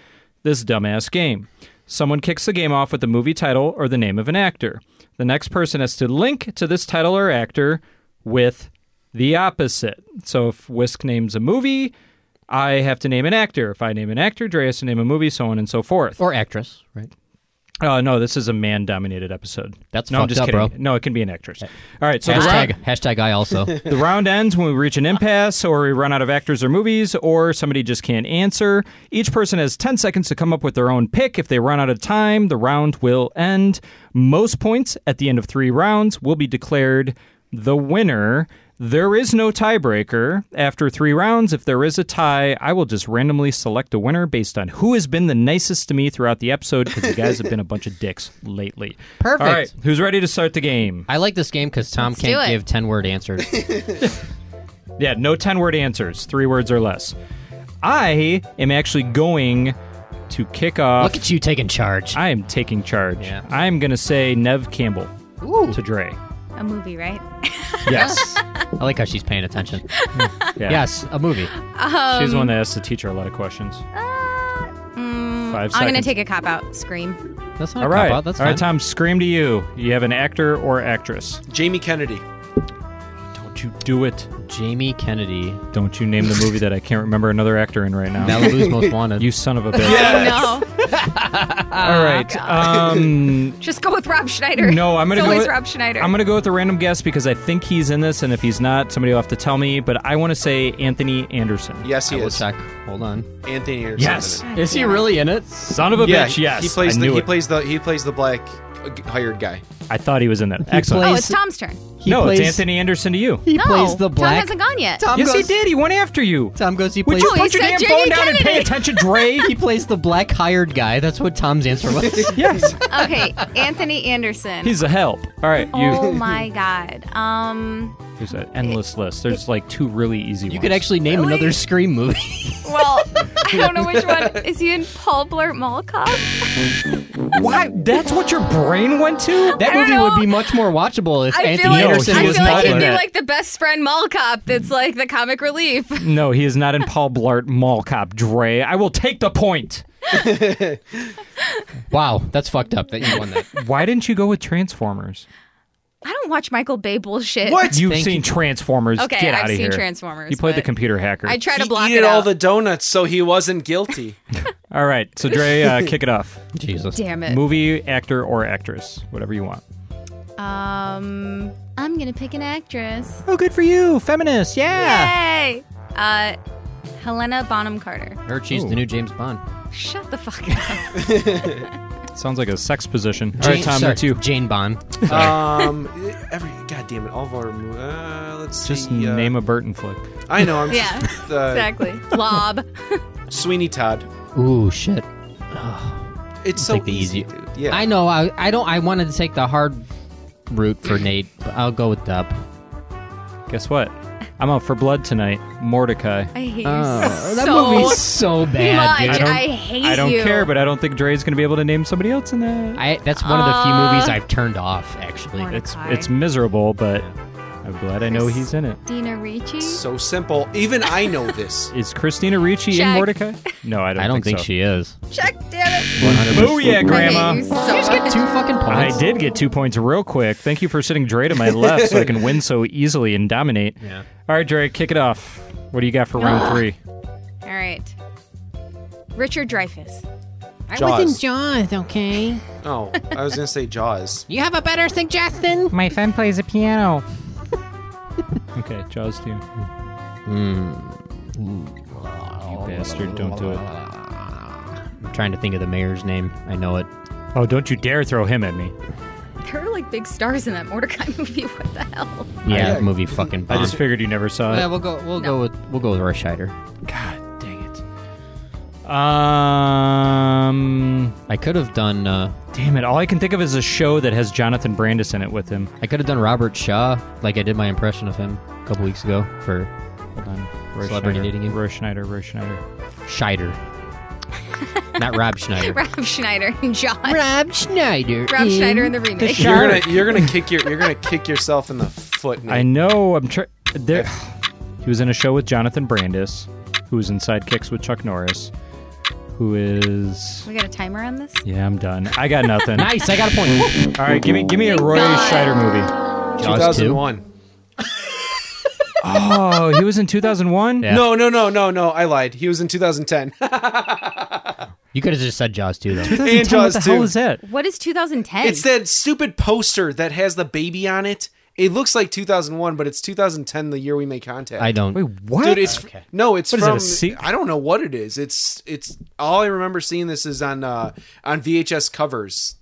Speaker 8: this dumbass game. Someone kicks the game off with the movie title or the name of an actor. The next person has to link to this title or actor with the opposite. So if Whisk names a movie, I have to name an actor. If I name an actor, Dre has to name a movie, so on and so forth.
Speaker 2: Or actress, right?
Speaker 8: Oh no, this is a man-dominated episode.
Speaker 2: That's
Speaker 8: no, I'm
Speaker 2: fucked
Speaker 8: just
Speaker 2: up,
Speaker 8: kidding.
Speaker 2: bro.
Speaker 8: No, it can be an actress. All right, so the
Speaker 2: hashtag
Speaker 8: round-
Speaker 2: hashtag I also.
Speaker 8: the round ends when we reach an impasse or we run out of actors or movies or somebody just can't answer. Each person has 10 seconds to come up with their own pick. If they run out of time, the round will end. Most points at the end of three rounds will be declared the winner. There is no tiebreaker. After three rounds, if there is a tie, I will just randomly select a winner based on who has been the nicest to me throughout the episode because you guys have been a bunch of dicks lately.
Speaker 2: Perfect.
Speaker 8: All right, who's ready to start the game?
Speaker 2: I like this game because Tom
Speaker 8: Let's do
Speaker 2: can't
Speaker 8: it.
Speaker 2: give ten word answers.
Speaker 8: Yeah, no 10 word answers, three words or less. I am actually going to kick off. Look
Speaker 2: at you taking charge.
Speaker 8: I am taking charge. I'm going to say Nev Campbell to Dre.
Speaker 4: A movie, right?
Speaker 8: Yes.
Speaker 2: I like how she's paying attention.
Speaker 8: Yeah.
Speaker 2: Yes, a movie.
Speaker 4: Um, uh,
Speaker 8: She's the one that asks the teacher a lot of questions.
Speaker 4: Mm,
Speaker 8: Five
Speaker 4: I'm gonna
Speaker 8: seconds.
Speaker 4: take a cop out. Scream.
Speaker 2: That's
Speaker 8: All right. All right, Tom, scream to you. You have an actor or actress.
Speaker 1: Jamie Kennedy.
Speaker 8: Don't you do it.
Speaker 2: Jamie Kennedy.
Speaker 8: Don't you name the movie that I can't remember another actor in right now.
Speaker 2: Malibu's Most Wanted.
Speaker 8: You son of a bitch.
Speaker 4: No.
Speaker 8: All
Speaker 4: Oh,
Speaker 8: right. Um,
Speaker 4: Just go with Rob Schneider.
Speaker 8: No, I'm gonna
Speaker 4: it's
Speaker 8: go
Speaker 4: always
Speaker 8: with,
Speaker 4: Rob Schneider.
Speaker 8: I'm gonna go with a random guess because I think he's in this, and if he's not, somebody will have to tell me. But I want to say Anthony Anderson.
Speaker 1: Yes, he
Speaker 2: I will
Speaker 1: is.
Speaker 2: check. Hold on.
Speaker 1: Anthony Anderson.
Speaker 8: Yes,
Speaker 2: Is he really in it?
Speaker 8: Son of a
Speaker 1: yeah,
Speaker 8: bitch.
Speaker 1: he-
Speaker 8: Yes,
Speaker 1: He plays
Speaker 8: I
Speaker 1: the
Speaker 8: knew
Speaker 1: he
Speaker 8: it.
Speaker 1: plays the he plays the black uh, hired guy.
Speaker 8: I thought he was in that. Excellent.
Speaker 4: oh, it's Tom's turn.
Speaker 2: he
Speaker 8: no,
Speaker 2: plays-
Speaker 8: it's Anthony Anderson to you.
Speaker 2: He
Speaker 4: no,
Speaker 2: plays the
Speaker 4: Tom
Speaker 2: black.
Speaker 4: hasn't gone yet.
Speaker 8: yes, he did. He went after you.
Speaker 2: Tom goes. He
Speaker 8: Would
Speaker 2: plays.
Speaker 8: you
Speaker 4: No, he
Speaker 8: put your
Speaker 4: said
Speaker 8: damn
Speaker 4: Jamie
Speaker 8: phone down and pay
Speaker 4: Kennedy.
Speaker 8: attention, Dre?
Speaker 2: he plays the black hired guy. That's what Tom's answer was.
Speaker 8: yes.
Speaker 4: okay, Anthony Anderson.
Speaker 8: He's a help. All right, you.
Speaker 4: oh my god. Um.
Speaker 8: There's an endless list. There's like two really easy ones.
Speaker 2: You could actually name another Scream movie.
Speaker 4: Well, I don't know which one. Is he in Paul Blart Mall Cop?
Speaker 8: Why? That's what your brain went to?
Speaker 2: That
Speaker 4: I
Speaker 2: movie
Speaker 4: don't
Speaker 2: would
Speaker 4: know.
Speaker 2: be much more watchable if
Speaker 4: I feel
Speaker 2: Anthony
Speaker 4: like,
Speaker 2: Anderson
Speaker 4: I
Speaker 2: was
Speaker 4: feel like
Speaker 2: not
Speaker 4: he'd
Speaker 2: in
Speaker 4: be
Speaker 2: it.
Speaker 4: like the best friend mall cop. That's like the comic relief.
Speaker 8: No, he is not in Paul Blart Mall Cop, Dre. I will take the point.
Speaker 2: Wow, that's fucked up that you won that.
Speaker 8: Why didn't you go with Transformers?
Speaker 4: I don't watch Michael Bay bullshit.
Speaker 8: You've seen Transformers.
Speaker 4: Okay,
Speaker 8: Get
Speaker 4: I've
Speaker 8: out of
Speaker 4: seen
Speaker 8: here.
Speaker 4: Transformers,
Speaker 8: He played the
Speaker 4: but-
Speaker 8: computer hacker.
Speaker 4: I try to
Speaker 1: He
Speaker 4: block
Speaker 1: eat
Speaker 4: it
Speaker 1: all
Speaker 4: out.
Speaker 1: the donuts, so he wasn't guilty.
Speaker 8: All right, so Dre, uh, kick it off.
Speaker 2: Jesus.
Speaker 4: Damn it.
Speaker 8: Movie, actor, or actress, whatever you want.
Speaker 4: um, I'm gonna pick an actress.
Speaker 8: Oh, good for you, feminist. Yeah.
Speaker 4: Yay! Uh, Helena Bonham Carter.
Speaker 2: Or she's the new James Bond.
Speaker 4: Shut the fuck up.
Speaker 8: Sounds like a sex position.
Speaker 2: Jane,
Speaker 8: All right, Tom,
Speaker 2: sorry,
Speaker 8: that's you.
Speaker 2: Jane Bond.
Speaker 1: um, every god damn it, all of our mo- uh, let's
Speaker 8: Just
Speaker 1: see. uh,
Speaker 8: name a Burton flick.
Speaker 1: I know. I'm
Speaker 4: yeah,
Speaker 1: just, uh,
Speaker 4: exactly. Lob.
Speaker 1: Sweeney Todd.
Speaker 2: Ooh, shit.
Speaker 1: It's so
Speaker 2: I'll take the
Speaker 1: easy,
Speaker 2: easy-
Speaker 1: dude. Yeah.
Speaker 2: I know. I, I don't. I wanted to take the hard route for Nate, but I'll go with Dub.
Speaker 8: Guess what? I'm out for blood tonight. Mordecai.
Speaker 4: I hate you
Speaker 2: Oh,
Speaker 4: so
Speaker 2: that movie's so bad,
Speaker 4: much.
Speaker 2: dude.
Speaker 4: I hate
Speaker 8: I don't
Speaker 4: you.
Speaker 8: care, but I don't think Dre's going to be able to name somebody else in that.
Speaker 2: I, that's one of the few
Speaker 4: Uh,
Speaker 2: movies I've turned off. Actually,
Speaker 8: It's
Speaker 4: Mordecai.
Speaker 8: it's miserable, but I'm glad I know he's in it.
Speaker 4: Dina Ricci.
Speaker 1: so simple. Even I know this.
Speaker 8: Is Christina Ricci in
Speaker 4: Check.
Speaker 8: Mordecai? No, I don't.
Speaker 2: I don't think,
Speaker 8: so.
Speaker 2: she is.
Speaker 4: Check, damn it.
Speaker 8: Oh yeah,
Speaker 4: I hate
Speaker 8: Grandma.
Speaker 4: you so much.
Speaker 2: Two fucking points.
Speaker 8: I did get two points real quick. Thank you for sitting Dre to my left so I can win so easily and dominate.
Speaker 2: Yeah.
Speaker 8: All right, Dre, kick it off. What do you got for round three?
Speaker 4: All right. Richard Dreyfus.
Speaker 1: I Jaws. was in
Speaker 2: Jaws, okay?
Speaker 1: Oh, I was gonna say Jaws.
Speaker 2: You have a better suggestion?
Speaker 8: My friend plays a piano. okay, Jaws two. You bastard, don't do it.
Speaker 2: I'm trying to think of the mayor's name. I know it.
Speaker 8: Oh, don't you dare throw him at me.
Speaker 4: There are like big stars in that Mordecai movie. What the hell?
Speaker 2: Yeah,
Speaker 8: I-
Speaker 2: that movie fucking
Speaker 8: I
Speaker 2: bombed.
Speaker 8: just figured you never saw
Speaker 2: yeah,
Speaker 8: it.
Speaker 2: we'll go. We'll
Speaker 4: No.
Speaker 2: go with we'll go with Rush Hider.
Speaker 8: God dang it. Um,
Speaker 2: I could have done. Uh,
Speaker 8: Damn it! All I can think of is a show that has Jonathan Brandis in it with him.
Speaker 2: I could have done Robert Shaw, like I did my impression of him a couple weeks ago for
Speaker 8: hold on, Roy
Speaker 2: celebrity
Speaker 8: Schneider,
Speaker 2: dating game.
Speaker 8: Roy Schneider, Roy Schneider,
Speaker 2: Scheider, not Rob Schneider.
Speaker 4: Rob Schneider and Josh.
Speaker 2: Rob Schneider.
Speaker 4: Rob Schneider in the remake.
Speaker 1: You're gonna you're gonna kick your you're gonna kick yourself in the foot. Nate.
Speaker 8: I know. I'm trying. There, he was in a show with Jonathan Brandis, who was in Sidekicks with Chuck Norris, who is.
Speaker 4: We got a timer on this?
Speaker 8: Yeah, I'm done. I got nothing.
Speaker 2: Nice, I got a point.
Speaker 8: All right, give me give me a Roy Scheider movie.
Speaker 1: 2001.
Speaker 8: Oh, he was in 2001.
Speaker 1: No, no, no, no, no. I lied. He was in 2010.
Speaker 2: You could have just said Jaws too, though.
Speaker 8: 2010,
Speaker 1: And Jaws
Speaker 8: what the hell
Speaker 1: 2.
Speaker 8: is that?
Speaker 4: What is 2010?
Speaker 1: It's that stupid poster that has the baby on it. It looks like 2001, but it's 2010, the year we made contact.
Speaker 2: I don't.
Speaker 8: Wait, what?
Speaker 1: Dude, it's no, it's
Speaker 8: What is it, a
Speaker 1: from.
Speaker 8: se-
Speaker 1: I don't know what it is. It's it's all I remember seeing this is on uh on VHS covers.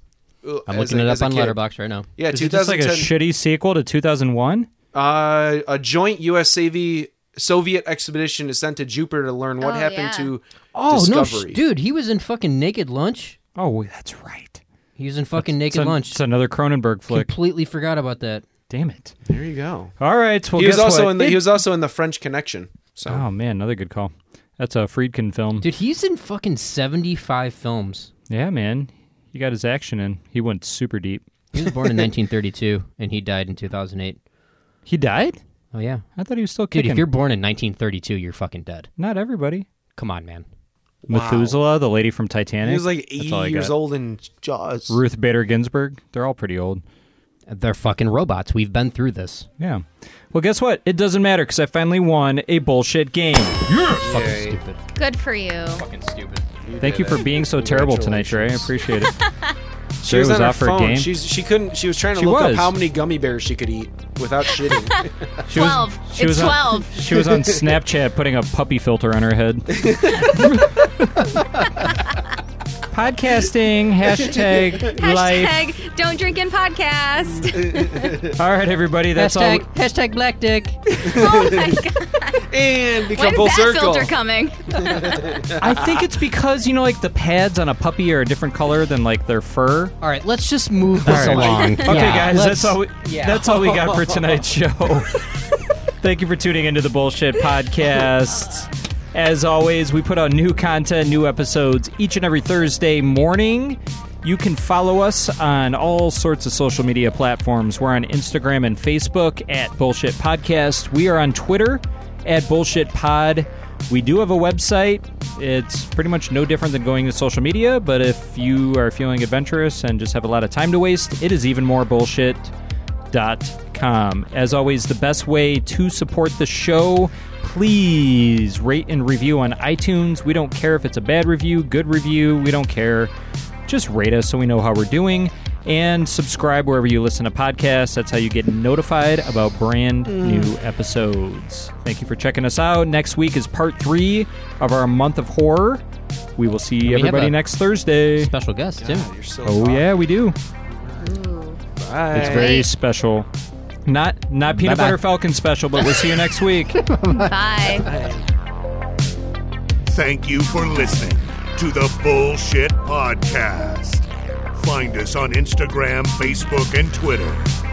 Speaker 1: uh,
Speaker 2: I'm
Speaker 1: as
Speaker 2: looking
Speaker 1: a-
Speaker 2: it
Speaker 1: as
Speaker 2: up
Speaker 1: a
Speaker 2: on
Speaker 1: kid.
Speaker 2: Letterboxd right now.
Speaker 1: Yeah,
Speaker 8: Is it just like a
Speaker 1: 2010.
Speaker 8: shitty sequel to 2001?
Speaker 1: uh, a joint U.S. Savy, Soviet expedition is sent to Jupiter to learn what
Speaker 4: Oh,
Speaker 1: happened
Speaker 4: yeah.
Speaker 1: to
Speaker 2: Oh no,
Speaker 1: Discovery.
Speaker 2: sh- dude, he was in fucking Naked Lunch.
Speaker 8: Oh, wait, that's right.
Speaker 2: He was in fucking
Speaker 8: It's,
Speaker 2: Naked
Speaker 8: an-
Speaker 2: Lunch.
Speaker 8: it's another Cronenberg flick.
Speaker 2: Completely forgot about that.
Speaker 8: Damn it.
Speaker 1: there you go.
Speaker 8: All right. Well,
Speaker 1: he was
Speaker 8: guess
Speaker 1: also
Speaker 8: what?
Speaker 1: in the
Speaker 8: It-
Speaker 1: he was also in the French Connection. So
Speaker 8: oh man, another good call. That's a Friedkin film.
Speaker 2: Dude, he's in fucking 75 films.
Speaker 8: Yeah, man. He got his action in. He went super deep.
Speaker 2: He was born in 1932 and he died in 2008.
Speaker 8: He died?
Speaker 2: Oh yeah.
Speaker 8: I thought he was still
Speaker 2: Dude,
Speaker 8: kicking.
Speaker 2: if you're born in 1932, you're fucking dead.
Speaker 8: Not everybody.
Speaker 2: Come on, man.
Speaker 8: Methuselah, the lady from Titanic.
Speaker 1: he was like
Speaker 8: That's
Speaker 1: 80
Speaker 8: all I
Speaker 1: years
Speaker 8: got.
Speaker 1: old in Jaws.
Speaker 8: Ruth Bader Ginsburg. They're all pretty old.
Speaker 2: They're fucking robots. We've been through this.
Speaker 8: Yeah. Well, guess what? It doesn't matter because I finally won a bullshit game.
Speaker 2: Fucking stupid.
Speaker 4: Good for you.
Speaker 2: Fucking stupid.
Speaker 8: Thank you for being so terrible tonight, Trey. I appreciate it. Trey was,
Speaker 1: on her
Speaker 8: off her
Speaker 1: phone.
Speaker 8: game.
Speaker 1: She's she couldn't. She was trying to
Speaker 8: She
Speaker 1: look
Speaker 8: was.
Speaker 1: up how many gummy bears she could eat without shitting.
Speaker 8: She was-
Speaker 4: 12.
Speaker 8: she
Speaker 4: It's
Speaker 8: was on-
Speaker 4: 12.
Speaker 8: she was on Snapchat putting a puppy filter on her head. Podcasting hashtag, life.
Speaker 4: Hashtag don't drink in podcast.
Speaker 8: All right, everybody. That's all.
Speaker 2: hashtag, hashtag black dick.
Speaker 4: oh my god.
Speaker 1: and
Speaker 4: When
Speaker 1: become
Speaker 4: is
Speaker 1: full
Speaker 4: that
Speaker 1: circle.
Speaker 4: filter coming?
Speaker 8: I think it's because you know, like the pads on a puppy are a different color than like their fur.
Speaker 2: All right, let's just move this along.
Speaker 8: Okay, guys, that's all. We,
Speaker 2: yeah.
Speaker 8: That's all we got for tonight's show. Thank you for tuning into the bullshit podcast. As always, we put out new content, new episodes each and every Thursday morning. You can follow us on all sorts of social media platforms. We're on Instagram and Facebook at Bullshit Podcast. We are on Twitter at Bullshit Pod. We do have a website. It's pretty much no different than going to social media, but if you are feeling adventurous and just have a lot of time to waste, it is even more bullshit com. As always, the best way to support the show, please rate and review on iTunes. We don't care if it's a bad review, good review, we don't care. Just rate us so we know how we're doing. And subscribe wherever you listen to podcasts. That's how you get notified about brand
Speaker 2: Mm.
Speaker 8: new episodes. Thank you for checking us out. Next week is part three of our month of horror. We will see
Speaker 2: have
Speaker 8: everybody
Speaker 2: a-
Speaker 8: next Thursday.
Speaker 2: Special guest, too.
Speaker 1: You're so
Speaker 8: Oh yeah, we do.
Speaker 1: Bye.
Speaker 8: It's very special. Not not peanut
Speaker 2: Bye-bye.
Speaker 8: butter falcon special, but we'll see you next week.
Speaker 4: Bye.
Speaker 5: Thank you for listening to the Bullshit Podcast. Find us on Instagram, Facebook, and Twitter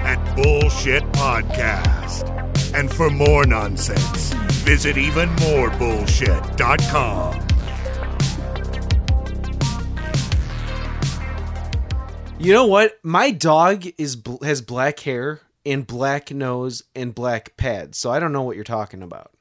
Speaker 5: at Bullshit Podcast. And for more nonsense, visit evenmorebullshit.com.
Speaker 1: You know what? My dog is bl- has black hair and black nose and black pads. So I don't know what you're talking about.